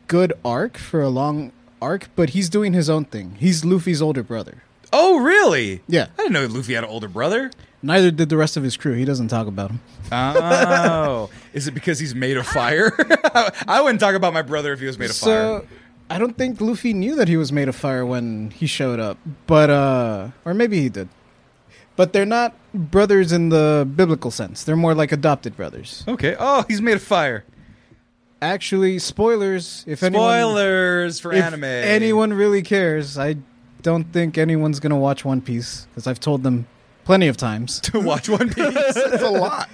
S3: good arc, for a long arc, but he's doing his own thing. He's Luffy's older brother.
S1: Oh, really?
S3: Yeah.
S1: I didn't know Luffy had an older brother.
S3: Neither did the rest of his crew. He doesn't talk about him.
S1: Oh, is it because he's made of fire? I wouldn't talk about my brother if he was made of
S3: So
S1: fire.
S3: I don't think Luffy knew that he was made of fire when he showed up, but uh, or maybe he did. But they're not brothers in the biblical sense. They're more like adopted brothers.
S1: Okay. Oh, he's made of fire.
S3: Actually, spoilers. If anyone,
S1: Spoilers for
S3: if
S1: anime.
S3: anyone really cares, I don't think anyone's gonna watch One Piece because I've told them plenty of times.
S1: to watch One Piece.
S2: That's a lot.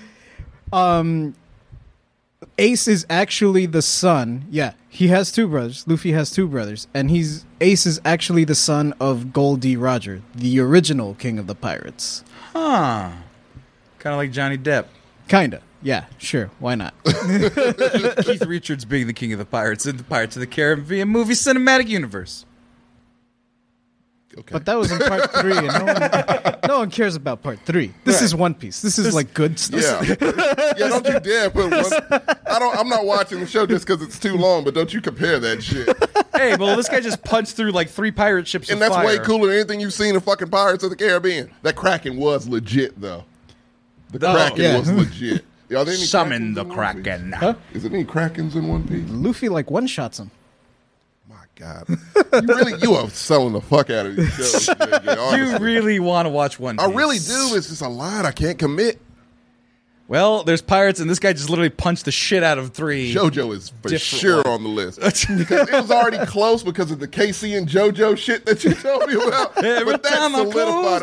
S3: Ace is actually the son. Yeah, he has two brothers. Luffy has two brothers, and he's Ace is actually the son of Goldie Roger, the original king of the pirates.
S1: huh. Kind of like Johnny Depp.
S3: Kinda. Yeah, sure. Why not?
S1: Keith Richards being the king of the pirates in the Pirates of the Caribbean movie cinematic universe.
S2: Okay.
S3: but that was in part three, and no one, no one cares about part three. This is One Piece. This is like good stuff.
S2: yeah, yeah. Don't you dare put one. I don't. I'm not watching the show just because it's too long. But don't you compare that shit.
S1: Hey, well, this guy just punched through like three pirate ships.
S2: And
S1: of
S2: that's
S1: fire.
S2: way cooler than anything you've seen in fucking Pirates of the Caribbean. That Kraken was legit though. The
S1: Oh,
S2: Kraken
S3: yeah.
S2: was legit. Are there any
S1: Summon
S2: Krakens
S1: the
S2: in One Piece?
S1: Kraken.
S2: Is there any Krakens in One Piece?
S3: Luffy like one shots him.
S2: My God, you really you are selling the fuck out of these shows. JJ, honestly.
S1: You really want to watch One Piece?
S2: I really do. It's just a lot. I can't commit.
S1: Well, there's pirates, and this guy just literally punched the shit out of three.
S2: JoJo is for
S1: Different
S2: sure on the list. 'Cause it was already close because of the KC and JoJo shit that you told me about.
S1: Every
S2: but that
S1: time I
S2: solidified.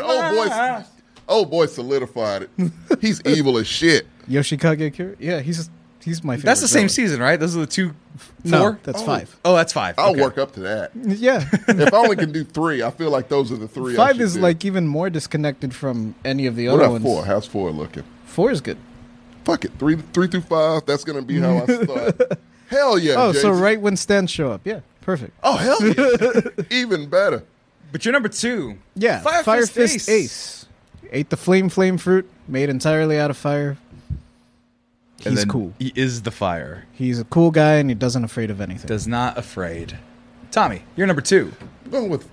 S1: close my
S2: Oh boy, oh boy, solidified it. He's evil as shit.
S3: Yoshikage Kira. Yeah, he's he's my favorite.
S1: That's the same
S3: villain.
S1: season, right? Those are the two,
S3: No,
S1: four.
S3: that's
S1: oh.
S3: five.
S1: Oh, that's five.
S2: I'll
S1: Okay.
S2: work up to that.
S3: Yeah.
S2: If I only can do three, I feel like those are the three. I
S3: Five
S2: should
S3: is
S2: do.
S3: like even more disconnected from any of the
S2: what
S3: other
S2: about
S3: ones.
S2: four? How's four looking?
S3: Four is good.
S2: Fuck it, three, three through five. That's gonna be how I start. hell yeah!
S3: Oh, so
S2: Jason.
S3: right when Stan show up. Yeah, perfect.
S2: Oh hell yeah! Even better.
S1: But you're number two.
S3: Yeah,
S1: Fire, Fist, Ace.
S3: Ate the flame flame fruit, made entirely out of fire.
S1: And
S3: He's
S1: then
S3: cool.
S1: He is the fire.
S3: He's a cool guy and he doesn't afraid of anything.
S1: Does not afraid. Tommy, you're number two.
S2: going with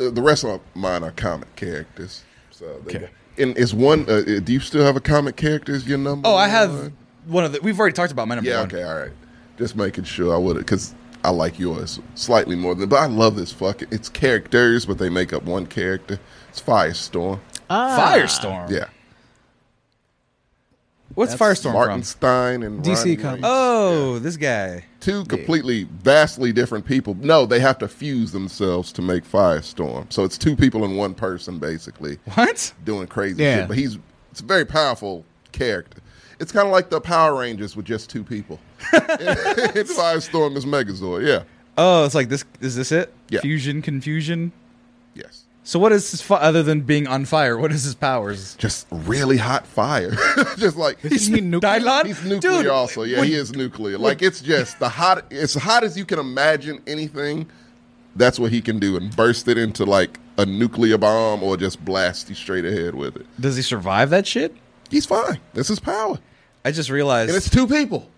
S2: uh, the rest of mine are comic characters. So they
S1: Okay.
S2: and it's one. Uh, do you still have a comic character as your number?
S1: Oh, I have
S2: one?
S1: one of the. We've already talked about my number
S2: Yeah.
S1: one.
S2: Okay. All right. Just making sure I would because I like yours slightly more than. But I love this fucking. It's characters, but they make up one character. It's Firestorm.
S3: Ah.
S1: Firestorm.
S2: Yeah.
S1: What's Firestorm
S2: Martin
S1: from?
S2: Stein and
S3: DC
S2: Ronnie
S3: comics.
S2: Ray.
S1: Oh, this guy.
S2: Two completely, vastly different people. No, they have to fuse themselves to make Firestorm. So it's two people in one person, basically.
S1: What?
S2: doing crazy
S3: Yeah.
S2: shit. But he's it's a very powerful character. It's kind of like the Power Rangers with just two people. it's Firestorm is Megazord. Yeah.
S1: Oh, it's like this. Is this it?
S2: Yeah.
S1: Fusion, confusion.
S2: Yes.
S1: So what is his fi- other than being on fire? What is his powers?
S2: Just really hot fire. just like
S3: Is he nuclear?
S1: Dylon?
S2: he's nuclear
S1: Dude,
S2: also. Yeah,
S1: when-
S2: he is nuclear. Like it's just the hot as hot as you can imagine anything. That's what he can do and burst it into like a nuclear bomb or just blast you straight ahead with it.
S1: Does he survive that shit?
S2: He's fine. That's his power.
S1: I just realized.
S2: And it's two people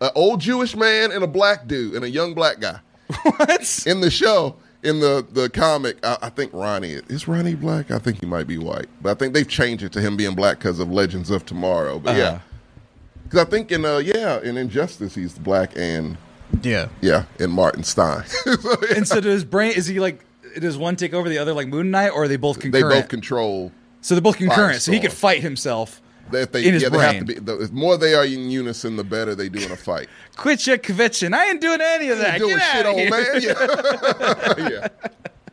S2: an old Jewish man and a black dude and a young black guy.
S1: what?
S2: In the show, in the, the comic, I, I think Ronnie is Ronnie black? I think he might be white. But I think they've changed it to him being black because of Legends of Tomorrow. But yeah.
S1: Uh-huh.
S2: Because I think in, uh, yeah, in Injustice, he's black and,
S3: Yeah.
S2: yeah, and Martin Stein. So, yeah,
S1: and so does his brain? Is he like? Does one take over the other like Moon Knight, or are they both
S2: they
S1: concurrent?
S2: both control.
S1: so they're both concurrent. So he
S2: Firestorm.
S1: could fight himself.
S2: That they,
S1: In his
S2: yeah, they have to be.
S1: brain.
S2: The, the more they are in unison, the better they do in a fight.
S1: Quit your kvetching. I ain't doing any of that.
S2: Doing
S1: Get
S2: shit,
S1: outta
S2: old
S1: here.
S2: man. Yeah. yeah.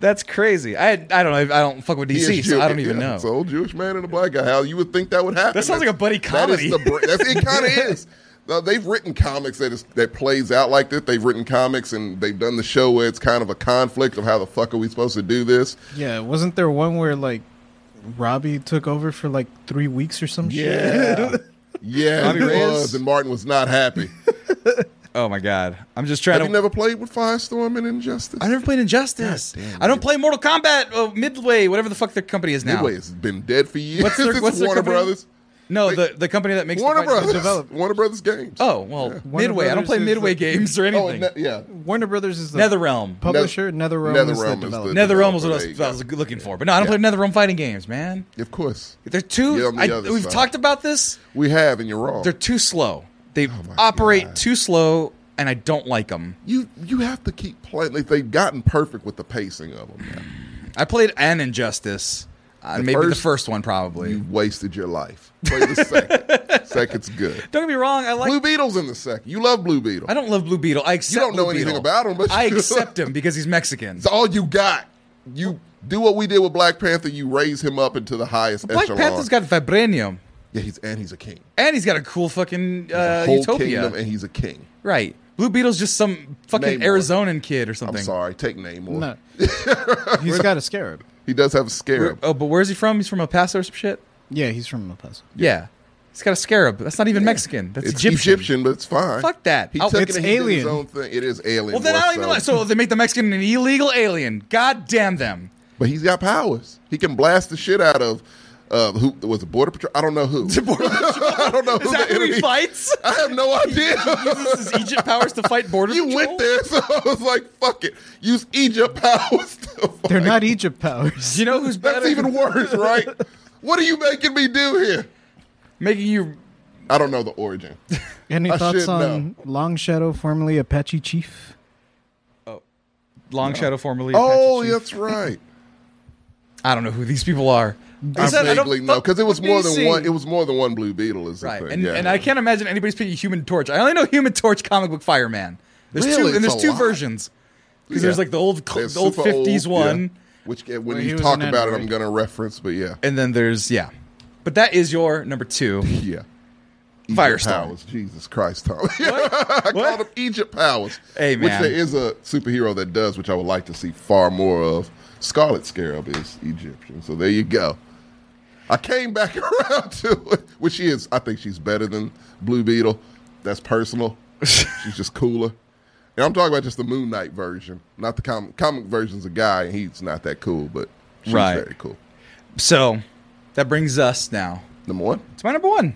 S1: That's crazy. I I don't know. I don't fuck with
S2: He is
S1: DC, so
S2: Jew-
S1: I don't even
S2: yeah,
S1: know.
S2: It's an old Jewish man and a black guy. How you would think that would happen?
S1: That sounds like a buddy comedy.
S2: That is the, br- that's, it kind of is. Now, they've written comics that is, that plays out like this. They've written comics and they've done the show where it's kind of a conflict of how the fuck are we supposed to do this?
S3: Yeah, wasn't there one where like Robbie took over for like three weeks or some
S2: Yeah, yeah.
S1: Robbie
S2: It
S1: Reyes?
S2: was, and Martin was not happy.
S1: oh my god. I'm just trying
S2: Have you
S1: to.
S2: never played with Firestorm and Injustice?
S1: I never played Injustice. I don't play Mortal Kombat. Uh, Midway, whatever the fuck their company is now.
S2: Midway has been dead for years.
S1: What's their-
S2: It's
S1: what's their
S2: Warner
S1: company?
S2: Brothers.
S1: No, the, the company that makes
S2: Warner
S1: the fights-
S2: Brothers. Warner Brothers games.
S1: Oh well,
S3: Warner
S1: Midway. I don't
S3: Brothers
S1: play
S3: is
S1: Midway
S3: the-
S1: games or
S2: Oh, and
S1: anything.
S2: that- yeah.
S3: Warner Brothers is the
S1: NetherRealm.
S3: publisher.
S2: Nether-
S3: NetherRealm, is
S2: NetherRealm
S3: the
S2: is the-
S3: developer.
S1: NetherRealm was what I
S2: There you
S1: was,
S2: go.
S1: I was looking for, but no, I don't
S2: Yeah.
S1: play NetherRealm fighting games, man.
S2: Of course.
S1: They're too.
S2: Yeah, on the
S1: I-
S2: other
S1: we've
S2: side.
S1: talked about this.
S2: We have, and you're wrong.
S1: They're too slow. They
S2: Oh my
S1: operate
S2: God.
S1: too slow, and I don't like them.
S2: you you have to keep playing. Like, they've gotten perfect with the pacing of them. now.
S1: I played an Injustice, uh,
S2: The
S1: maybe the
S2: first-
S1: first one probably.
S2: You wasted your life. Play the second. Second's good.
S1: don't get me wrong. I like.
S2: Blue Beetle's in the second. You love Blue Beetle.
S1: I don't love Blue Beetle. I accept.
S2: don't know
S1: Blue
S2: anything
S1: Beetle.
S2: about him, but
S1: I
S2: you-
S1: accept him because he's Mexican.
S2: It's all you got. You do what we did with Black Panther. You raise him up into the highest
S1: Black
S2: echelon.
S1: Panther's got vibranium,
S2: yeah, he's and he's a king.
S1: and he's got a cool fucking
S2: The
S1: uh,
S2: whole
S1: utopia.
S2: kingdom, and he's a king.
S1: Right. Blue Beetle's just some fucking
S2: Namor.
S1: Arizonan kid or
S2: I'm
S1: something.
S2: sorry. Take Namor.
S3: No. he's got a scarab.
S2: He does have a
S1: Where-
S2: scarab.
S1: oh, but where's he from? He's from El Paso or some shit?
S3: Yeah, he's from El Paso.
S1: Yeah. He's got a scarab. That's not even Mexican. That's
S2: It's
S1: Egyptian.
S2: Egyptian. but it's fine.
S1: Fuck that.
S2: He
S1: I'll-
S2: took
S3: it's
S2: it and he did his
S3: alien.
S2: own thing. It is alien.
S1: Well, then I
S2: more
S1: don't even like. So they make the Mexican an illegal alien. God damn them.
S2: But he's got powers. He can blast the shit out of uh, who was it? Border Patrol. I don't know who. I don't know
S1: Is
S2: who
S1: that
S2: the
S1: who he
S2: enemy-
S1: fights?
S2: I have no idea.
S1: He uses his Egypt powers to fight border
S2: You
S1: patrol?
S2: went there, so I was like, "Fuck it." Use Egypt powers. To fight.
S3: They're not Egypt powers.
S1: You know who's better?
S2: That's even worse, right? what are you making me do here?
S1: Making you.
S2: I don't know the origin.
S3: Any
S2: I
S3: thoughts
S2: should
S3: on Long Shadow, formerly Apache Chief?
S1: Long Shadow formerly.
S2: oh,
S1: Apache Chief.
S2: that's right.
S1: I don't know who these people are.
S2: I
S1: Is that- don't
S2: vaguely know
S1: fuck
S2: because it was
S1: with
S2: more than
S1: DC.
S2: one. It was more than one Blue Beetle, is the
S1: Right,
S2: thing.
S1: and,
S2: yeah.
S1: and I can't imagine anybody's picking Human Torch. I only know Human Torch comic book Fireman. There's
S2: Really?
S1: two, and there's
S2: It's a
S1: two
S2: lot.
S1: versions. Because
S2: Yeah.
S1: there's like the old, cl-
S2: There's
S1: the old
S2: super old,
S1: '50s one,
S2: yeah, Which uh, when
S3: Well, he
S2: you
S3: was
S2: talk
S3: an
S2: about it,
S3: android.
S2: I'm going to reference. But yeah,
S1: and then there's yeah. But that is your number two.
S2: yeah. Egypt
S1: Firestorm.
S2: powers. Jesus Christ, Tom. I
S1: What?
S2: called him Egypt powers.
S1: Hey,
S2: Which
S1: man.
S2: there is a superhero that does, which I would like to see far more of. Scarlet Scarab is Egyptian. So there you go. I came back around to it, which she is. I think she's better than Blue Beetle. That's personal. she's just cooler. And I'm talking about just the Moon Knight version, not the comic. Comic version's a guy, and he's not that cool, but she's
S1: Right.
S2: very cool.
S1: So that brings us now
S2: Number one.
S1: to my number one.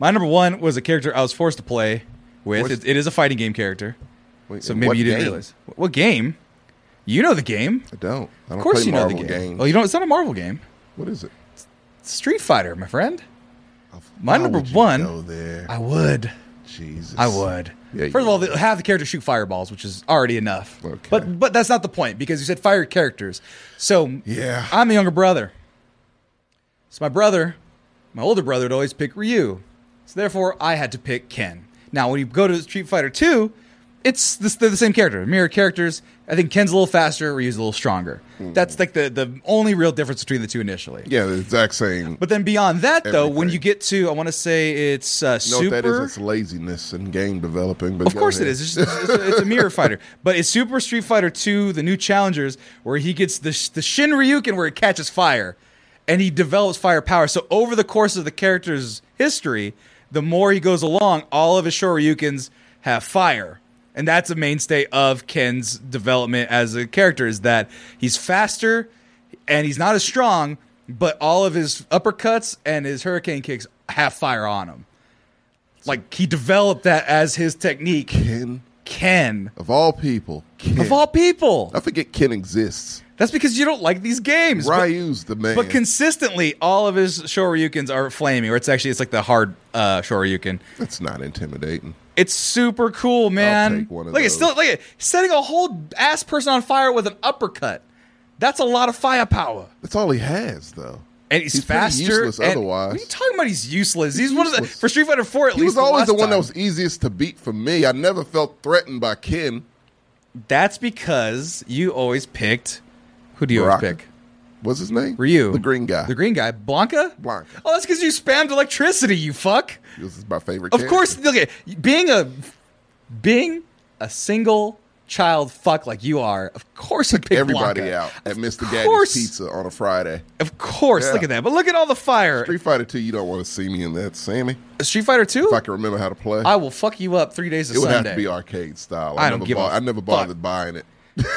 S1: My number one was a character I was forced to play with.
S2: Forced-
S1: It, it is a fighting game character,
S2: Wait,
S1: so
S2: and
S1: maybe
S2: what
S1: you didn't
S2: game?
S1: realize what game. You know the game,
S2: I don't. I don't
S1: of course.
S2: play
S1: You know
S2: Marvel
S1: the game.
S2: games.
S1: Well, you don't. It's not a Marvel game.
S2: What is it?
S1: It's Street Fighter, my friend. My
S2: Why
S1: number
S2: would you
S1: one-
S2: Go there.
S1: I would.
S2: Jesus.
S1: I would.
S2: Yeah, you
S1: First of all,
S2: would.
S1: the, have the characters shoot fireballs, which is already enough.
S2: Okay.
S1: But but that's not the point because you said fire characters. So
S2: Yeah.
S1: I'm the younger brother. So my brother, my older brother, would always pick Ryu. So therefore, I had to pick Ken. Now, when you go to Street Fighter Two, it's the, they're the same character, mirror characters. I think Ken's a little faster, Ryu's a little stronger. That's like the the only real difference between the two initially.
S2: Hmm. Yeah, the exact same.
S1: But then beyond that, though, when
S2: Everything.
S1: you get to, I want to say it's uh,
S2: you know
S1: super.
S2: what that is? It's laziness in game developing. But
S1: Of course it is. It's, just, it's, a, it's a mirror fighter. But it's Super Street Fighter 2, the new challengers, where he gets the, sh- the Shin Ryuken where it catches fire and he develops fire power. So over the course of the character's history, the more he goes along, all of his Shoryukens have fire. And that's a mainstay of Ken's development as a character is that he's faster and he's not as strong, but all of his uppercuts and his hurricane kicks have fire on him. Like he developed that as his technique.
S2: Ken,
S1: Ken.
S2: of all people, Ken.
S1: Of all people.
S2: I forget Ken exists.
S1: That's because you don't like these games. but-
S2: Ryu's the man.
S1: But, consistently, all of his Shoryukens are flaming, or it's actually it's like the hard uh, Shoryuken.
S2: That's not intimidating.
S1: It's super cool, man.
S2: take one of
S1: look, it's
S2: those.
S1: still look at setting a whole ass person on fire with an uppercut. That's a lot of firepower.
S2: That's all he has, though.
S1: And he's,
S2: He's pretty
S1: faster.
S2: useless
S1: and-
S2: otherwise.
S1: What are you talking about? He's useless. He's, one of the
S2: useless.
S1: for Street Fighter Four. At
S2: He
S1: least
S2: was always
S1: last
S2: the one that
S1: time.
S2: was easiest to beat for me. I never felt threatened by Ken.
S1: That's because you always picked. Who do you always
S2: Baraka.
S1: pick?
S2: What's his name?
S1: Ryu.
S2: the green guy.
S1: The green guy. Blanca?
S2: Blanca.
S1: Oh, that's because you spammed electricity, you fuck.
S2: He was my favorite.
S1: Of
S2: character.
S1: course, look at being a being a single child fuck like you are, of course you pick
S2: everybody
S1: Blanca.
S2: out at Mr.
S1: course.
S2: Daddy's Pizza on a Friday.
S1: Of course,
S2: Yeah.
S1: look at that. But look at all the fire.
S2: Street Fighter Two, you don't want to see me in that, Sammy.
S1: Street Fighter 2?
S2: If I can remember how to play,
S1: I will fuck you up three days a
S2: it would
S1: Sunday.
S2: have to be arcade style.
S1: I
S2: I,
S1: don't
S2: never
S1: give a
S2: bought, I never
S1: fuck.
S2: bothered buying it.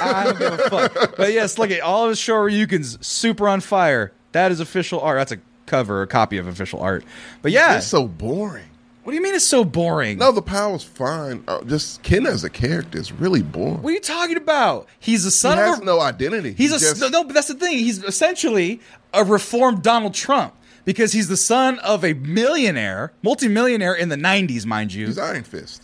S1: I don't give a fuck. But yes, look at all of his Shoryukens super on fire. That is official art. That's a cover or copy of official art. But yeah,
S2: It's so boring.
S1: What do you mean it's so boring?
S2: No, the power's fine. Uh, just Ken as a character is really boring.
S1: What are you talking about? He's a
S2: he
S1: son
S2: has
S1: of a,
S2: no identity.
S1: He's
S2: He
S1: a
S2: just-
S1: no, no, but that's the thing. He's essentially a reformed Donald Trump because he's the son of a millionaire, multimillionaire in the '90s, mind you.
S2: He's Iron Fist.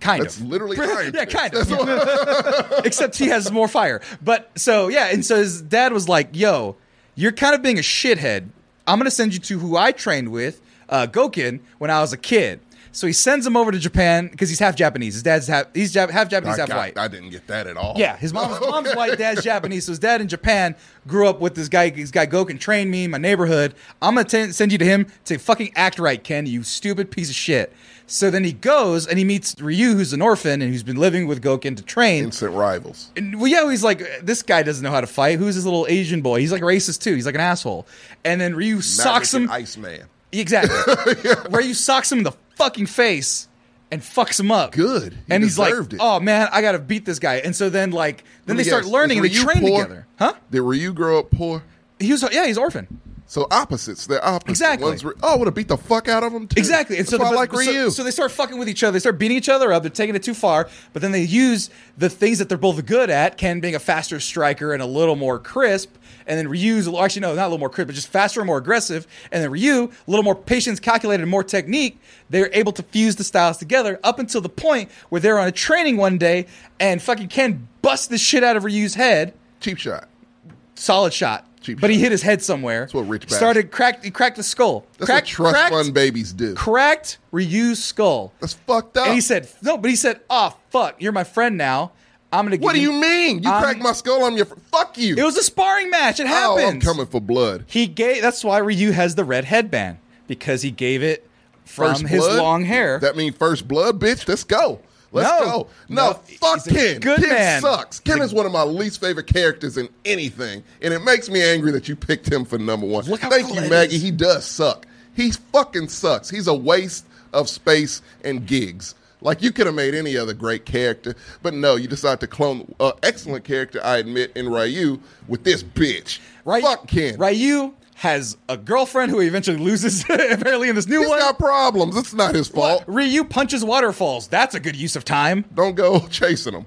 S1: kind
S2: That's
S1: of
S2: literally Iron
S1: yeah,
S2: Fist.
S1: kind
S2: That's what-
S1: of. Except he has more fire. But so yeah, and so his dad was like, "Yo, you're kind of being a shithead. I'm gonna send you to who I trained with, uh, Gokin, when I was a kid." So he sends him over to Japan because he's half Japanese. His dad's half he's Jap- half Japanese,
S2: I,
S1: half
S2: got-
S1: white.
S2: I didn't get that at all.
S1: Yeah, his mom's, mom's white, dad's Japanese. So his dad in Japan grew up with this guy. This guy Goken trained me in my neighborhood. I'm gonna ten- send you to him to fucking act right, Ken. You stupid piece of shit. So then he goes and he meets Ryu, who's an orphan and who's been living with Goken to train.
S2: Instant rivals.
S1: And, well, yeah, he's like, this guy doesn't know how to fight. Who's this little Asian boy? He's like racist too. He's like an asshole. And then Ryu socks him.
S2: Iceman.
S1: Exactly. Ryu socks him in the fucking face and fucks him up.
S2: Good. He
S1: and he's like,
S2: deserved it.
S1: "Oh man, I gotta beat this guy." And so then, like, then they
S2: Let me
S1: start
S2: guess,
S1: learning and
S2: is
S1: they
S2: Ryu
S1: train
S2: poor?
S1: together, huh?
S2: Did Ryu grow up poor?
S1: He was, yeah, he's orphan.
S2: So opposites. They're opposites.
S1: Exactly.
S2: One's re- oh, I would have beat the fuck out of him too.
S1: Exactly. And
S2: That's
S1: so,
S2: why
S1: the-
S2: I like
S1: so-
S2: Ryu.
S1: so they start fucking with each other. They start beating each other up. They're taking it too far. But then they use the things that they're both good at. Ken being a faster striker and a little more crisp. And then Ryu's a little- actually no, not a little more crisp, but just faster and more aggressive. And then Ryu, a little more patience, calculated, and more technique. They're able to fuse the styles together up until the point where they're on a training one day and fucking Ken busts the shit out of Ryu's head.
S2: Cheap shot.
S1: Solid shot.
S2: Cheap
S1: but he
S2: shot.
S1: hit his head somewhere. That's
S2: what rich bastard-
S1: started cracked. He cracked the skull.
S2: That's
S1: cracked,
S2: what trust
S1: cracked-
S2: fund babies do.
S1: cracked Ryu's skull.
S2: That's fucked up.
S1: And he said, no, but he said, oh, fuck, you're my friend now. I'm going to
S2: What do you mean? You
S1: I'm-
S2: cracked my skull. I'm your. Fr- fuck you.
S1: It was a sparring match. It
S2: oh,
S1: happened.
S2: I'm coming for blood.
S1: He gave, that's why Ryu has the red headband because he gave it from his
S2: blood?
S1: long hair.
S2: That mean first blood, bitch. Let's go. Let's
S1: No.
S2: go. No,
S1: No,
S2: fuck
S1: he's a
S2: Ken.
S1: good
S2: Ken
S1: man.
S2: sucks. Ken
S1: He's a-
S2: is one of my least favorite characters in anything, and it makes me angry that you picked him for number one.
S1: Look how
S2: Thank
S1: cool
S2: you,
S1: that
S2: Maggie.
S1: is.
S2: He does suck. He fucking sucks. He's a waste of space and gigs. Like you could have made any other great character, but no, you decide to clone an excellent character, I admit, in Ryu with this bitch.
S1: Ry-
S2: Fuck Ken.
S1: Ryu has a girlfriend who he eventually loses apparently in this new
S2: He's
S1: one.
S2: got problems. It's not his fault.
S1: Ryu punches waterfalls. That's a good use of time.
S2: Don't go chasing him.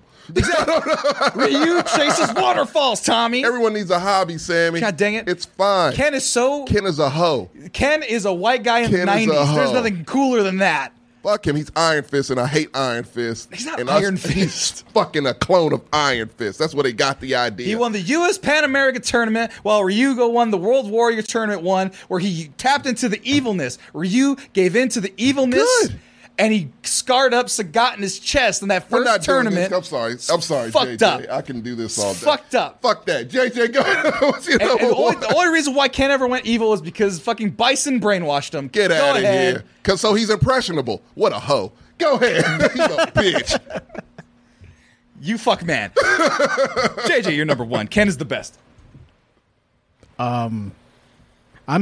S1: Ryu chases waterfalls, Tommy.
S2: Everyone needs a hobby, Sammy.
S1: God dang it.
S2: It's fine.
S1: Ken is so
S2: Ken is a hoe.
S1: Ken is a white guy in the
S2: Ken is a
S1: 90s. There's
S2: hoe.
S1: nothing cooler than that.
S2: Fuck him. He's Iron Fist, and I hate Iron Fist.
S1: He's not
S2: and
S1: Iron
S2: He's
S1: Fist.
S2: fucking a clone of Iron Fist. That's where they got the idea.
S1: He won the U.S. Pan America tournament, while Ryugo won the World Warrior tournament one, where he tapped into the evilness. Ryu gave in to the evilness,
S2: Good.
S1: and he scarred up Sagat in his chest in that
S2: We're not
S1: first tournament.
S2: Doing this. I'm sorry. I'm sorry,
S1: Fucked
S2: JJ.
S1: up.
S2: I can do this all day.
S1: Fucked up.
S2: Fuck that. JJ, go. What's your
S1: And, and
S2: number
S1: the, only,
S2: one?
S1: the only reason why Ken ever went evil is because fucking Bison brainwashed him.
S2: Get
S1: Go
S2: out of
S1: ahead.
S2: here. Cause so he's impressionable. What a hoe. Go ahead. he's a bitch.
S1: You fuck man. JJ, you're number one. Ken is the best.
S3: I'm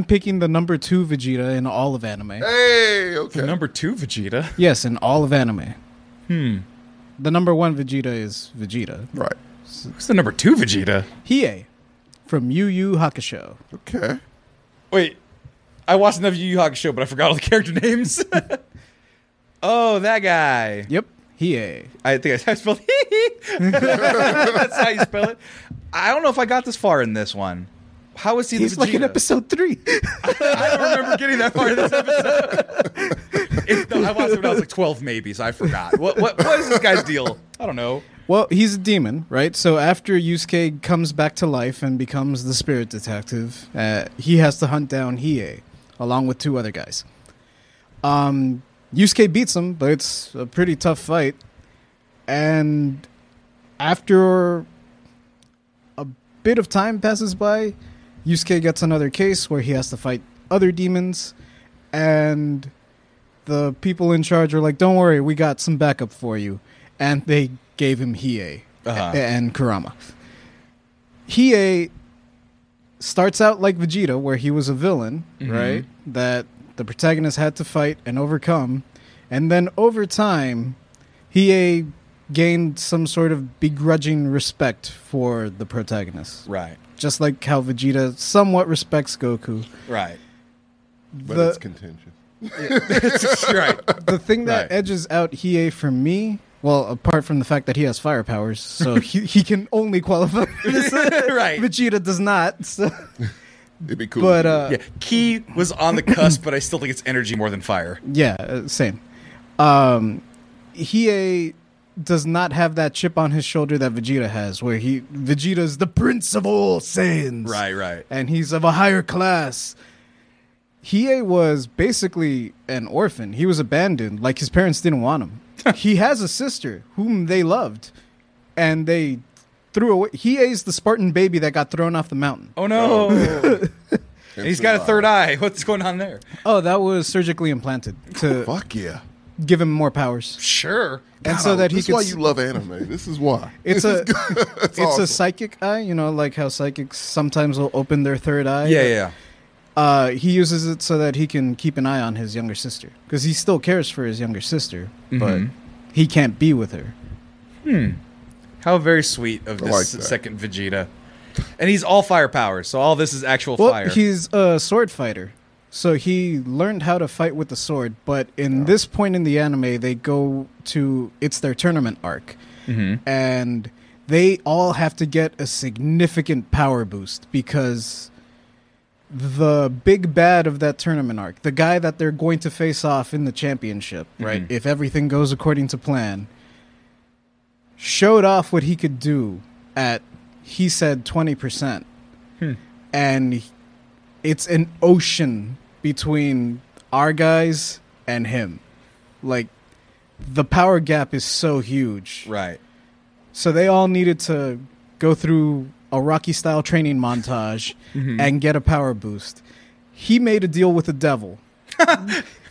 S3: picking the number two Vegeta in all of anime.
S2: Hey, okay.
S1: Number two, Vegeta.
S3: Yes, in all of anime. Hmm. The number one Vegeta is Vegeta.
S2: right.
S1: Who's the number two, Vegeta?
S3: Hiei from Yu Yu Hakusho.
S2: Okay.
S1: Wait, I watched enough Yu Yu Hakusho, but I forgot all the character names. oh, that guy.
S3: Yep, Hiei.
S1: I think that's how I spelled. that's how you spell it. I don't know if I got this far in this one. How is he
S3: He's
S1: the Vegeta?
S3: like in episode three.
S1: I don't remember getting that far in this episode. It's- no, I watched it when I was like twelve, maybe, so I forgot. What what what is this guy's deal? I don't know.
S3: well, he's a demon, right? So after Yusuke comes back to life and becomes the spirit detective, uh, he has to hunt down Hiei along with two other guys. Um, Yusuke beats him, but it's a pretty tough fight. And after a bit of time passes by, Yusuke gets another case where he has to fight other demons, and the people in charge are like, "Don't worry, we got some backup for you," and they gave him Hiei
S1: Uh-huh.
S3: a- and Kurama. Hiei starts out like Vegeta, where he was a villain,
S1: Mm-hmm.
S3: right? That the protagonist had to fight and overcome, and then over time, Hiei gained some sort of begrudging respect for the protagonist,
S1: Right,
S3: just like how Vegeta somewhat respects Goku.
S1: right.
S2: but
S3: the-
S2: it's contentious.
S1: right.
S3: the thing that
S1: Right.
S3: edges out Hiei for me, well, apart from the fact that he has fire powers, so he, he can only qualify. for this.
S1: Right.
S3: Vegeta does not. So.
S2: It'd be cool. to
S3: But
S2: do.
S3: uh,
S1: Yeah, Key was on the cusp, but I still think it's energy more than fire.
S3: yeah, uh, same. Um, Hiei does not have that chip on his shoulder that Vegeta has, where he Vegeta's the prince of all Saiyans,
S1: Right, right.
S3: and he's of a higher class. Hiei was basically an orphan. He was abandoned. Like his parents didn't want him. he has a sister whom they loved, and they threw away. Hiei's the Spartan baby that got thrown off the mountain.
S1: Oh no! And he's got a third eye. What's going on there?
S3: Oh, that was surgically implanted to
S2: Fuck yeah.
S3: give him more powers,
S1: Sure.
S3: and so that he
S2: Oh, this
S3: could.
S2: is why
S3: s-
S2: you love anime. This is why.
S3: it's a
S2: That's
S3: it's
S2: awesome.
S3: a psychic eye. You know, like how psychics sometimes will open their third eye.
S1: Yeah, yeah. yeah.
S3: uh, he uses it so that he can keep an eye on his younger sister because he still cares for his younger sister,
S2: Mm-hmm.
S3: but he can't be with her.
S1: How very sweet of
S2: I
S1: this
S2: like that.
S1: second Vegeta. And he's all fire powers, so all this is actual
S3: Well,
S1: fire.
S3: he's a sword fighter, so he learned how to fight with the sword. But in this point in the anime, they go to it's their tournament arc,
S1: Mm-hmm.
S3: and they all have to get a significant power boost because the big bad of that tournament arc, the guy that they're going to face off in the championship,
S1: Mm-hmm.
S3: right? If everything goes according to plan, showed off what he could do at he said 20%. And he- it's an ocean between our guys and him. Like the power gap is so huge.
S1: right.
S3: So they all needed to go through a Rocky style training montage
S1: Mm-hmm.
S3: and get a power boost. He made a deal with the devil.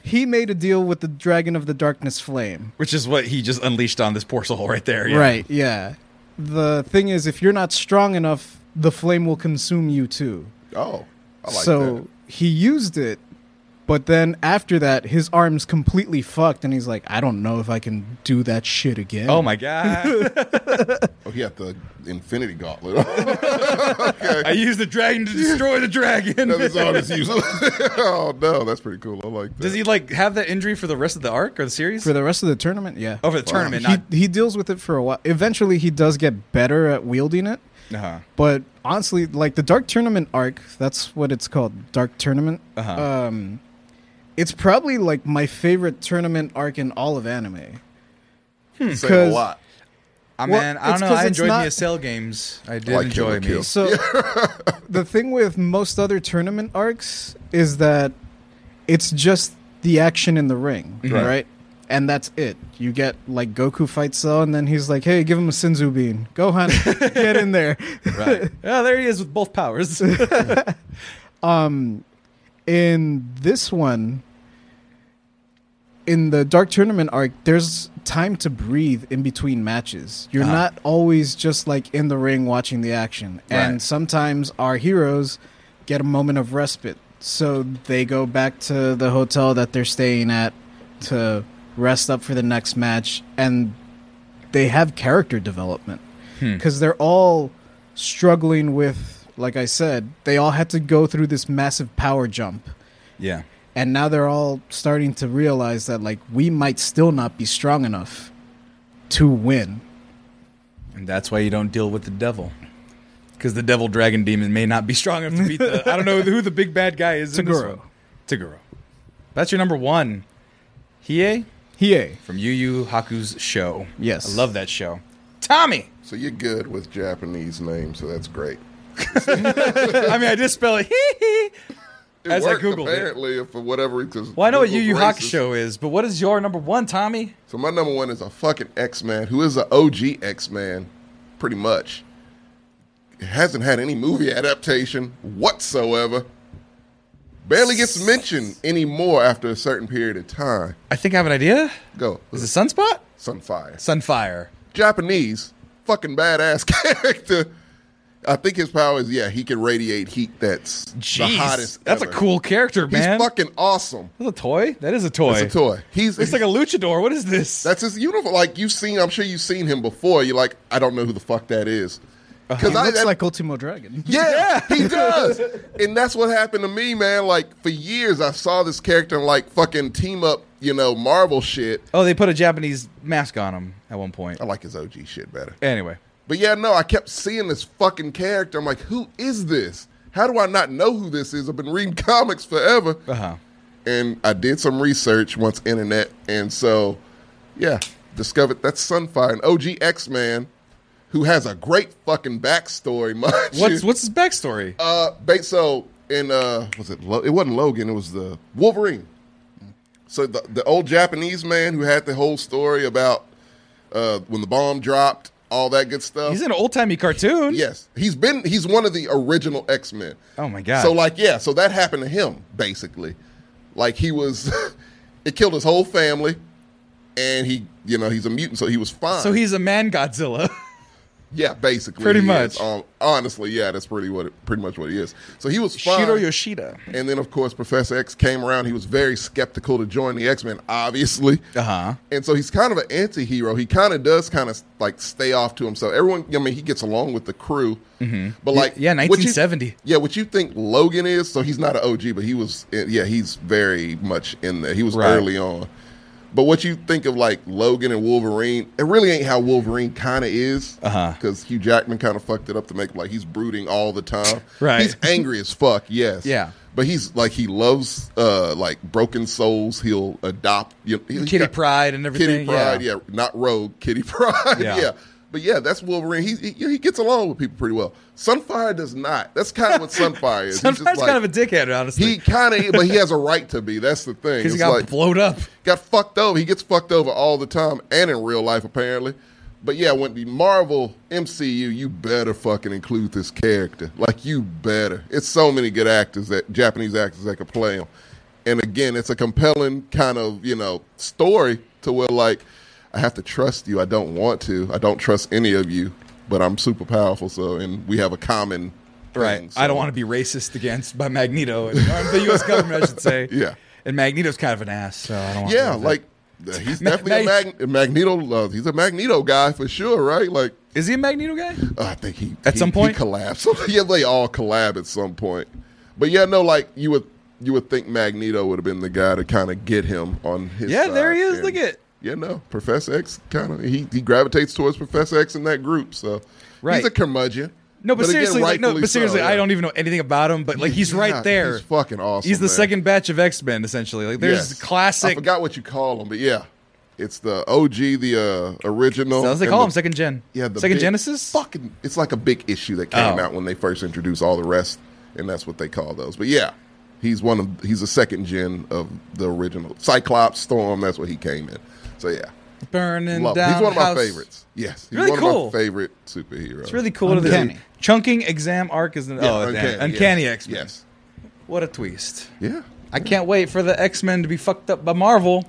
S3: he made a deal with the dragon of the darkness flame.
S1: Which is what he just unleashed on this poor soul right there. yeah.
S3: Right, yeah. The thing is if you're not strong enough, the flame will consume you too.
S2: Oh, I like
S3: so
S2: that.
S3: he used it, but then after that his arms completely fucked and he's like, I don't know if I can do that shit again.
S1: Oh my god.
S2: Oh, he had the Infinity Gauntlet.
S1: I used the dragon to destroy the
S2: that
S1: dragon.
S2: is all it's usually. oh no, that's pretty cool. I like that.
S1: Does he like have that injury for the rest of the arc or the series?
S3: For the rest of the tournament, yeah.
S1: Over Oh, the tournament,
S3: he,
S1: not
S3: he deals with it for a while. Eventually, he does get better at wielding it.
S1: Uh-huh.
S3: But honestly, like the Dark Tournament arc, that's what it's called, Dark Tournament.
S1: Uh-huh.
S3: Um, it's probably like my favorite tournament arc in all of anime.
S2: say a
S3: 'cause-
S2: lot?
S1: I
S3: well,
S1: Ah, man, I
S3: it's
S1: don't know.
S3: 'cause
S1: I
S3: it's
S1: enjoyed
S3: not-
S1: the Cell games. I did
S2: Like
S1: enjoy
S2: Kill la Kill.
S1: me.
S3: So the thing with most other tournament arcs is that it's just the action in the ring,
S2: Right.
S3: right? And that's it. You get like Goku fights Cell, and then he's like, "Hey, give him a Sinzu bean, Gohan, get in there."
S1: Right. Oh, there he is with both powers.
S3: in this one in the dark tournament arc there's time to breathe in between matches you're not always just like in the ring watching the action
S1: Right.
S3: and sometimes our heroes get a moment of respite so they go back to the hotel that they're staying at to rest up for the next match and they have character development because they're all struggling with like i said they all had to go through this massive power jump
S1: yeah.
S3: and now they're all starting to realize that like we might still not be strong enough to win
S1: And that's why you don't deal with the devil. Because the devil dragon demon may not be strong enough to beat the. I don't know who the big bad guy is. In this
S3: Toguro.
S1: one. Toguro. That's your number one. Hiei
S3: hiei
S1: from Yu Yu Haku's show.
S3: Yes.
S1: I love that show. Tommy!
S2: So you're good with Japanese names, so that's great.
S1: I mean, I just spell it hee hee
S2: It
S1: as I
S2: worked,
S1: Googled it.
S2: apparently for whatever reason.
S1: Well, I know what Yu Yu Haku
S2: Haku
S1: show is, but what is your number one, Tommy?
S2: So my number one is a fucking X Man who is an OG X Man, pretty much. Hasn't had any movie adaptation whatsoever. Barely gets mentioned anymore after a certain period of time.
S1: I think I have an idea.
S2: Go.
S1: Is it Sunspot?
S2: Sunfire.
S1: Sunfire.
S2: Japanese, fucking badass character. I think his power is yeah, he can radiate heat that's the
S1: Jeez.
S2: hottest.
S1: that's a
S2: ever.
S1: cool character,
S2: He's
S1: man.
S2: fucking awesome.
S1: that's a toy? That is a toy.
S2: It's a toy. He's
S1: It's like a luchador. What is this?
S2: That's his uniform. Like you've seen, I'm sure you've seen him before. You're like, I don't know who the fuck that is.
S3: Uh-huh. He
S2: Because I
S3: looks
S2: that-
S3: like Ultimo Dragon.
S2: Yeah, he does. and that's what happened to me, man. Like for years, I saw this character in like fucking team up, you know, Marvel shit.
S1: Oh, they put a Japanese mask on him at one point.
S2: I like his OG shit better.
S1: Anyway,
S2: But yeah, no, I kept seeing this fucking character. I'm like, who is this? How do I not know who this is? I've been reading comics forever.
S1: uh huh.
S2: And I did some research once internet, and so yeah, discovered that's Sunfire, an OG X Man, who has a great fucking backstory. Much
S1: What's what's his backstory?
S2: Uh, ba- so in uh, was it? Lo- it wasn't Logan. It was the Wolverine. So the the old Japanese man who had the whole story about uh when the bomb dropped, all that good stuff.
S1: He's in an old timey cartoon.
S2: yes, he's been he's one of the original X Men.
S1: Oh my god.
S2: So like yeah, so that happened to him basically. Like he was, it killed his whole family, and he you know he's a mutant, so he was fine.
S1: so he's a man Godzilla.
S2: yeah, basically
S1: Pretty
S2: he
S1: much.
S2: is. Um, honestly, yeah, that's pretty what it, pretty much what he is. So he was fine.
S1: Shiro Yoshida.
S2: And then, of course, Professor X came around. He was very skeptical to join the X Men, obviously.
S1: Uh huh.
S2: And so he's kind of an anti hero. He kind of does kind of like stay off to himself. Everyone, I mean, he gets along with the crew. But like,
S1: Mm-hmm. yeah,
S2: what you-
S1: 1970.
S2: yeah, what you think Logan is? So he's not an OG, but he was. eh, Yeah, he's very much in there. He was
S1: Right.
S2: early on. But what you think of like Logan and Wolverine? It really ain't how Wolverine kind of is,
S1: Uh-huh.
S2: because Hugh Jackman kind of fucked it up to make like he's brooding all the time.
S1: Right.
S2: He's angry as fuck. Yes.
S1: Yeah.
S2: But he's like he loves uh like broken souls. He'll adopt you know, he's
S1: Kitty
S2: got-
S1: Pride and
S2: Kitty
S1: everything.
S2: Pride,
S1: yeah.
S2: yeah. not Rogue, Kitty Pride,
S1: Yeah.
S2: yeah. But yeah, that's Wolverine. He, he he gets along with people pretty well. Sunfire does not. That's kind of what Sunfire is. He's
S1: Sometimes
S2: just
S1: kind of
S2: like-
S1: a dickhead, honestly.
S2: he kind of, but he has a right to be. That's the thing.
S1: Because
S2: It's
S1: he got
S2: like-
S1: blowed up.
S2: got fucked over. He gets fucked over all the time and in real life, apparently. But yeah, when the Marvel MCU, you better fucking include this character. Like, you better. It's so many good actors that Japanese actors that could play him. And again, it's a compelling kind of, you know, story to where, like, I have to trust you. I don't want to. I don't trust any of you, but I'm super powerful. So, and we have a common.
S1: Right. I don't want to be racist against by Magneto and or the U.S. government, I should say.
S2: Yeah.
S1: And Magneto's kind of an ass, so I don't. want
S2: Yeah, like he's
S1: Ma-
S2: definitely
S1: ma-
S2: a Mag- Magneto. Uh, he's a Magneto guy for sure, right? Like
S1: is he a Magneto guy?
S2: uh, I think he
S1: At
S2: he-
S1: some
S2: he
S1: point?
S2: collapsed. yeah, they all collab at some point. But yeah, no, like you would you would think Magneto would have been the guy to kind of get him on his.
S1: Yeah, there
S2: side,
S1: he is.
S2: and-
S1: Look at-
S2: Yeah, no, Professor X kind of he he gravitates towards Professor X in that group, so
S1: Right.
S2: he's a curmudgeon.
S1: No, but,
S2: again,
S1: seriously, like, no,
S2: rightfully
S1: but seriously,
S2: so,
S1: I
S2: yeah.
S1: don't even know anything about him. But like, he's
S2: Yeah,
S1: right there.
S2: He's fucking awesome.
S1: He's the
S2: man.
S1: second batch of X Men, essentially. Like, there's
S2: Yes. I
S1: classic.
S2: forgot what you call them, but yeah, it's the OG, the uh, original.
S1: So that's what they
S2: and
S1: call
S2: the-
S1: him second gen.
S2: Yeah, the
S1: second
S2: big-
S1: Genesis.
S2: Fucking, it's like a big issue that came
S1: Oh.
S2: out when they first introduced all the rest, and that's what they call those. But yeah, he's one of he's the second gen of the original Cyclops, Storm. That's what he came in. So yeah,
S1: Burning
S2: love. him.
S1: down.
S2: He's one of my
S1: house.
S2: favorites. Yes, he's
S1: Really
S2: one
S1: cool.
S2: of my favorite superheroes.
S1: It's really cool. to
S3: Uncanny.
S1: this chunking exam arc is an, oh uncanny, uncanny
S2: yes.
S1: X Men.
S2: Yes,
S1: What a twist!
S2: yeah.
S1: I can't wait for the X Men to be fucked up by Marvel.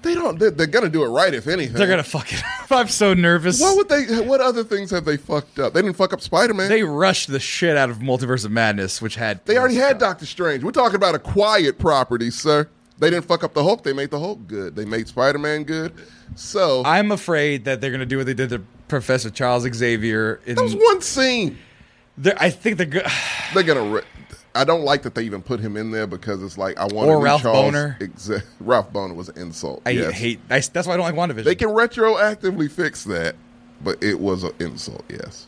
S2: They don't. They're, they're gonna do it right, if anything.
S1: They're gonna fuck it up. I'm so nervous.
S2: What would they? What other things have they fucked up? They didn't fuck up Spider Man.
S1: they rushed the shit out of Multiverse of Madness, which had
S2: They already had Doctor Strange. We're talking about a quiet property, sir. They didn't fuck up the Hulk. They made the Hulk good. They made Spider Man good. So
S1: I'm afraid that they're gonna do what they did to Professor Charles Xavier. In
S2: that was one scene.
S1: they're- I think they're good.
S2: They're gonna. Re- I don't like that they even put him in there because it's like I want
S1: Or
S2: a new
S1: Ralph
S2: Charles
S1: Boner.
S2: Exa- Ralph Boner was an insult.
S1: I
S2: yes.
S1: hate. I, that's why I don't like WandaVision.
S2: They can retroactively fix that, but it was an insult. Yes,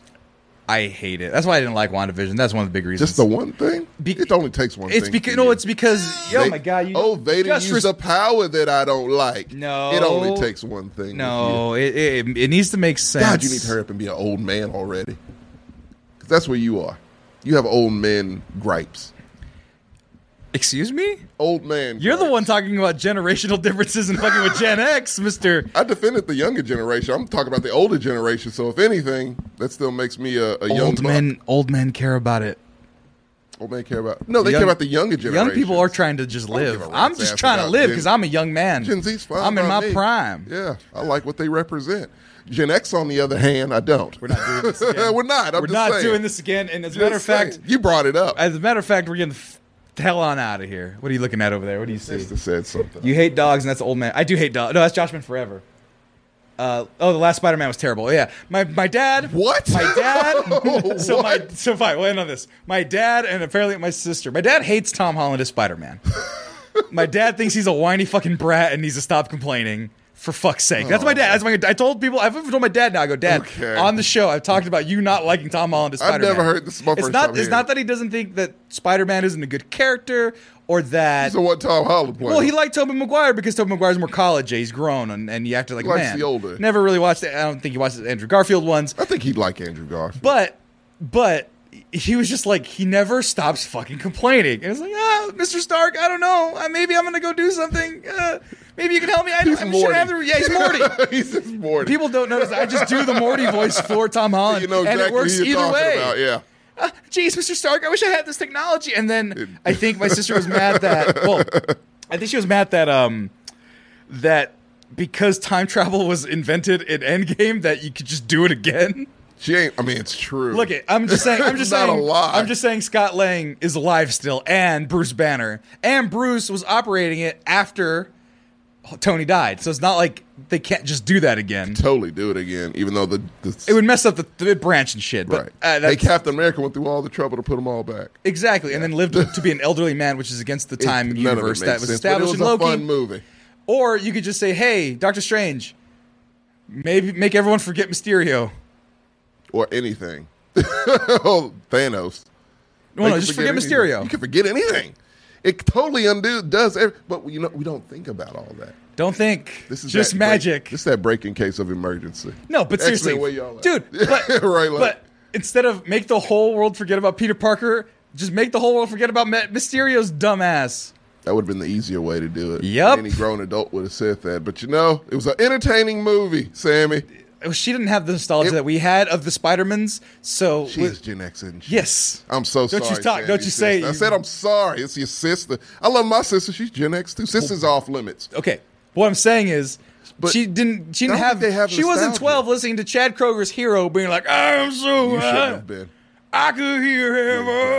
S1: I hate it. That's why I didn't like WandaVision. That's one of the big reasons.
S2: just the one thing.
S1: Be-
S2: it only takes one.
S1: It's
S2: thing
S1: because
S2: for
S1: no,
S2: you.
S1: it's because oh
S2: They-
S1: my god, you
S2: oh, they didn't
S1: just
S2: use the power that I don't like.
S1: No.
S2: it only takes one thing. with you.
S1: No, it, it it needs to make sense.
S2: God, you need to hurry up and be an old man already. 'Cause that's where you are. You have old men gripes.
S1: Excuse me.
S2: Old man.
S1: You're the
S2: gripes.
S1: one talking about generational differences and fucking with Gen X, Mister.
S2: I defended the younger generation. I'm talking about the older generation. So if anything, that still makes me a, a young
S1: Old
S2: buck.
S1: men, old men care about it.
S2: Old men care about. No, they
S1: Young-
S2: care about the younger generation.
S1: Young people are trying to just
S2: I don't
S1: live.
S2: give a
S1: I'm
S2: rat's
S1: just
S2: ass
S1: trying to
S2: about
S1: live
S2: Gen-
S1: because I'm a young man.
S2: Gen Z's fine.
S1: I'm in
S2: by
S1: my
S2: me.
S1: prime.
S2: Yeah, I like what they represent. Gen X, on the other hand, I don't. We're
S1: not doing this again.
S2: We're not. I'm
S1: We're
S2: just
S1: not
S2: saying.
S1: doing this again. And as a
S2: Just
S1: matter of fact,
S2: saying. you brought it up.
S1: as a matter of fact, we're getting the f- hell on out of here. What are you looking at over there? What do you see?
S2: Sister said something.
S1: You hate dogs, and that's the old man. I do hate dogs. No, that's Joshman forever. Uh, oh, the last Spider-Man was terrible. Yeah, my my dad.
S2: What?
S1: My dad. so my so fine. We'll end on this. My dad and apparently my sister. My dad hates Tom Holland as Spider-Man. my dad thinks he's a whiny fucking brat and needs to stop complaining. For fuck's sake, that's my dad. That's my. I told people. I've even told my dad now. I go, Dad,
S2: Okay.
S1: on the show, I've talked about you not liking Tom Holland as
S2: I've
S1: Spider-Man.
S2: never heard- this is my
S1: it's
S2: first
S1: not.
S2: time
S1: it's
S2: hearing
S1: not
S2: it.
S1: that he doesn't think that Spider-Man isn't a good character or that.
S2: So what Tom Holland played?
S1: Well, he liked Tobey Maguire because Tobey Maguire's more college. He's grown and, and he acted like a
S2: Likes
S1: man.
S2: the older.
S1: Never really watched it. I don't think he watched the Andrew Garfield ones.
S2: I think he'd like Andrew Garfield.
S1: But but he was just like he never stops fucking complaining. And it's like ah, Mr. Stark, I don't know. Uh, Maybe I'm gonna go do something. Uh, maybe you can help me. I,
S2: He's
S1: I'm sure I have the
S2: Morty.
S1: yeah. He's Morty.
S2: he's just bored.
S1: People don't notice. I just do the Morty voice for Tom Holland,
S2: you know exactly
S1: and it works
S2: who you're
S1: either
S2: talking
S1: way.
S2: about. Yeah.
S1: "Ah, Jeez, Mr. Stark, I wish I had this technology. And then I think my sister was mad that well, I think she was mad that um that because time travel was invented in Endgame that you could just do it again.
S2: She ain't. I mean, it's true.
S1: Look, it. I'm just saying. I'm just
S2: Not a
S1: saying.
S2: lie.
S1: I'm just saying. Scott Lang is alive still, and Bruce Banner, and Bruce was operating it after Tony died. So it's not like they can't just do that again.
S2: totally do it again, even though the, the
S1: It would mess up the, the branch and shit. But
S2: right.
S1: uh,
S2: hey,
S1: that's-
S2: Captain America went through all the trouble to put them all back.
S1: Exactly, and then lived to be an elderly man, which is against the
S2: It-
S1: time
S2: none of it
S1: universe
S2: makes
S1: that was
S2: sense, but
S1: established
S2: It was
S1: in
S2: a
S1: Loki.
S2: fun movie.
S1: Or you could just say, "Hey, Doctor Strange, maybe make everyone forget Mysterio."
S2: or anything. Oh, Thanos.
S1: No,
S2: They
S1: no,
S2: can
S1: just forget,
S2: anything. You
S1: Mysterio.
S2: can forget anything. It totally undo does, every, but you know we don't think about all that.
S1: Don't think.
S2: This is
S1: just
S2: that break-
S1: magic.
S2: this is that breaking case of emergency.
S1: no, but
S2: X-Men,
S1: seriously,
S2: where y'all at?
S1: dude. But,
S2: right, like,
S1: but instead of make the whole world forget about Peter Parker, just make the whole world forget about Ma- Mysterio's dumbass.
S2: that would have been the easier way to do it.
S1: Yup.
S2: any grown adult would have said that. But you know, it was an entertaining movie, Sammy.
S1: Oh, She didn't have the nostalgia
S2: It-
S1: that we had of the Spider-Mans. So
S2: She's Gen X, isn't she?
S1: yes,
S2: I'm so
S1: Don't
S2: sorry.
S1: you talk-
S2: Sandy,
S1: don't you say-
S2: sister. I said I'm sorry. It's your sister. I love my sister. She's Gen X too. Sisters
S1: Oh.
S2: are off limits.
S1: okay. What I'm saying is,
S2: But
S1: she didn't. She didn't
S2: I don't
S1: have.
S2: think they have
S1: she wasn't
S2: nostalgia.
S1: 12 listening to Chad Kroger's Hero, being like, "I'm so
S2: You shouldn't
S1: high,
S2: have been.
S1: I could hear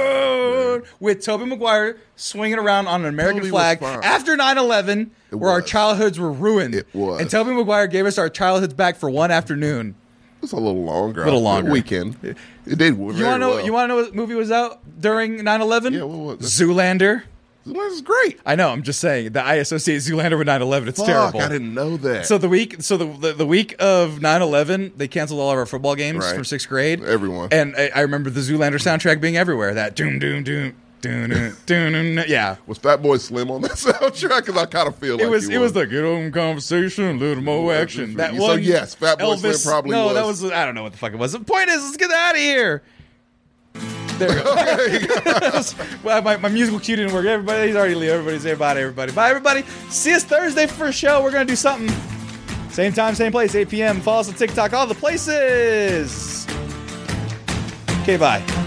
S1: heaven." With Toby Maguire swinging around on an American
S2: Toby was
S1: flag
S2: fine.
S1: after 9/11, where our
S2: was.
S1: childhoods were ruined.
S2: It was.
S1: And Toby Maguire gave us our childhoods back for one afternoon.
S2: It's a little longer. A
S1: Little longer. Uh,
S2: Weekend. It did. You want
S1: You want to know? You want to know what movie was out during 9/11?
S2: Yeah, what was it?
S1: Zoolander.
S2: This is great.
S1: I know. I'm just saying that I associate Zoolander with 9/11. It's
S2: Fuck,
S1: terrible.
S2: I didn't know that.
S1: So the week, so the the, the week of 9-11, they canceled all of our football games
S2: Right.
S1: from sixth grade.
S2: Everyone.
S1: and I, I remember the Zoolander soundtrack being everywhere. That doom doom doom doom doom doom. doom yeah,
S2: was Fat Boy Slim on that soundtrack? Because I kind of feel like
S1: it was
S2: he
S1: it was the good old conversation, a little more
S2: Yeah,
S1: action.
S2: that's
S1: That
S2: right.
S1: was
S2: So yes, Fat Boy Slim probably
S1: no,
S2: was.
S1: that was I don't know what the fuck it was. The point is, let's get out of here. There we go. well, my, my musical cue didn't work. Everybody's already leaving. Everybody's everybody, everybody. Bye, everybody. See us Thursday for a show. We're gonna do something. Same time, same place, 8 p.m. Follow us on TikTok, all the places. Okay, bye.